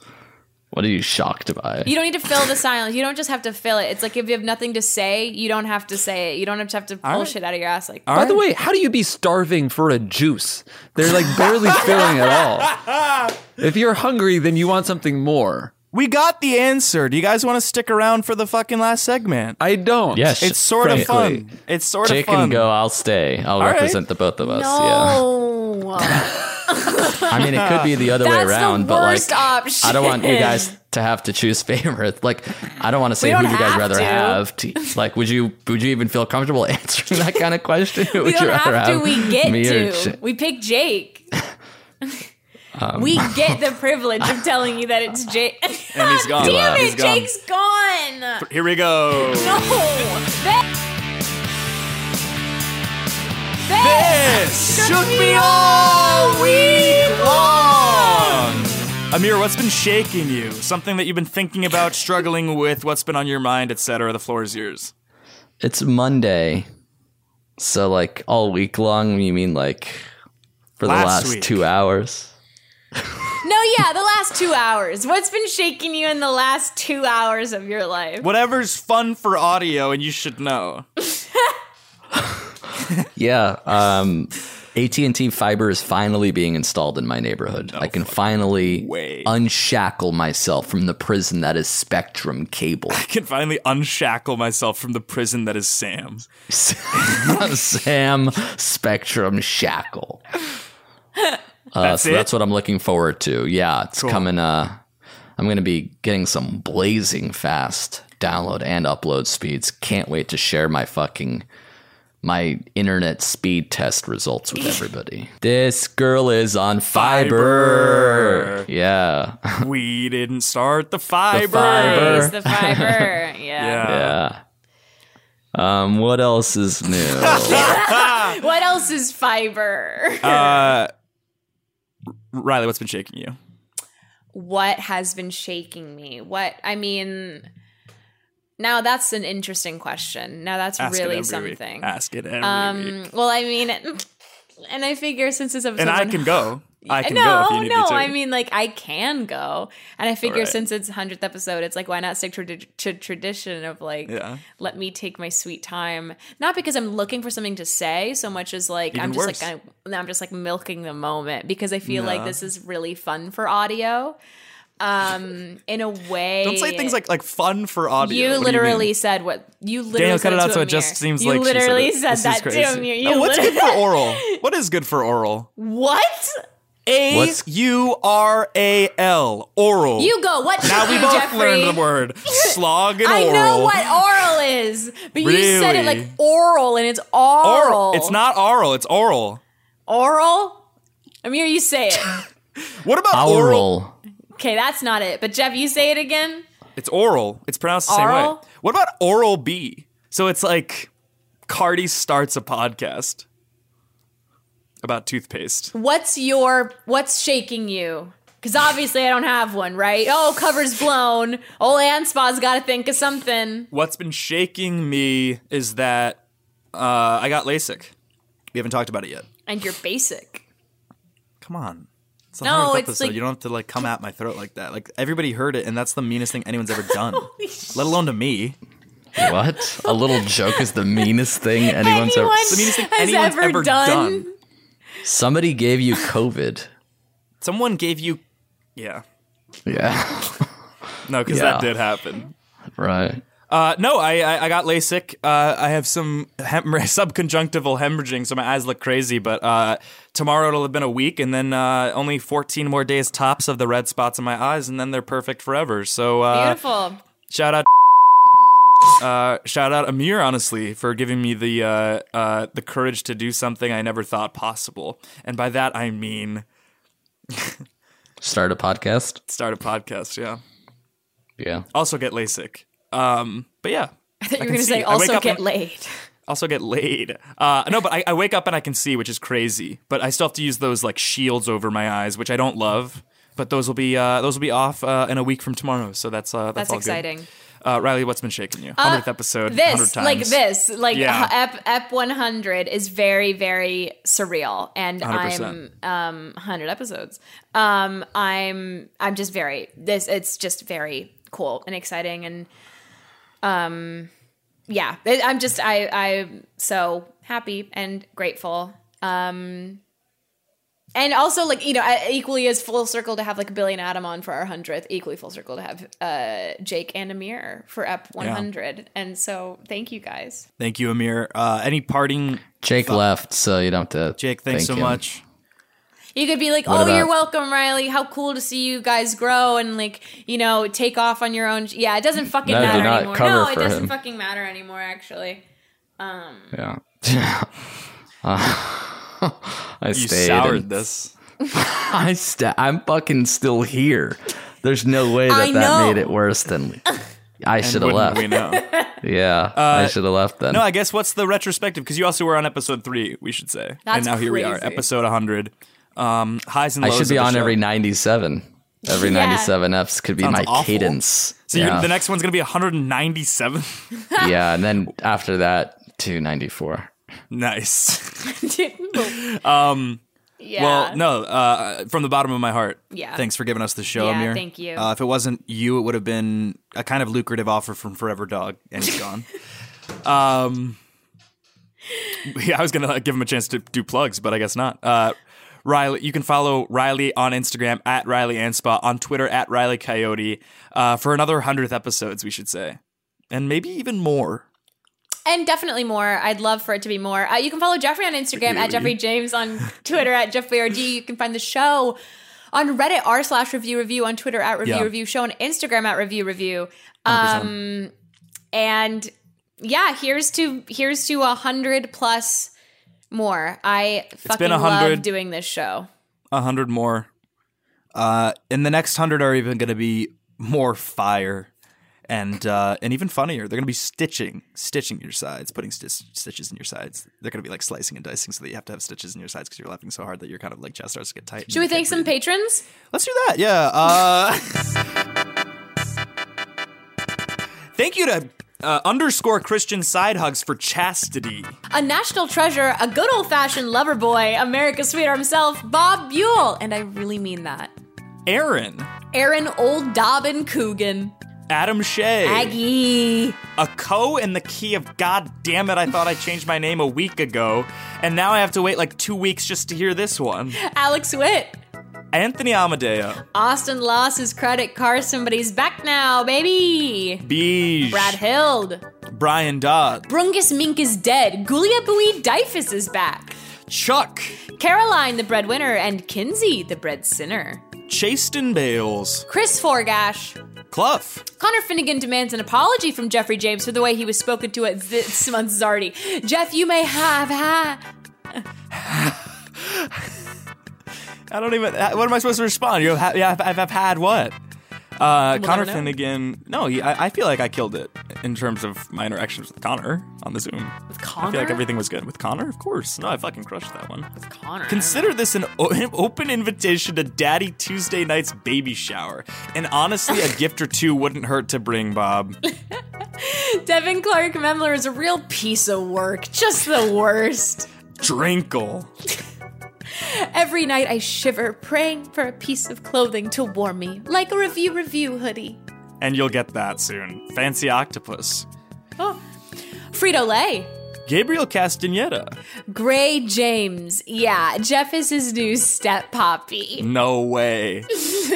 Speaker 11: What are you shocked by?
Speaker 7: You don't need to fill the silence. You don't just have to fill it. It's like if you have nothing to say, you don't have to say it. You don't have to have to pull
Speaker 12: right.
Speaker 7: shit out of your ass. Like,
Speaker 12: By the way, how do you be starving for a juice? They're like barely filling at all. If you're hungry, then you want something more.
Speaker 10: We got the answer. Do you guys want to stick around for the fucking last segment?
Speaker 12: I don't.
Speaker 11: Yes,
Speaker 10: it's sort of
Speaker 11: frankly.
Speaker 10: fun. It's sort
Speaker 11: Jake
Speaker 10: of fun.
Speaker 11: can go. I'll stay. I'll
Speaker 10: All right.
Speaker 11: represent the both of us. Yeah.
Speaker 7: no.
Speaker 11: I mean, it could be the other
Speaker 7: That's
Speaker 11: way around,
Speaker 7: the
Speaker 11: but like,
Speaker 7: worst option.
Speaker 11: I don't want you guys to have to choose favorites. Like, I don't want to say
Speaker 7: We
Speaker 11: who
Speaker 7: don't
Speaker 11: do you guys
Speaker 7: have
Speaker 11: rather
Speaker 7: to.
Speaker 11: have. To, like, would you would you even feel comfortable answering that kind of question?
Speaker 7: we
Speaker 11: would
Speaker 7: don't
Speaker 11: you rather
Speaker 7: have to. We get
Speaker 11: me or
Speaker 7: to.
Speaker 11: Ch-
Speaker 7: We pick Jake.
Speaker 12: Oh
Speaker 11: um,
Speaker 7: We get the privilege of telling you that it's Jake.
Speaker 6: And he's gone.
Speaker 7: Damn
Speaker 6: He's
Speaker 7: it,
Speaker 6: gone.
Speaker 7: Jake's gone.
Speaker 6: Here we go.
Speaker 7: No. This,
Speaker 6: This should be all we want. Amir, what's been shaking you? Something that you've been thinking about, struggling with, what's been on your mind, etc. The floor is yours.
Speaker 11: It's Monday, so like all week long. You mean like for the
Speaker 6: Last
Speaker 11: last
Speaker 6: week.
Speaker 11: two hours?
Speaker 7: No, yeah, the last two hours. What's been shaking you in the last two hours of your life?
Speaker 6: Whatever's fun for audio, and you should know.
Speaker 11: Yeah, um, AT and T fiber is finally being installed in my neighborhood. I can finally unshackle myself from the prison that is Spectrum cable.
Speaker 6: I can finally unshackle myself from the prison that is Sam.
Speaker 11: Sam Spectrum shackle. Uh,
Speaker 6: That's
Speaker 11: so
Speaker 6: it?
Speaker 11: that's what I'm looking forward to. Yeah, it's
Speaker 6: Cool.
Speaker 11: coming. Uh, I'm going to be getting some blazing fast download and upload speeds. Can't wait to share my fucking my internet speed test results with everybody. this girl is on fiber.
Speaker 6: Fiber.
Speaker 11: Yeah.
Speaker 6: we didn't start the fiber.
Speaker 11: fiber. Nice,
Speaker 7: the fiber,
Speaker 11: yeah. Um, what else is new?
Speaker 7: what else is fiber?
Speaker 6: Uh, Riley, what's been shaking you?
Speaker 7: what has been shaking me? What I mean, now that's an interesting question. Now that's
Speaker 6: Ask it
Speaker 7: really
Speaker 6: every
Speaker 7: something.
Speaker 6: Week. Ask it every week.
Speaker 7: um, well, I mean, and I figure since it's episode
Speaker 6: And I
Speaker 7: one-
Speaker 6: can go. I can
Speaker 7: no,
Speaker 6: go if you need
Speaker 7: no,
Speaker 6: me to.
Speaker 7: I mean, like, I can go. And I figure
Speaker 6: right.
Speaker 7: since it's 100th episode, it's like, why not stick to, to tradition of, like,
Speaker 6: Yeah.
Speaker 7: let me take my sweet time. Not because I'm looking for something to say so much as, like, I'm
Speaker 6: Even
Speaker 7: just,
Speaker 6: worse.
Speaker 7: like, I'm, I'm just, like, milking the moment because I feel like
Speaker 6: No.
Speaker 7: this is really fun for audio. Um, in a way.
Speaker 6: Don't say things like like fun for audio.
Speaker 7: You
Speaker 6: What do
Speaker 7: literally
Speaker 6: mean?
Speaker 7: said what you literally
Speaker 6: Daniel
Speaker 7: said
Speaker 6: cut it out
Speaker 7: to
Speaker 6: so
Speaker 7: Amir.
Speaker 6: it just seems
Speaker 7: you
Speaker 6: like
Speaker 7: literally
Speaker 6: she
Speaker 7: said,
Speaker 6: said, it. This is
Speaker 7: that
Speaker 6: crazy.
Speaker 7: to Amir. You
Speaker 6: No, what's
Speaker 7: literally-
Speaker 6: good for oral? What is good for oral?
Speaker 7: What?
Speaker 6: A
Speaker 7: What's-
Speaker 6: U R A L oral.
Speaker 7: You go. What
Speaker 6: Oh. now
Speaker 7: should
Speaker 6: we
Speaker 7: you,
Speaker 6: both
Speaker 7: Jeffrey?
Speaker 6: learned the word slog and
Speaker 7: I
Speaker 6: oral.
Speaker 7: know what oral is, but you said it like
Speaker 6: Really?
Speaker 7: oral, and it's oral.
Speaker 6: Oral. It's not oral. It's oral.
Speaker 7: oral. Amir, you say it.
Speaker 6: What about
Speaker 11: oral?
Speaker 7: okay, that's not it. But Jeff, you say it again.
Speaker 6: It's oral. It's pronounced the same way.
Speaker 7: Oral?
Speaker 6: What about oral B? So it's like Cardi starts a podcast about toothpaste.
Speaker 7: What's your what's shaking you? Because obviously I don't have one, right? Oh, cover's blown. Old Anspa's got to think of something.
Speaker 6: What's been shaking me is that uh, I got LASIK.
Speaker 10: We haven't talked about it yet.
Speaker 7: And you're basic.
Speaker 10: Come on. It's the
Speaker 7: No,
Speaker 10: 100th
Speaker 7: it's
Speaker 10: episode.
Speaker 7: like-
Speaker 10: you don't have to like come at my throat like that. Like everybody heard it, and that's the meanest thing anyone's ever done, let alone to me.
Speaker 11: What? A little joke is the meanest thing anyone's ever.
Speaker 7: Anyone has
Speaker 10: anyone's
Speaker 7: ever,
Speaker 10: ever
Speaker 7: done.
Speaker 11: Somebody gave you COVID.
Speaker 10: Someone gave you, yeah,
Speaker 11: Yeah.
Speaker 6: No, because
Speaker 11: Yeah.
Speaker 6: that did happen.
Speaker 11: Right.
Speaker 6: Uh, no, I, I I got LASIK. Uh, I have some hem- subconjunctival hemorrhaging, so my eyes look crazy. But uh, tomorrow it'll have been a week, and then uh, only 14 more days tops of the red spots in my eyes, and then they're perfect forever. So uh,
Speaker 7: Beautiful.
Speaker 6: Shout out. Uh, shout out Amir, honestly, for giving me the uh, uh, the courage to do something I never thought possible, and by that I mean
Speaker 11: Start a podcast.
Speaker 6: start a podcast. Yeah,
Speaker 11: Yeah.
Speaker 6: also get LASIK. Um, but yeah,
Speaker 7: I thought you were
Speaker 6: can
Speaker 7: going to
Speaker 6: see.
Speaker 7: say
Speaker 6: I wake
Speaker 7: also
Speaker 6: up
Speaker 7: get
Speaker 6: and-
Speaker 7: laid.
Speaker 6: also get laid. Uh, no, but I, I wake up and I can see, which is crazy. But I still have to use those like shields over my eyes, which I don't love. But those will be uh, those will be off uh, in a week from tomorrow. So that's uh, that's,
Speaker 7: That's
Speaker 6: all good.
Speaker 7: exciting.
Speaker 6: Uh, Riley, what's been shaking you?
Speaker 7: Uh,
Speaker 6: Hundredth episode,
Speaker 7: This,
Speaker 6: hundred times.
Speaker 7: like this, like
Speaker 6: Yeah.
Speaker 7: uh, ep, ep 100 is very, very surreal, and i
Speaker 6: 100%.
Speaker 7: am um 100 episodes. Um, I'm I'm just very this. It's just very cool and exciting, and um, yeah, I- I'm just I I'm so happy and grateful. Um. And also, like you know, I- equally as full circle to have like Billy and Adam on for our hundredth. Equally full circle to have uh, Jake and Amir for up one hundred. And so, thank you guys.
Speaker 6: Thank you, Amir. Uh, any parting?
Speaker 11: Jake left, so Oh, you don't have to.
Speaker 6: Jake, thanks
Speaker 11: thank
Speaker 6: so
Speaker 11: him.
Speaker 6: much.
Speaker 7: You could be like,
Speaker 11: What
Speaker 7: "Oh,
Speaker 11: about-
Speaker 7: you're welcome, Riley. How cool to see you guys grow and like you know take off on your own." Yeah, it doesn't fucking
Speaker 11: No, do
Speaker 7: matter
Speaker 11: not
Speaker 7: anymore.
Speaker 11: cover
Speaker 7: No, it
Speaker 11: for
Speaker 7: doesn't
Speaker 11: him.
Speaker 7: fucking matter anymore. Actually, um,
Speaker 11: Yeah. Uh, I
Speaker 6: You
Speaker 11: stayed.
Speaker 6: soured
Speaker 11: and-
Speaker 6: this.
Speaker 11: I sta- I'm fucking still here. There's no way
Speaker 7: I
Speaker 11: that that
Speaker 7: know.
Speaker 11: made it worse than I
Speaker 6: And
Speaker 11: should have
Speaker 6: wouldn't
Speaker 11: left.
Speaker 6: we know?
Speaker 11: Yeah, I
Speaker 6: Uh,
Speaker 11: should have left then.
Speaker 6: No, I guess what's the retrospective? Because you also were on episode three, we should say. and
Speaker 11: That's
Speaker 6: now here we are,
Speaker 11: crazy.
Speaker 6: episode 100. Um, highs and
Speaker 11: I
Speaker 6: lows.
Speaker 11: should be
Speaker 6: of the
Speaker 11: on
Speaker 6: show.
Speaker 11: every 97. Every
Speaker 6: Yeah.
Speaker 11: 97 Fs could be
Speaker 6: Sounds
Speaker 11: my
Speaker 6: awful.
Speaker 11: cadence.
Speaker 6: So
Speaker 11: yeah.
Speaker 6: you're, the next one's gonna be 197.
Speaker 11: yeah, and then after that, 294.
Speaker 6: nice.
Speaker 7: yeah.
Speaker 6: Um,
Speaker 7: Yeah.
Speaker 6: Well, no, uh, from the bottom of my heart.
Speaker 7: Yeah.
Speaker 10: Thanks for giving us the show,
Speaker 7: Yeah,
Speaker 10: Amir.
Speaker 7: thank you.
Speaker 10: Uh, if it wasn't you, it would have been a kind of lucrative offer from Forever Dog, and he's gone.
Speaker 6: Um, yeah, I was gonna give him a chance to do plugs, but I guess not. Uh, Riley, you can follow Riley on Instagram at Riley Anspa, on Twitter at Riley Coyote uh, for another hundredth episodes, we should say, and maybe even more.
Speaker 7: and definitely more. I'd love for it to be more. Uh, you can follow Jeffrey on Instagram at Jeffrey James on Twitter at Jeff BRG. You can find the show on Reddit r slash review review on Twitter at review
Speaker 16: Yeah.
Speaker 7: review show on Instagram at review review.
Speaker 16: 100%.
Speaker 7: Um, and yeah, here's to here's to a hundred plus more. I fucking
Speaker 10: been 100.
Speaker 7: love doing this show.
Speaker 6: A hundred more.
Speaker 10: Uh, and the next hundred are even going to be more fire, and uh, and even funnier. They're going to be stitching, stitching your sides, putting sti- stitches in your sides. They're going to be like slicing and dicing, so that you have to have stitches in your sides because you're laughing so hard that your kind of like chest starts to get tight.
Speaker 7: Should we thank some patrons?
Speaker 10: Let's do that. Yeah. Uh,
Speaker 6: Thank you to uh, underscore Christian Side Hugs for chastity.
Speaker 7: A national treasure, a good old fashioned lover boy, America's sweetheart himself, Bob Buell, and I really mean that.
Speaker 6: Aaron,
Speaker 7: Aaron Old Dobbin Coogan.
Speaker 6: Adam Shea,
Speaker 7: Aggie,
Speaker 6: a co in the key of God damn it! I thought I changed my name a week ago, and now I have to wait like two weeks just to hear this one.
Speaker 7: Alex Witt.
Speaker 6: Anthony Amadeo,
Speaker 7: Austin lost his credit card. Somebody's back now, baby.
Speaker 6: Beej,
Speaker 7: Brad Hild.
Speaker 6: Brian Dodd,
Speaker 7: Brungus Mink is dead. Gulia Bui Dyfus is back.
Speaker 6: Chuck.
Speaker 7: Caroline, the breadwinner, and Kinsey, the bread sinner.
Speaker 6: Chasten Bales,
Speaker 7: Chris Forgash.
Speaker 6: Cluff,
Speaker 7: Connor Finnegan demands an apology from Jeffrey James for the way he was spoken to at this month's Zardy. Jeff, you may have ha.
Speaker 6: I don't even. uh, What am I supposed to respond? You have, ha- yeah, I've, I've, I've had what? Uh, Connor
Speaker 7: know.
Speaker 6: Finnegan. No, he, I, I feel like I killed it in terms of my interactions with Connor on the Zoom. With I
Speaker 7: Connor?
Speaker 6: feel like everything was good with Connor. Of course. No, I fucking crushed that one. With
Speaker 7: Connor.
Speaker 6: Consider this an o- open invitation to Daddy Tuesday night's baby shower, and honestly, a gift or two wouldn't hurt to bring, Bob.
Speaker 7: Devin Clark Memler is a real piece of work. Just the worst.
Speaker 6: Drinkle.
Speaker 7: Every night I shiver, praying for a piece of clothing to warm me, like a review review hoodie.
Speaker 6: And you'll get that soon. Fancy Octopus.
Speaker 7: Oh. Frito Lay.
Speaker 6: Gabriel Castaneda.
Speaker 7: Gray James. Yeah, Jeff is his new step poppy.
Speaker 6: No way.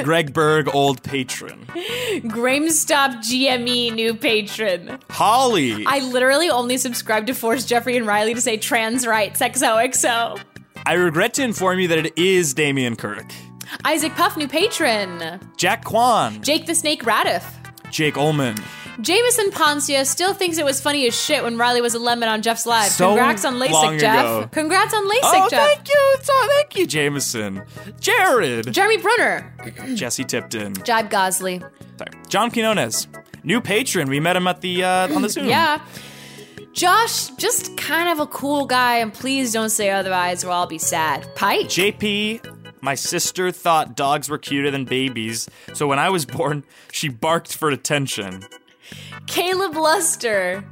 Speaker 6: Greg Berg, old patron.
Speaker 7: GrameStop GME E, new patron.
Speaker 6: Holly.
Speaker 7: I literally only subscribed to force Jeffrey and Riley to say trans rights XOXO.
Speaker 6: I regret to inform you that it is Damian Kirk.
Speaker 7: Isaac Puff, new patron.
Speaker 6: Jack Kwan.
Speaker 7: Jake the Snake Radiff.
Speaker 6: Jake Ullman.
Speaker 7: Jameson Poncia still thinks it was funny as shit when Riley was a lemon on Jeff's live.
Speaker 6: So
Speaker 7: Congrats on
Speaker 6: long
Speaker 7: LASIK, Jeff.
Speaker 6: ago.
Speaker 7: Congrats on LASIK,
Speaker 6: oh,
Speaker 7: Jeff.
Speaker 6: thank you. It's all- thank you, Jameson. Jared.
Speaker 7: Jeremy Brunner.
Speaker 6: Jesse Tipton.
Speaker 7: Jibe Gosley.
Speaker 6: Sorry. John Quinones. New patron. We met him at the uh, on the Zoom.
Speaker 7: Yeah. Josh, just kind of a cool guy, and please don't say otherwise or I'll be sad. Pike.
Speaker 6: JP, my sister thought dogs were cuter than babies, so when I was born, she barked for attention.
Speaker 7: Caleb Luster.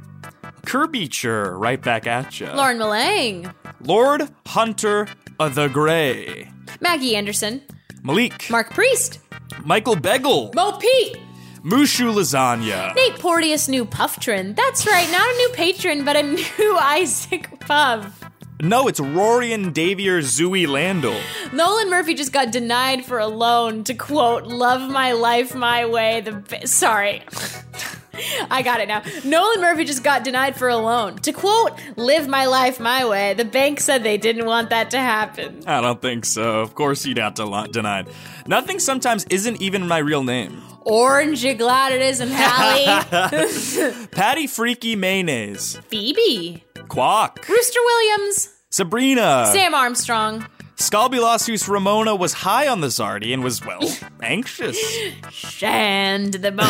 Speaker 6: Kirby chur, right back at ya.
Speaker 7: Lauren Malang.
Speaker 6: Lord Hunter of the Gray.
Speaker 7: Maggie Anderson.
Speaker 6: Malik.
Speaker 7: Mark Priest.
Speaker 6: Michael Begel.
Speaker 7: Mo Pete.
Speaker 6: Mushu Lasagna.
Speaker 7: Nate Porteous, new puff trend. That's right, not a new patron, but a new Isaac Puff.
Speaker 6: No, it's Rorian Davier Zooey Landel.
Speaker 7: Nolan Murphy just got denied for a loan to quote, love my life my way. The bi-" Sorry. I got it now. Nolan Murphy just got denied for a loan. To quote, live my life my way. The bank said they didn't want that to happen.
Speaker 6: I don't think so. Of course he'd have to li- denied. Nothing sometimes isn't even my real name.
Speaker 7: Orange, you glad it isn't Hallie.
Speaker 6: Patty Freaky Mayonnaise.
Speaker 7: Phoebe.
Speaker 6: Quack.
Speaker 7: Rooster Williams.
Speaker 6: Sabrina.
Speaker 7: Sam Armstrong.
Speaker 6: Scalbilasus Ramona was high on the Zardi and was, well, anxious.
Speaker 7: Shand the bone.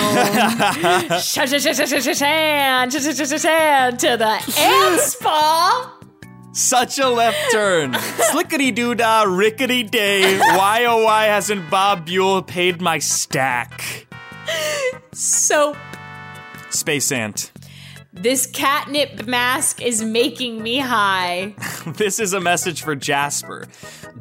Speaker 7: Shand shand, shand, shand, shand to the ant spa.
Speaker 6: Such a left turn. Slickety doo dah, rickety day. Why oh why hasn't Bob Buell paid my stack?
Speaker 7: Soap.
Speaker 6: Space Ant.
Speaker 7: This catnip mask is making me high.
Speaker 6: This is a message for Jasper.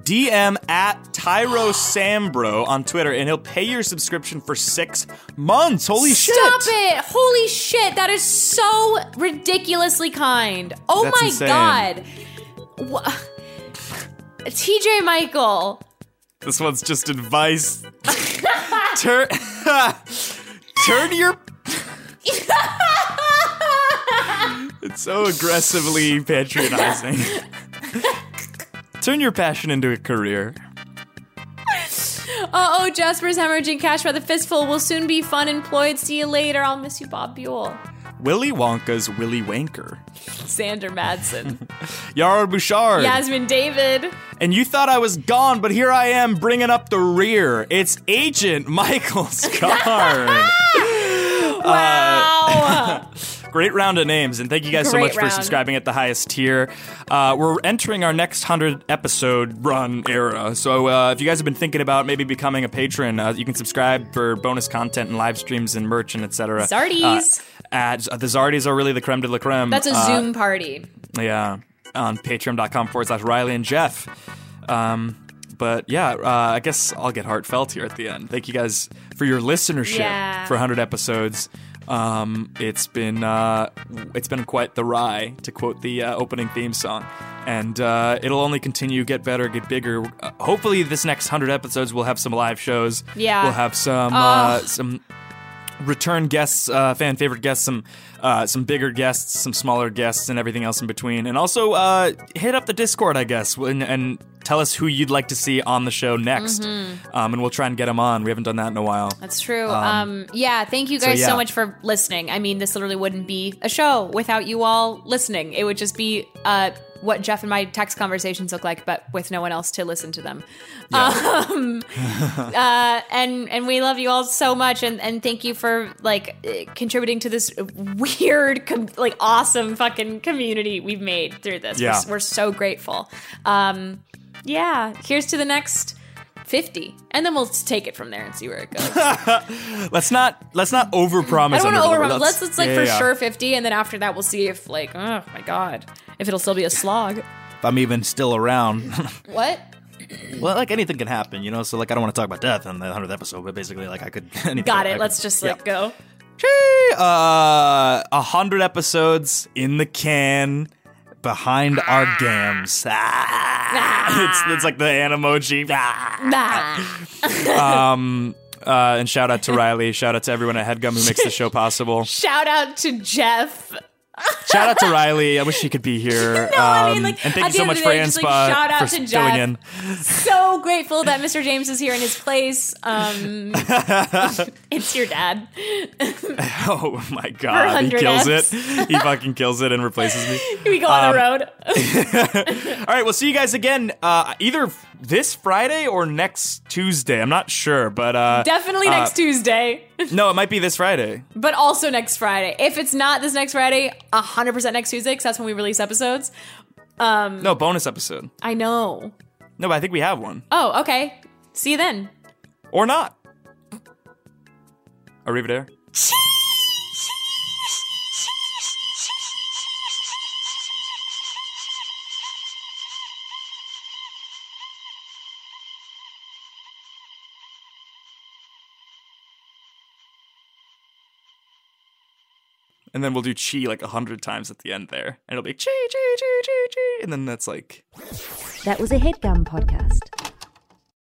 Speaker 6: DM at Tyro Sambro on Twitter and he'll pay your subscription for six months. Holy shit.
Speaker 7: Stop it! Holy shit! That is so ridiculously kind. Oh
Speaker 6: That's
Speaker 7: my
Speaker 6: insane.
Speaker 7: god! Wha- TJ Michael.
Speaker 6: This one's just advice. Turn Turn your It's so aggressively patronizing. Turn your passion into a career.
Speaker 7: Uh oh, Jasper's hemorrhaging cash by the fistful will soon be fun employed. See you later. I'll miss you, Bob Buell.
Speaker 6: Willy Wonka's Willy Wanker.
Speaker 7: Sander Madsen.
Speaker 6: Yara Bouchard.
Speaker 7: Yasmin David.
Speaker 6: And you thought I was gone, but here I am bringing up the rear. It's Agent Michael Uh, Scarn.
Speaker 7: wow.
Speaker 6: great round of names, and thank you guys so
Speaker 7: Great
Speaker 6: much
Speaker 7: round.
Speaker 6: for subscribing at the highest tier. Uh, we're entering our next 100 episode run era. So uh, if you guys have been thinking about maybe becoming a patron, uh, you can subscribe for bonus content and live streams and merch and etc.
Speaker 7: Zardies.
Speaker 6: Uh, at, the Zardies are really the creme de la creme.
Speaker 7: That's a
Speaker 6: Uh,
Speaker 7: Zoom party.
Speaker 6: yeah, on patreon.com forward slash Riley and Jeff. Um, but yeah, uh, I guess I'll get heartfelt here at the end. Thank you guys for your listenership
Speaker 7: Yeah.
Speaker 6: for 100 episodes. Um, it's been uh, it's been quite the rye, to quote the uh, opening theme song, and uh, it'll only continue, get better, get bigger. Uh, hopefully, this next 100 episodes we'll have some live shows.
Speaker 7: Yeah. Oh.
Speaker 6: we'll have some uh, some return guests, uh, fan favorite guests, some uh, some bigger guests, some smaller guests, and everything else in between. And also uh, hit up the Discord, I guess, and, and tell us who you'd like to see on the show next,
Speaker 7: Mhm.
Speaker 6: um, and we'll try and get them on. We haven't done that in a while.
Speaker 7: That's true. Um,
Speaker 6: Um,
Speaker 7: yeah, thank you
Speaker 6: so
Speaker 7: guys so,
Speaker 6: yeah.
Speaker 7: much for listening. I mean, this literally wouldn't be a show without you all listening. It would just be uh, what Jeff and my text conversations look like, but with no one else to listen to them. Um, uh, and and we love you all so much, and and thank you for like eh, contributing to this weird, com- like awesome fucking community we've made through this. We're
Speaker 6: Yeah.
Speaker 7: s- We're, so grateful. Um, yeah, here's to the next. 50 and then we'll take it from there and see where it goes
Speaker 6: Let's not let's not overpromise.
Speaker 7: I don't want to
Speaker 6: underdeliver.
Speaker 7: overwhelm. Let's let's like
Speaker 6: yeah,
Speaker 7: for
Speaker 6: yeah.
Speaker 7: sure fifty, and then after that we'll see if like oh my god, if it'll still be a slog.
Speaker 6: If I'm even still around,
Speaker 7: What?
Speaker 6: well, like anything can happen, you know. So like I don't want to talk about death on the hundredth episode, but basically like I could. anything-
Speaker 7: Got
Speaker 6: I
Speaker 7: it.
Speaker 6: could-
Speaker 7: Let's just like go.
Speaker 6: uh, a hundred episodes in the can, behind our gams. Ah. it's it's like the animoji. Ah. um, uh, and shout out to Riley. Shout out to everyone at Headgum who makes the show possible.
Speaker 7: Shout out to Jeff.
Speaker 6: Shout out to Riley. I wish she could be here.
Speaker 7: No, I mean,
Speaker 6: Um,
Speaker 7: like,
Speaker 6: and thank
Speaker 7: at
Speaker 6: you
Speaker 7: the
Speaker 6: so
Speaker 7: end of
Speaker 6: much
Speaker 7: the
Speaker 6: for
Speaker 7: day, just, like,
Speaker 6: Anspot
Speaker 7: shout out
Speaker 6: for
Speaker 7: to
Speaker 6: filling
Speaker 7: Jeff.
Speaker 6: in.
Speaker 7: So grateful that Mr. James is here in his place. Um, it's your dad.
Speaker 6: Oh my
Speaker 7: For
Speaker 6: god, he
Speaker 7: 100
Speaker 6: kills
Speaker 7: Fs.
Speaker 6: it. He fucking kills it and replaces me.
Speaker 7: We go on the
Speaker 6: Um,
Speaker 7: road.
Speaker 6: All right, we'll see you guys again uh, either this Friday or next Tuesday. I'm not sure, but uh,
Speaker 7: Definitely
Speaker 6: uh,
Speaker 7: next Tuesday,
Speaker 6: No, it might be this Friday.
Speaker 7: but also next Friday. If it's not this next Friday, 100% next Tuesday, because that's when we release episodes. Um,
Speaker 6: No bonus episode.
Speaker 7: I know.
Speaker 6: No, but I think we have one
Speaker 7: Oh, okay. See you then.
Speaker 6: or not. Arrivederci. And then we'll do chi like a hundred times at the end there, and it'll be chi chi chi chi chi, and then that's like.
Speaker 10: That was a headgum podcast.